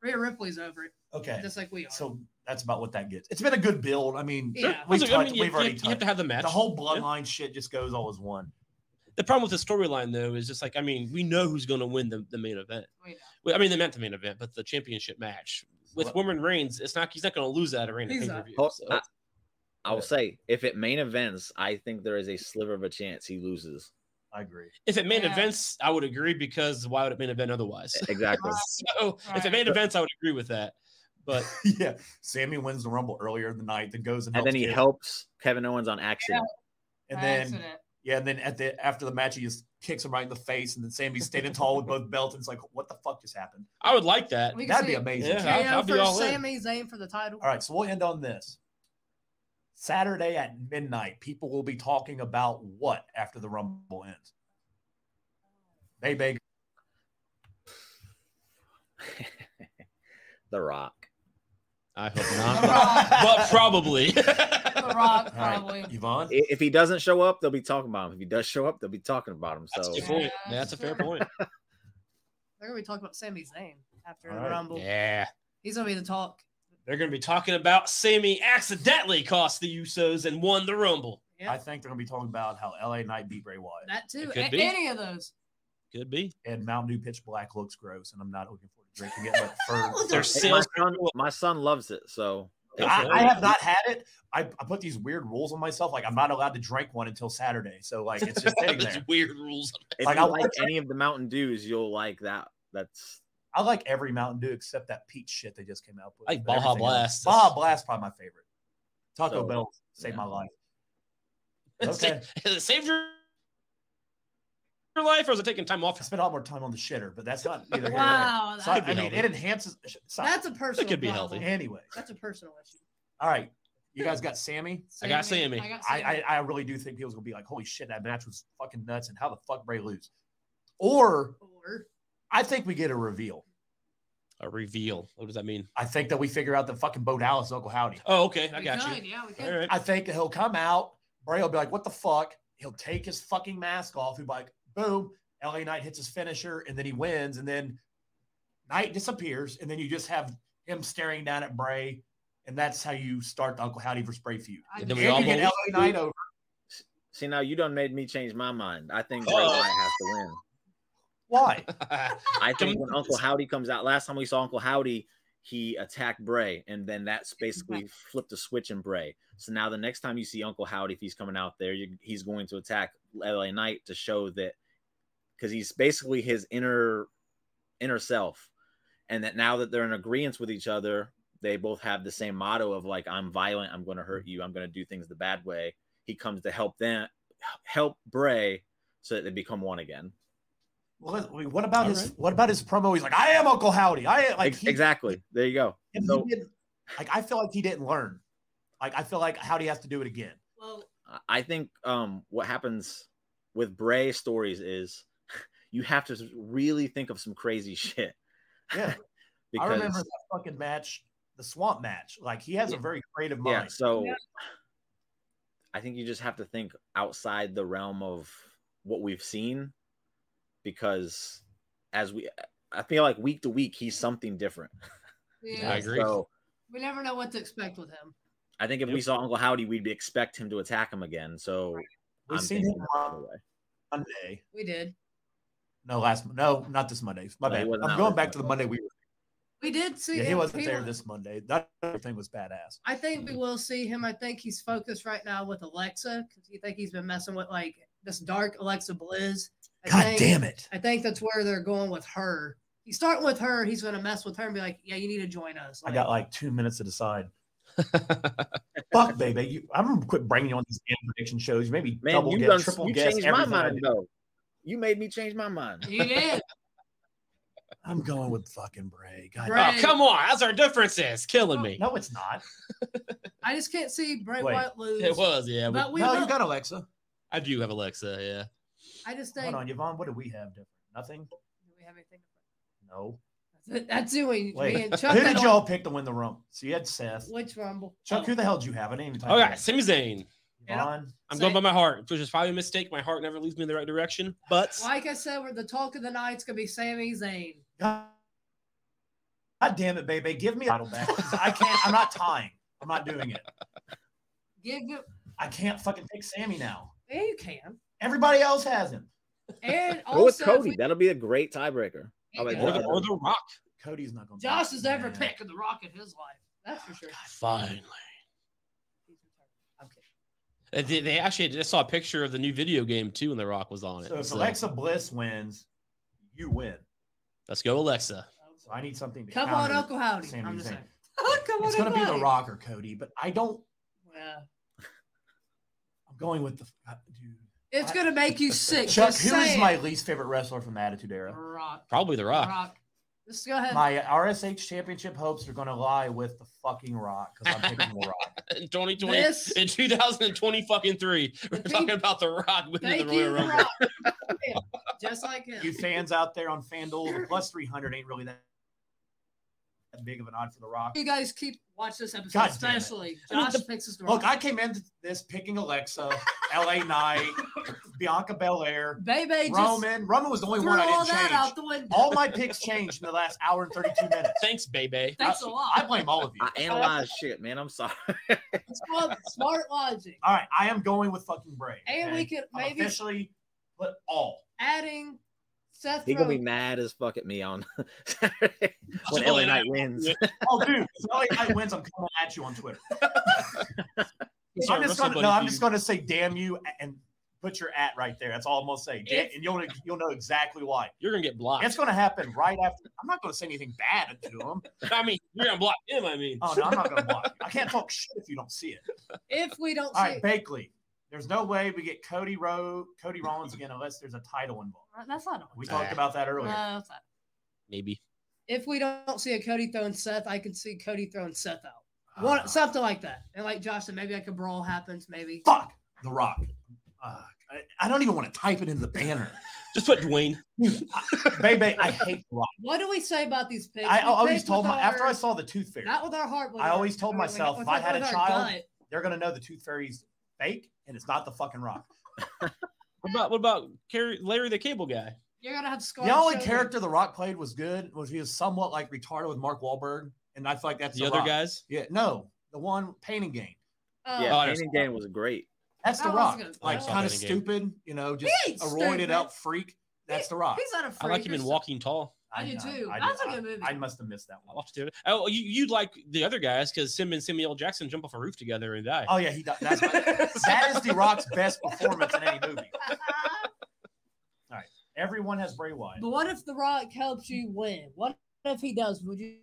B: Rhea Ripley's over it,
D: Okay,
B: just like we are.
D: so that's about what that gets. It's been a good build. I mean,
B: Yeah.
D: we
A: Also,
D: touched,
A: I mean, you,
D: we've
A: you
D: already
A: have, you have
D: touched.
A: to have the match.
D: The whole bloodline shit just goes all as one.
A: The problem with the storyline, though, is just like, I mean, we know who's going to win the, the main event.
B: We know.
A: Well, I mean, they meant the main event, but the championship match. With
D: Well-
A: Roman Reigns, it's not he's not going to lose that arena
B: He's
A: pay
B: not.
A: per view.
C: Oh,
A: So.
C: I, I will say, if it main events, I think there is a sliver of a chance he loses.
D: I agree.
A: if it main
B: Yeah.
A: events, I would agree because why would it main event otherwise?
C: Exactly.
A: so if it
B: Right.
A: main events, I would agree with that. But
D: yeah, Sammy wins the Rumble earlier in the night, then goes and,
C: And then he
D: Kid.
C: helps Kevin Owens on accident.
D: and
B: By
D: then
B: accident.
D: yeah, and then at the after the match, he just kicks him right in the face, and then Sammy's standing tall with both belts, and it's like, what the fuck just happened?
A: I would like that.
B: We can
D: That'd
B: see
D: be
B: it.
D: amazing.
A: Yeah. I'll-
B: KO
A: I'll be
B: for
A: all in.
B: Sami Zayn for the title.
D: All right, so we'll end on this. Saturday at midnight, people will be talking about what after the Rumble ends. Bay Bay
C: The Rock.
A: I
B: The
A: hope not,
B: Rock,
A: but probably.
B: The Rock,
D: All right,
B: probably.
D: Yvonne.
C: I- If he doesn't show up, they'll be talking about him. If he does show up, they'll be talking about him.
A: That's a
C: So
A: good point.
B: Yeah,
A: That's a fair
B: sure.
A: point.
B: They're gonna be talking about Sami Zayn after
D: All
B: the
D: right.
B: Rumble.
A: Yeah.
B: He's gonna be the talk.
A: They're going to be talking about Sammy accidentally cost the Usos and won the Rumble.
B: Yeah,
D: I think they're gonna be talking about how LA Knight beat Bray Wyatt
B: that
A: It
B: too.
A: could
B: A-
A: be.
B: any of those.
A: Could be.
D: and Mountain Dew Pitch Black looks gross, and I'm not looking forward to drinking it. But for,
A: Their
C: Hey, my,
A: sales. Ah,
C: son, my son loves it. So
D: I, I have not had it. I, I put these weird rules on myself, like I'm not allowed to drink one until Saturday. So like it's just sitting
A: There's
D: there.
A: weird rules.
C: if
D: Like,
C: you
D: I
C: like
D: want-
C: any of the Mountain Dews, you'll like that. That's
D: I like every Mountain Dew except that peach shit they just came out with.
A: I like
D: but
A: Baja
D: everything else-
A: Blast.
D: Baja Blast probably my favorite. Taco
C: So,
D: Bell saved my
C: yeah.
D: life. Okay.
A: It saved your, your life, or is it taking time
D: I
A: off?
D: spent a lot more time on the shitter, but that's not either. here nor there.
B: Wow,
D: So, I
B: that-
A: Could be
D: I mean,
A: healthy.
D: it enhances. so-
B: that's a personal.
A: could be
B: problem.
A: healthy.
D: anyway.
B: That's a personal issue.
D: All right, you guys got Sammy.
A: I got Sammy.
B: got
D: I,
B: Sammy.
D: I I really do think people's gonna be like, holy shit, that match was fucking nuts, and how the fuck Bray lose? Or
B: Or-
D: I think we get a reveal.
A: A reveal. What does that mean?
D: I think that we figure out that fucking Bo Dallas, Uncle Howdy.
A: Oh, okay. I
B: we
A: got
B: could,
A: you.
B: Yeah, we
A: All
B: could.
A: right.
D: I think he'll come out. Bray will be like, what the fuck? He'll take his fucking mask off. He'll be like, boom. LA Knight hits his finisher, and then he wins. And then Knight disappears, and then you just have him staring down at Bray, and that's how you start the Uncle Howdy versus Bray feud.
B: I
A: And then
B: do.
A: we
D: and
A: all
D: you get
A: move.
D: LA Knight over.
C: see now you done made me change my mind. I think Bray
A: Oh.
C: Wyatt has to win.
D: Why?
C: I think
A: Come
C: when
A: on.
C: Uncle Howdy comes out, last time we saw Uncle Howdy, he attacked Bray, and then that's basically flipped a switch in Bray. So now the next time you see Uncle Howdy, if he's coming out there, you, he's going to attack LA Knight to show that because he's basically his inner inner self, and that now that they're in agreement with each other, they both have the same motto of like I'm violent, I'm going to hurt you, I'm going to do things the bad way. He comes to help them, help Bray, so that they become one again.
D: Well, let- wait, what about
A: All
D: his?
A: right.
D: What about his promo? He's like, I am Uncle Howdy. I am like
C: Ex-
D: he-
C: exactly. There you go.
D: and he
C: So-
D: didn't- like I feel like he didn't learn. Like I feel like Howdy has to do it again.
B: Well,
C: I- I think um, what happens with Bray stories is you have to really think of some crazy shit.
D: Yeah.
C: because
D: I remember that fucking match, the swamp match. Like he has a very creative
C: yeah,
D: mind.
C: so
B: Yeah.
C: I think you just have to think outside the realm of what we've seen because as we I feel like week to week he's something different.
A: I
B: yeah,
A: agree.
C: So
B: we never know what to expect with him.
C: I think if we
A: Yep.
C: saw Uncle Howdy, we'd expect him to attack him again. So I'm
D: We've seen
C: thinking
D: him
C: that's the
D: on
C: way.
D: Monday.
B: We did.
D: No, last no, not this Monday. My
C: No, he
D: bad.
C: wasn't
D: I'm
C: out
D: going
C: this
D: back to the Monday we were.
B: We did see.
D: Yeah, he
B: him.
D: wasn't there
B: wa-
D: this Monday. That thing was badass.
B: I think we will see him. I think he's focused right now with Alexa because you think he's been messing with like this dark Alexa Bliss. I
D: God
B: think,
D: damn it.
B: I think that's where they're going with her. He's starting with her. He's gonna mess with her and be like, "Yeah, you need to join us."
D: I got like two minutes to decide. Fuck, baby. You, I'm gonna quit bringing you on these damn prediction shows. You maybe
C: Man,
D: double
C: you,
D: guess,
C: done,
D: triple
C: you
D: guess
C: changed my
D: everything. I
C: mind
D: do.
C: though. You made me change my mind.
B: you did.
D: I'm going with fucking Bray. God,
B: Bray.
A: Oh, come on. That's our differences. Killing me.
D: no, it's not.
B: I just can't see Bray
D: Wait.
B: Wyatt lose.
A: It was, yeah. But
B: but we
D: no,
B: will.
D: you got Alexa.
A: I do have Alexa, yeah.
B: I just think.
D: Hold on, Yvonne. What do we have different? Nothing.
B: Do we have anything?
D: No.
B: That's it. That's doing. Me
D: Wait.
B: and Chuck
D: who
B: had
D: did
B: on-
D: y'all pick to win the rumble? So you had Seth.
B: Which Rumble?
D: Chuck,
B: Oh.
D: who the hell did you have? I didn't even talk.
A: Okay, Sami Zayn.
B: Yeah.
D: Yvonne.
A: I'm
B: Zayn.
A: going by my heart, which is probably a mistake. My heart never leads me in the right direction. But
B: Like I said, we're the talk of the night's gonna be Sami Zayn.
D: God, God damn it, baby. Give me a title back. 'cause I can't. I'm not tying. I'm not doing it.
B: Give him.
D: I can't fucking pick Sammy now.
B: Yeah, you can.
D: Everybody else has him.
B: And
C: Go with
B: also, if
C: Cody.
B: we-
C: That'll be a great tiebreaker. I like
A: or the, or the Rock.
D: Cody's not going.
B: Josh is ever picking the Rock in his life. That's for sure.
A: Finally.
B: I'm kidding.
A: They, they actually just saw a picture of the new video game too, and the Rock was on it.
D: So if
A: So,
D: Alexa Bliss wins, you win.
A: let's go, Alexa.
D: So I need something to
B: Come on,
D: counter
B: Uncle Howdy.
D: Sami
B: I'm just
D: Zayn.
B: saying. Come on,
D: It's gonna
B: Uncle
D: be the
B: Howdy.
D: Rock or Cody, but I don't.
B: Yeah.
D: I'm going with the God, dude.
B: It's gonna make you sick.
D: Chuck,
B: just
D: who is
B: saying.
D: my least favorite wrestler from the Attitude Era?
B: Rock?
A: Probably the Rock.
B: Rock. Let's go ahead.
D: My RSH championship hopes are going to lie with the fucking Rock because I'm picking The Rock.
A: In 2020,
B: This-
A: in 2020 fucking three, we're
B: The
A: talking
B: peop-
A: about the Rock winning the
B: Thank
A: Royal
B: you, The
A: Rumble.
B: Rock. Yeah, Just like him.
D: You fans out there on FanDuel, the plus 300 ain't really that that big of an odd for The Rock.
B: you guys keep watch this episode,
D: God damn it.
B: especially
D: I mean,
B: Josh
D: the-
B: picks his
D: Look, I came into this picking Alexa, LA Knight, Bianca Belair,
B: Bebe just
D: Roman. Roman was the only
B: threw
D: one I
B: all
D: didn't
B: that out
D: change.
B: the window.
D: All my picks changed in the last hour and 32 minutes.
A: Thanks, baby.
B: Thanks a lot.
D: I blame all of you.
C: I analyze shit, man. I'm sorry.
B: smart, smart logic.
D: All right, I am going with fucking Bray.
B: And
D: okay?
B: we could
D: I'm
B: maybe
D: officially put all.
B: adding Seth
C: He gonna be
B: Rollins.
C: mad as fuck at me on Saturday when
A: Oh,
C: LA
A: yeah.
C: Knight wins.
D: Oh, dude, if LA Knight wins, I'm coming at you on Twitter. I'm just
A: Sorry,
D: gonna, no, I'm
A: WrestleBuddy
D: just gonna say damn you and put your at right there. That's all I'm gonna say. Da-
B: If-
D: and you'll you'll know exactly why.
A: You're gonna get blocked.
D: It's gonna happen right after. I'm not gonna say anything bad to him.
A: I mean, you're gonna block him. I mean,
D: Oh no, I'm not gonna block. you. I can't talk shit if you don't see it.
B: If we don't
D: All
B: see,
D: right, Bakley. There's no way we get Cody Rowe, Cody Rollins again unless there's a title involved.
B: that's not on.
D: We talked about that earlier.
B: No, that's not.
A: maybe.
B: If we don't see a Cody throwing Seth, I can see Cody throwing Seth out. One,
D: Ah.
B: something like that. And like Josh said, maybe like a brawl happens. Maybe
D: fuck The Rock. Uh, I, I don't even want to type it in the banner.
A: Just put Dwayne.
D: Baby, I hate The Rock.
B: what do we say about these picks?
D: I
B: We
D: always
B: pick
D: told
B: with
D: my after
B: our-
D: I saw the Tooth Fairy.
B: not with our heart. with
D: I
B: our-
D: always told
B: with our-
D: myself,
B: with
D: if I had a
B: our
D: child,
B: gut.
D: they're gonna know the tooth fairy's fake and it's not the fucking rock.
A: What about what about Carrie, Larry the Cable Guy?
B: you're gonna have scars.
D: The only
B: showing.
D: character the rock played was good was he was somewhat like retarded with Mark Wahlberg, and I feel like that's
A: The other
D: Rock.
A: guys.
D: Yeah, no, the one painting game.
B: Oh,
C: Yeah,
A: I
C: painting
A: understand.
C: game was great.
D: That's the
B: That was
D: rock.
B: good.
D: Like
B: Oh, I
A: saw
D: kind of
A: Painting Game.
D: stupid, you know, just
B: He ain't
D: a roided
B: stupid.
D: out freak. That's the rock.
B: He's not a freak.
A: I like him
B: or
A: in
B: something.
A: Walking Tall.
B: I do too.
D: I-
B: That's a
D: I-
B: good movie.
D: I must have missed that
A: I
D: one.
A: watched it. Oh, you you like the other guys because Sim and Samuel L. Jackson jump off a roof together and die.
D: Oh yeah, he. di- That's my, that is the Rock's best performance in any movie. Everyone has Bray Wyatt.
B: but what if The Rock helps you win? What if he does? Would you,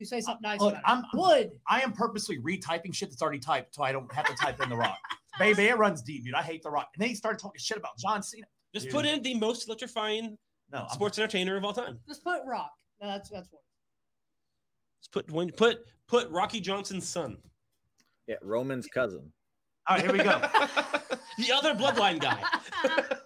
B: you say something nice
D: Look,
B: about
D: Oh, I'm-
B: him? Would.
D: I am purposely retyping shit that's already typed so I don't have to type in The Rock. Baby, it runs deep, dude. I hate The Rock. And then he started talking shit about John Cena.
A: Just
D: Dude.
A: put in the most electrifying
D: No, I'm-
A: Sports entertainer of all time.
B: Just put Rock. No, that's that's one.
A: Let's put Dwayne, put put Rocky Johnson's son.
C: Yeah, Roman's cousin.
D: All right, here we go.
A: the other bloodline guy.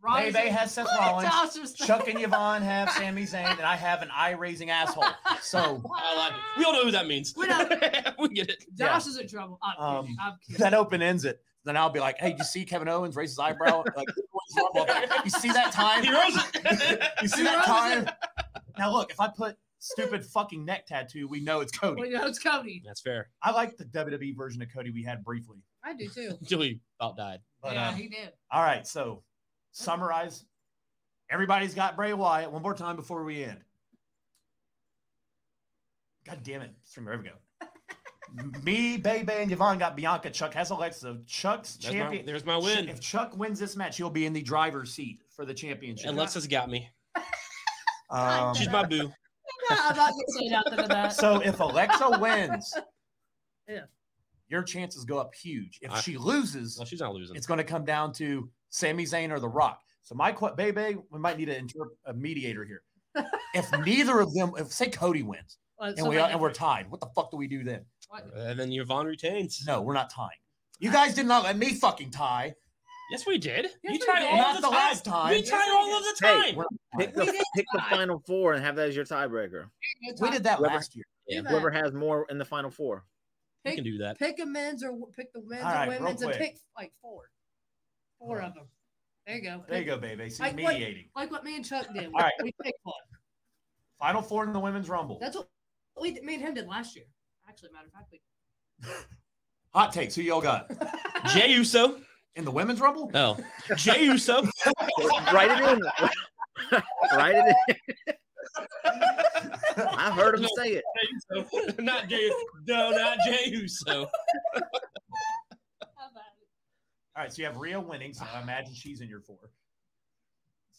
B: Rock
D: Bebe has Seth Rollins.
B: awesome stuff.
D: Chuck and Yvonne have Sami Zayn, and I have an eye-raising asshole. So
A: I like it. We all know who that means.
B: We know.
A: we get it.
B: Josh is in trouble. I'm kidding.
D: Um,
B: I'm kidding.
D: that open ends it. Then I'll be like, "Hey, you see Kevin Owens raise his eyebrow? Like, you see that time?
A: He rose it.
D: You see that time? Now look, if I put stupid fucking neck tattoo, we know it's
B: Well,
D: Cody.
B: you know, it's Cody.
A: That's fair.
D: I like the WWE version of Cody we had briefly.
B: I do too.
A: Until he about died.
D: But
B: yeah,
D: um,
B: he did.
D: all right, so summarize. Everybody's got Bray Wyatt. One more time before we end. God damn it, streamer. Here we go. Me, Bebe, and Yvonne got Bianca. Chuck has Alexa. Chuck's
A: There's my,
D: champion.
A: there's my win.
D: If Chuck wins this match, he'll be in the driver's seat for the championship.
A: Alexa's got me.
D: Um,
A: She's my boo.
B: No, I'm not gonna say nothing to that.
D: so if Alexa wins,
B: Yeah.
D: your chances go up huge. If
A: I-
D: she loses,
A: Well, she's not losing.
D: it's going to come down to Sami Zayn or The Rock. So my qu- baby, we might need an interp- a mediator here. If neither of them, if say Cody wins
B: Well,
D: and we
B: somebody-
D: are, and we're tied, what the fuck do we do then?
B: what-
A: And then Yvonne retains.
D: No, we're not tying. You guys did not let me fucking tie.
A: Yes, we did.
B: Yes,
A: you
B: we
A: tried
B: did.
A: all
D: Not
A: of
D: the
A: the, time.
D: last time.
A: We
D: Yes,
A: tried
B: we
A: all
B: did.
A: of the
C: Hey,
A: time.
D: We're not
C: Pick
D: tying.
C: the,
B: We did
C: pick the
B: tie.
C: final four and have that as your tiebreaker.
D: We did that
C: Whoever-
D: last year.
B: Do that.
C: Whoever has more in the final four.
A: we can do that.
B: pick a men's or w- pick the men's
D: All right,
B: or
D: real
B: women's and
D: quick.
B: pick like four, four
D: Hold
B: of them. There you go.
D: There you go, baby. See,
B: Like what-
D: mediating.
B: Like what me and Chuck did.
D: All right.
B: we picked one.
D: Final four in the women's rumble.
B: That's what we me and him did last year. Actually, matter of fact, we
D: Hot takes. Who y'all got
A: Jey Uso.
D: in the women's rumble?
A: Oh, Jey Uso.
C: Write it in. Write it in. I heard him say it.
A: Jey Uso. not Jey. No, not Jey Uso.
D: All right, so you have Rhea winning, so I imagine she's in your four.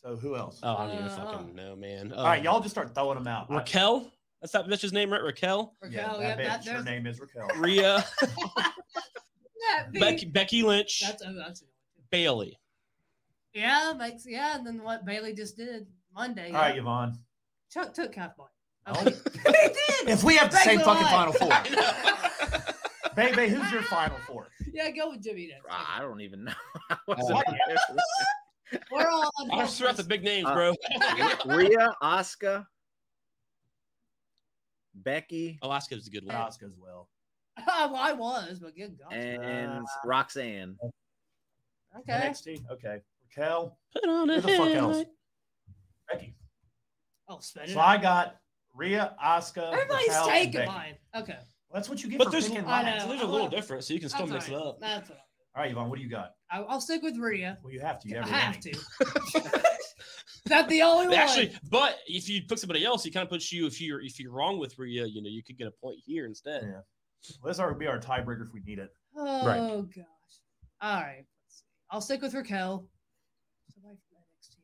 D: So who else?
A: Oh, I don't even
B: Uh.
A: fucking know, man. Um,
D: All right, y'all just start throwing them out. I-
A: Raquel. That's that bitch's name, right? Raquel.
D: yeah,
B: Raquel,
D: that
B: yeah,
D: bitch,
B: that,
D: her
B: there's
D: name is Raquel.
A: Rhea.
B: that big-
A: Becky, Becky Lynch.
B: That's oh, that's the only two.
A: Bailey.
B: Yeah, makes yeah, and then what Bailey just did Monday.
D: All right,
B: yeah.
D: Yvonne.
B: Chuck took half point.
D: No.
B: Okay. he did.
D: If we have the same
B: Baby,
D: fucking
B: what?
D: final four,
A: I
D: baby, who's your final four?
B: Yeah, go with Jimmy. Then.
C: I don't even know. I wasn't
D: Why?
C: there for that.
B: We're all on
A: will just throw out the big names, bro.
C: Rhea, Oscar, Becky,
A: Alaska is a good
D: But
A: one.
D: Oscar as well.
B: Oh, well, I was, but good
A: Oh.
B: God.
C: and Roxanne.
B: okay.
D: NXT. Okay. Raquel.
A: Put on
D: Who
A: a
D: the fuck
A: headlight.
D: else? Becky.
B: Oh, spin it.
D: So I got Rhea, Oscar.
B: Everybody's
D: Raquel, and
B: taking
D: Becky.
B: mine. Okay.
D: Well, that's what you get
A: But
D: for
A: there's,
D: picking
B: I
D: lines.
B: know.
A: there's a little difference, so you can still mix
B: That's
A: it
B: all right.
A: up.
B: That's all right.
D: All right, Yvonne, what do you got?
B: I, I'll stick with Rhea.
D: Well, you have to. You
B: I
D: have,
B: have
D: to.
B: to. That's the only one.
A: Actually, but if you pick somebody else, he kind of puts you. If you're if you're wrong with Rhea, you know you could get a point here instead.
D: Yeah. Well, this would be our tiebreaker if we need it.
B: oh
A: Right.
B: gosh. All right. Let's see. I'll stick with Raquel. Somebody from NXT.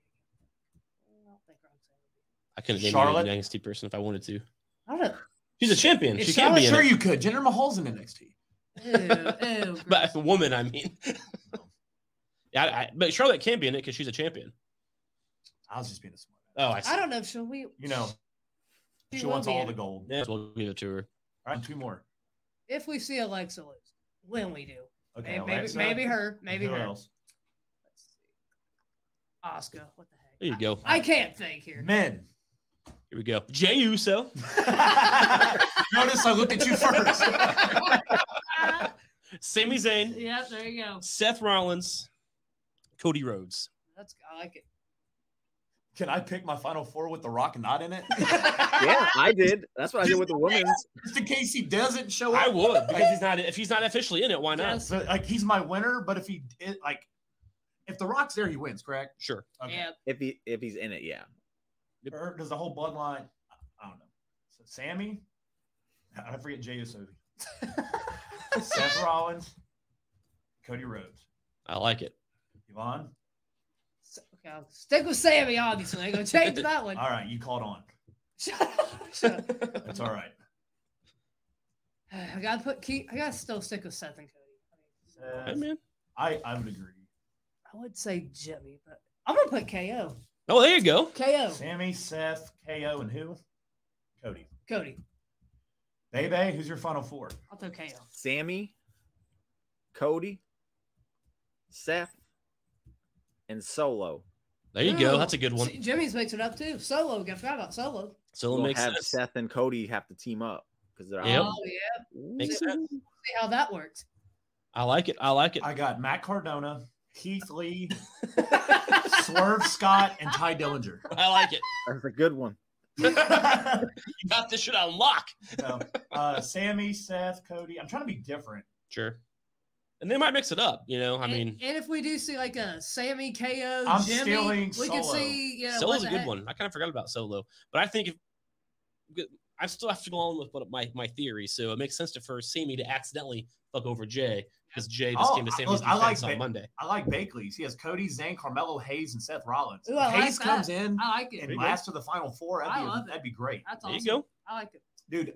B: I don't think Roxanne would
A: I couldn't name
D: Charlotte?
A: Charlotte. an NXT person if I wanted to.
B: be- I don't know.
A: She's a champion.
D: If
A: she can't be in
D: sure
A: it.
D: you could. Jinder Mahal's in NXT.
B: Ew, ew,
A: But
B: gross.
A: a woman, I mean. yeah, I, I, but Charlotte can be in it because she's a champion.
D: I was just being a smart.
A: Oh, I see.
B: I don't know if she'll we
D: You know, she,
B: She will
D: wants
B: be
D: all
B: in
D: the
B: it.
D: gold.
A: May as well give it to her.
D: All right, two more.
B: if we see Alexa lose. When we do.
D: Okay,
B: maybe
D: Alexa,
B: maybe her.
D: and
B: Maybe
D: who
B: her.
D: else?
B: Let's see. Oscar, what the heck?
A: There you go.
B: I, I can't think here.
D: Men.
A: Here we go. Jey Uso.
D: Notice I looked at you first.
B: Ah,
A: Sami Zayn,
B: yep, there you go.
A: Seth Rollins, Cody Rhodes.
B: That's I like it.
D: Can I pick my final four with the Rock not in it?
C: Yeah, I did. That's what I did with the women's.
D: Just in case he doesn't show
A: I
D: up.
A: would because he's not if he's not officially in it. Why not?
B: Yes.
D: So, like he's my winner, but if he it, like, if the Rock's there, he wins. Correct.
A: Sure.
B: Yeah,
C: If he if he's in it, yeah.
D: Or does the whole bloodline? I don't know. So Sammy, I forget Jey Uso, Seth Rollins, Cody Rhodes,
A: I like it.
D: Yvonne.
B: So- okay, I'll stick with Sammy, obviously. I'm gonna change that one.
D: All right, you called on.
B: Shut up, shut up.
D: That's all right.
B: I gotta put keep, I gotta still stick with Seth and Cody.
D: Uh,
A: Hey, man.
D: I I would agree.
B: I would say Jimmy, but I'm gonna put KO.
A: Oh, there you go.
B: KO.
D: Sammy, Seth, KO, and who? Cody.
B: Cody.
D: Bebe, who's your final four?
B: I'll throw KO.
C: Sammy, Cody, Seth, and Solo.
A: There you go. That's a good one.
B: See, Jimmy's mixing it up too. Solo. I forgot about solo.
A: So it
C: we'll
A: makes
C: have
A: sense.
C: Seth and Cody have to team up because they're
A: Yep.
B: Oh yeah.
A: Makes sense.
B: See how that works.
A: I like it. I like it.
D: I got Matt Cardona, Heath Lee, Swerve Scott, and Ty Dillinger.
A: I like it.
C: That's a good one.
A: You got this shit on lock.
D: So, uh, Sammy, Seth, Cody. I'm trying to be different.
A: Sure. And they might mix it up, you know. I
B: And-
A: mean,
B: and, if we do see like a Sammy KO,
D: I'm
B: Jimmy,
D: stealing
B: we can
D: Solo.
B: see. You know, what
A: Solo's a
B: the
A: good
B: heck-
A: one. I kind of forgot about Solo, but I think if I still have to go on with what my my theory, so it makes sense to for Sammy to accidentally fuck over Jay because Jay just
D: Oh,
A: came to
D: I-
A: Sammy's
D: look, I like
A: defense on
D: that.
A: Monday.
D: I like Bakley's. He has Cody, Zane, Carmelo, Hayes, and Seth Rollins.
B: Ooh, I like
D: Hayes
B: that.
D: comes in
B: I like
D: and
B: it.
D: last to the final four. That'd
B: I
D: be,
B: love it.
D: that'd be great.
B: That's
A: There
B: awesome.
A: you go.
B: I like it.
D: dude,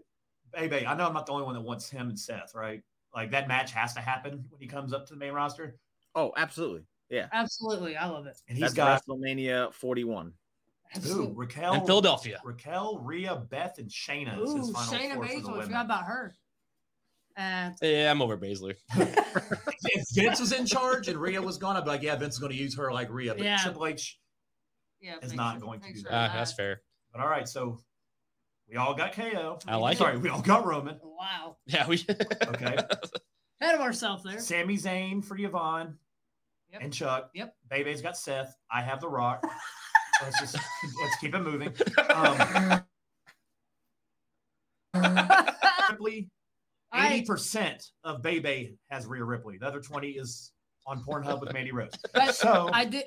D: hey, babe, I know I'm not the only one that wants him and Seth, right? Like that match has to happen when he comes up to the main roster,
C: Oh, absolutely. Yeah.
B: Absolutely, I love it.
D: and
C: That's
D: he's got
C: WrestleMania 41.
D: who?
B: Absolutely.
D: Raquel,
A: And Philadelphia.
D: Raquel, Rhea, Beth, and Shayna. is his
B: Ooh,
D: final
B: Shayna
D: four for the
B: Baszler. I
D: women.
B: forgot about her. Uh,
A: Yeah, I'm over Baszler.
D: if Vince was in charge and Rhea was gone, I'd be like, yeah, Vince is going to use her like Rhea. But
B: Yeah.
D: Triple H.
B: yeah,
D: It's
B: make
D: not
B: sure-
D: going to
B: make
D: do
B: sure
D: that.
A: Uh, that's fair.
D: But all right, so we all got KO.
A: I like
D: Sorry, we all got Roman.
B: Wow,
A: Yeah, we.
D: Okay.
B: ahead of ourselves there.
D: Sami Zayn for Yvonne
B: Yep.
D: and Chuck.
B: Yep.
D: Bebe's got Seth. I have The Rock. let's just let's keep it moving. Um, Ripley, eighty
B: I,
D: percent of Bebe has Rhea Ripley. The other twenty is on Pornhub with Mandy Rose.
B: but
D: So,
B: I did.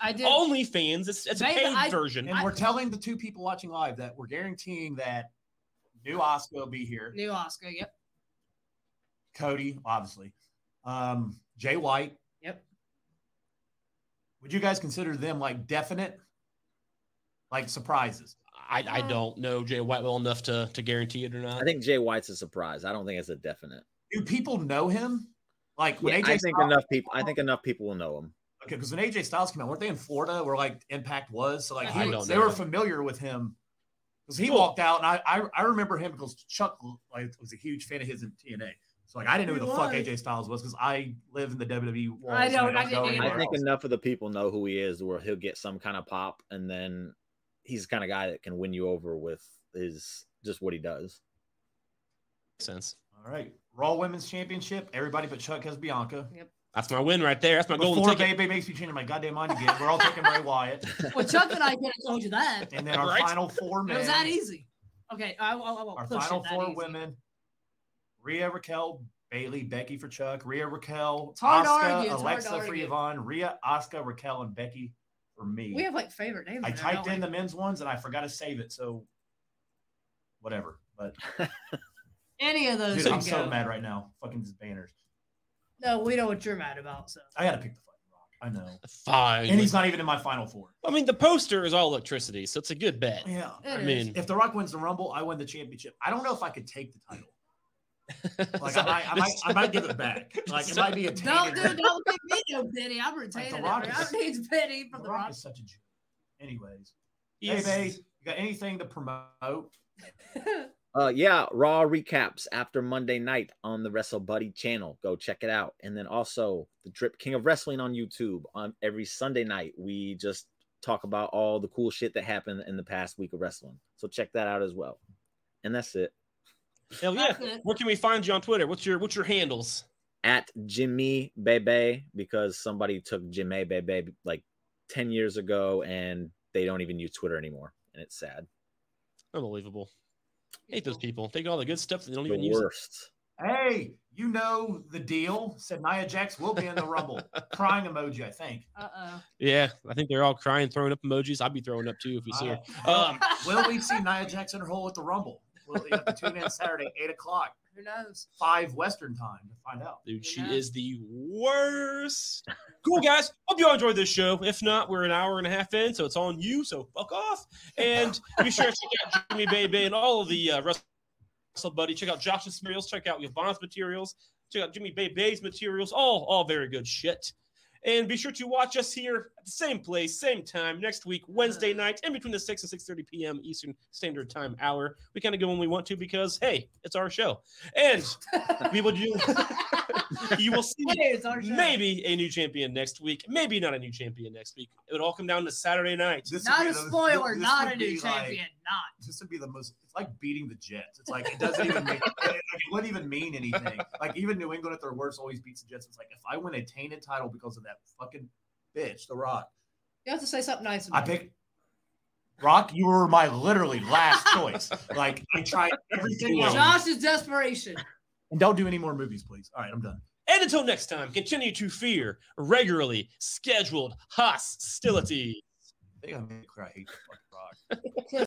B: I did.
A: Only fans. It's, it's a
B: Babe,
A: paid
B: I-
A: version.
D: and we're telling the two people watching live that we're guaranteeing that new Oscar will be here.
B: New Oscar. Yep.
D: Cody, obviously. Um, Jay White.
B: Yep.
D: Would you guys consider them like definite, like surprises?
A: I, I don't know Jay White well enough to to guarantee it or not.
C: I think Jay White's a surprise. I don't think it's a definite.
D: Do people know him? Like when
C: Yeah,
D: AJ
C: I think
D: Styles,
C: enough people. I think enough people will know him.
D: okay, because when AJ Styles came out, weren't they in Florida where like Impact was? So like
B: I
D: he-
A: don't
D: they
A: know.
D: were familiar with him because he
A: Cool.
D: walked out, and I, I I remember him because Chuck like was a huge fan of his in TNA. So like I didn't know who the fuck
B: He was.
D: AJ Styles was because I live in the E WWE. Walls
B: I
D: and
B: don't- I
D: go
B: didn't either.
D: anywhere
C: I think
D: else.
C: enough of the people know who he is where he'll get some kind of pop, and then he's the kind of guy that can win you over with his just what he does.
A: Makes sense.
D: All right, Raw Women's Championship. Everybody but Chuck has Bianca.
A: That's my win right there. That's my golden
D: Before
A: ticket.
D: Baby makes me change my goddamn mind again, we're all taking Bray Wyatt,
B: Well, Chuck and I could have told you that.
D: and then our
A: Right?
D: final four men.
B: It was that easy. Okay, I, I, I won't
D: Our
B: push
D: final
B: it that
D: four
B: easy.
D: women: Rhea, Raquel, Bailey, Becky for Chuck, Rhea, Raquel,
B: It's hard to argue, it's hard
D: Oscar,
B: to
D: Alexa for
B: argue.
D: Yvonne, Rhea, Oscar, Raquel, and Becky for me.
B: We have like favorite names.
D: I
B: right now,
D: typed in
B: don't
D: the men's ones and I forgot to save it, so whatever. But
B: we? any of those.
D: dude,
B: can
D: I'm so
B: go.
D: mad right now. Fucking these banners.
B: No, we know what you're mad about. So
D: I gotta pick the fucking rock. I know,
A: Fine.
D: and he's not even in my final four.
A: I mean, the poster is all electricity, so it's a good bet.
D: Yeah.
A: I
B: It
A: mean,
D: If The Rock wins the Rumble, I win the championship. I don't know if I could take the title. Like I
A: Sorry.
D: might, I might, I might give it back. Like it might be a
B: don't do don't give
D: tainted-
B: me no pity. I'm retaining it.
D: Rock
B: I
D: is-
B: don't need pity
D: The
B: from the
D: Rock
B: rock.
D: is such a jerk. Anyways,
A: Yes.
D: hey, babe, you got anything to promote?
A: Oh,
C: Uh, yeah, Raw recaps after Monday night on the Wrestle Buddy channel. Go check it out, and then also the Drip King of Wrestling on YouTube on every Sunday night. We just talk about all the cool shit that happened in the past week of wrestling. So check that out as well. And that's it.
A: Hell yeah.
B: That's it.
A: Where can we find you on Twitter? What's your what's your handles?
C: at Jimmy Bebe because somebody took Jimmy Bebe like 10 years ago and they don't even use Twitter anymore. And it's sad.
A: Unbelievable. Hate those people. Take all the good stuff and they don't even
C: The
A: use it.
C: worst.
D: Hey, you know the deal. Said Nia Jax will be in the Rumble. Crying emoji, I think.
B: Uh
A: Yeah, I think they're all crying, throwing up emojis. I'd be throwing up too if you see her.
D: Uh,
A: Um,
D: Will we see Nia Jax in her hole at the Rumble? We'll you have to tune in Saturday, eight o'clock,
B: Who knows?
D: five Western time to find out.
A: Dude, she
B: Yeah.
A: is the worst. Cool, guys. Hope you all enjoyed this show. If not, we're an hour and a half in, so it's on you. So fuck off. And be sure to check out Jimmy Baby and all of the uh, Wrestle Wrestle Buddy. Check out Josh's materials. Check out Yvonne's materials. Check out Jimmy Baby's materials. All, all very good shit. And be sure to watch us here at the same place, same time next week, Wednesday night, in between the 6 and 6.30 p.m. Eastern Standard Time hour. We kind of go when we want to because, hey, it's our show. And we will do, you will see
B: Hey, it's our show.
A: maybe a new champion next week, maybe not a new champion next week. It would all come down to Saturday night.
D: This
B: Not
D: would
B: a
D: be the-
B: spoiler,
D: this
B: not
D: would
B: a new
D: be like-
B: champion, not.
D: this would be the most. It's like beating the Jets. It's like it doesn't even make, it, like, it wouldn't even mean anything. Like even New England at their worst always beats the Jets. It's like if I win a tainted title because of that fucking bitch, The Rock.
B: You have to say something nice
D: I
B: about it.
D: picked Rock. You were my literally last choice. Like I tried everything else.
B: Josh's desperation.
D: And don't do any more movies, please. All right, I'm done.
A: And until next time, continue to fear regularly scheduled hostility.
D: I think I made it clear I hate the fucking Rock.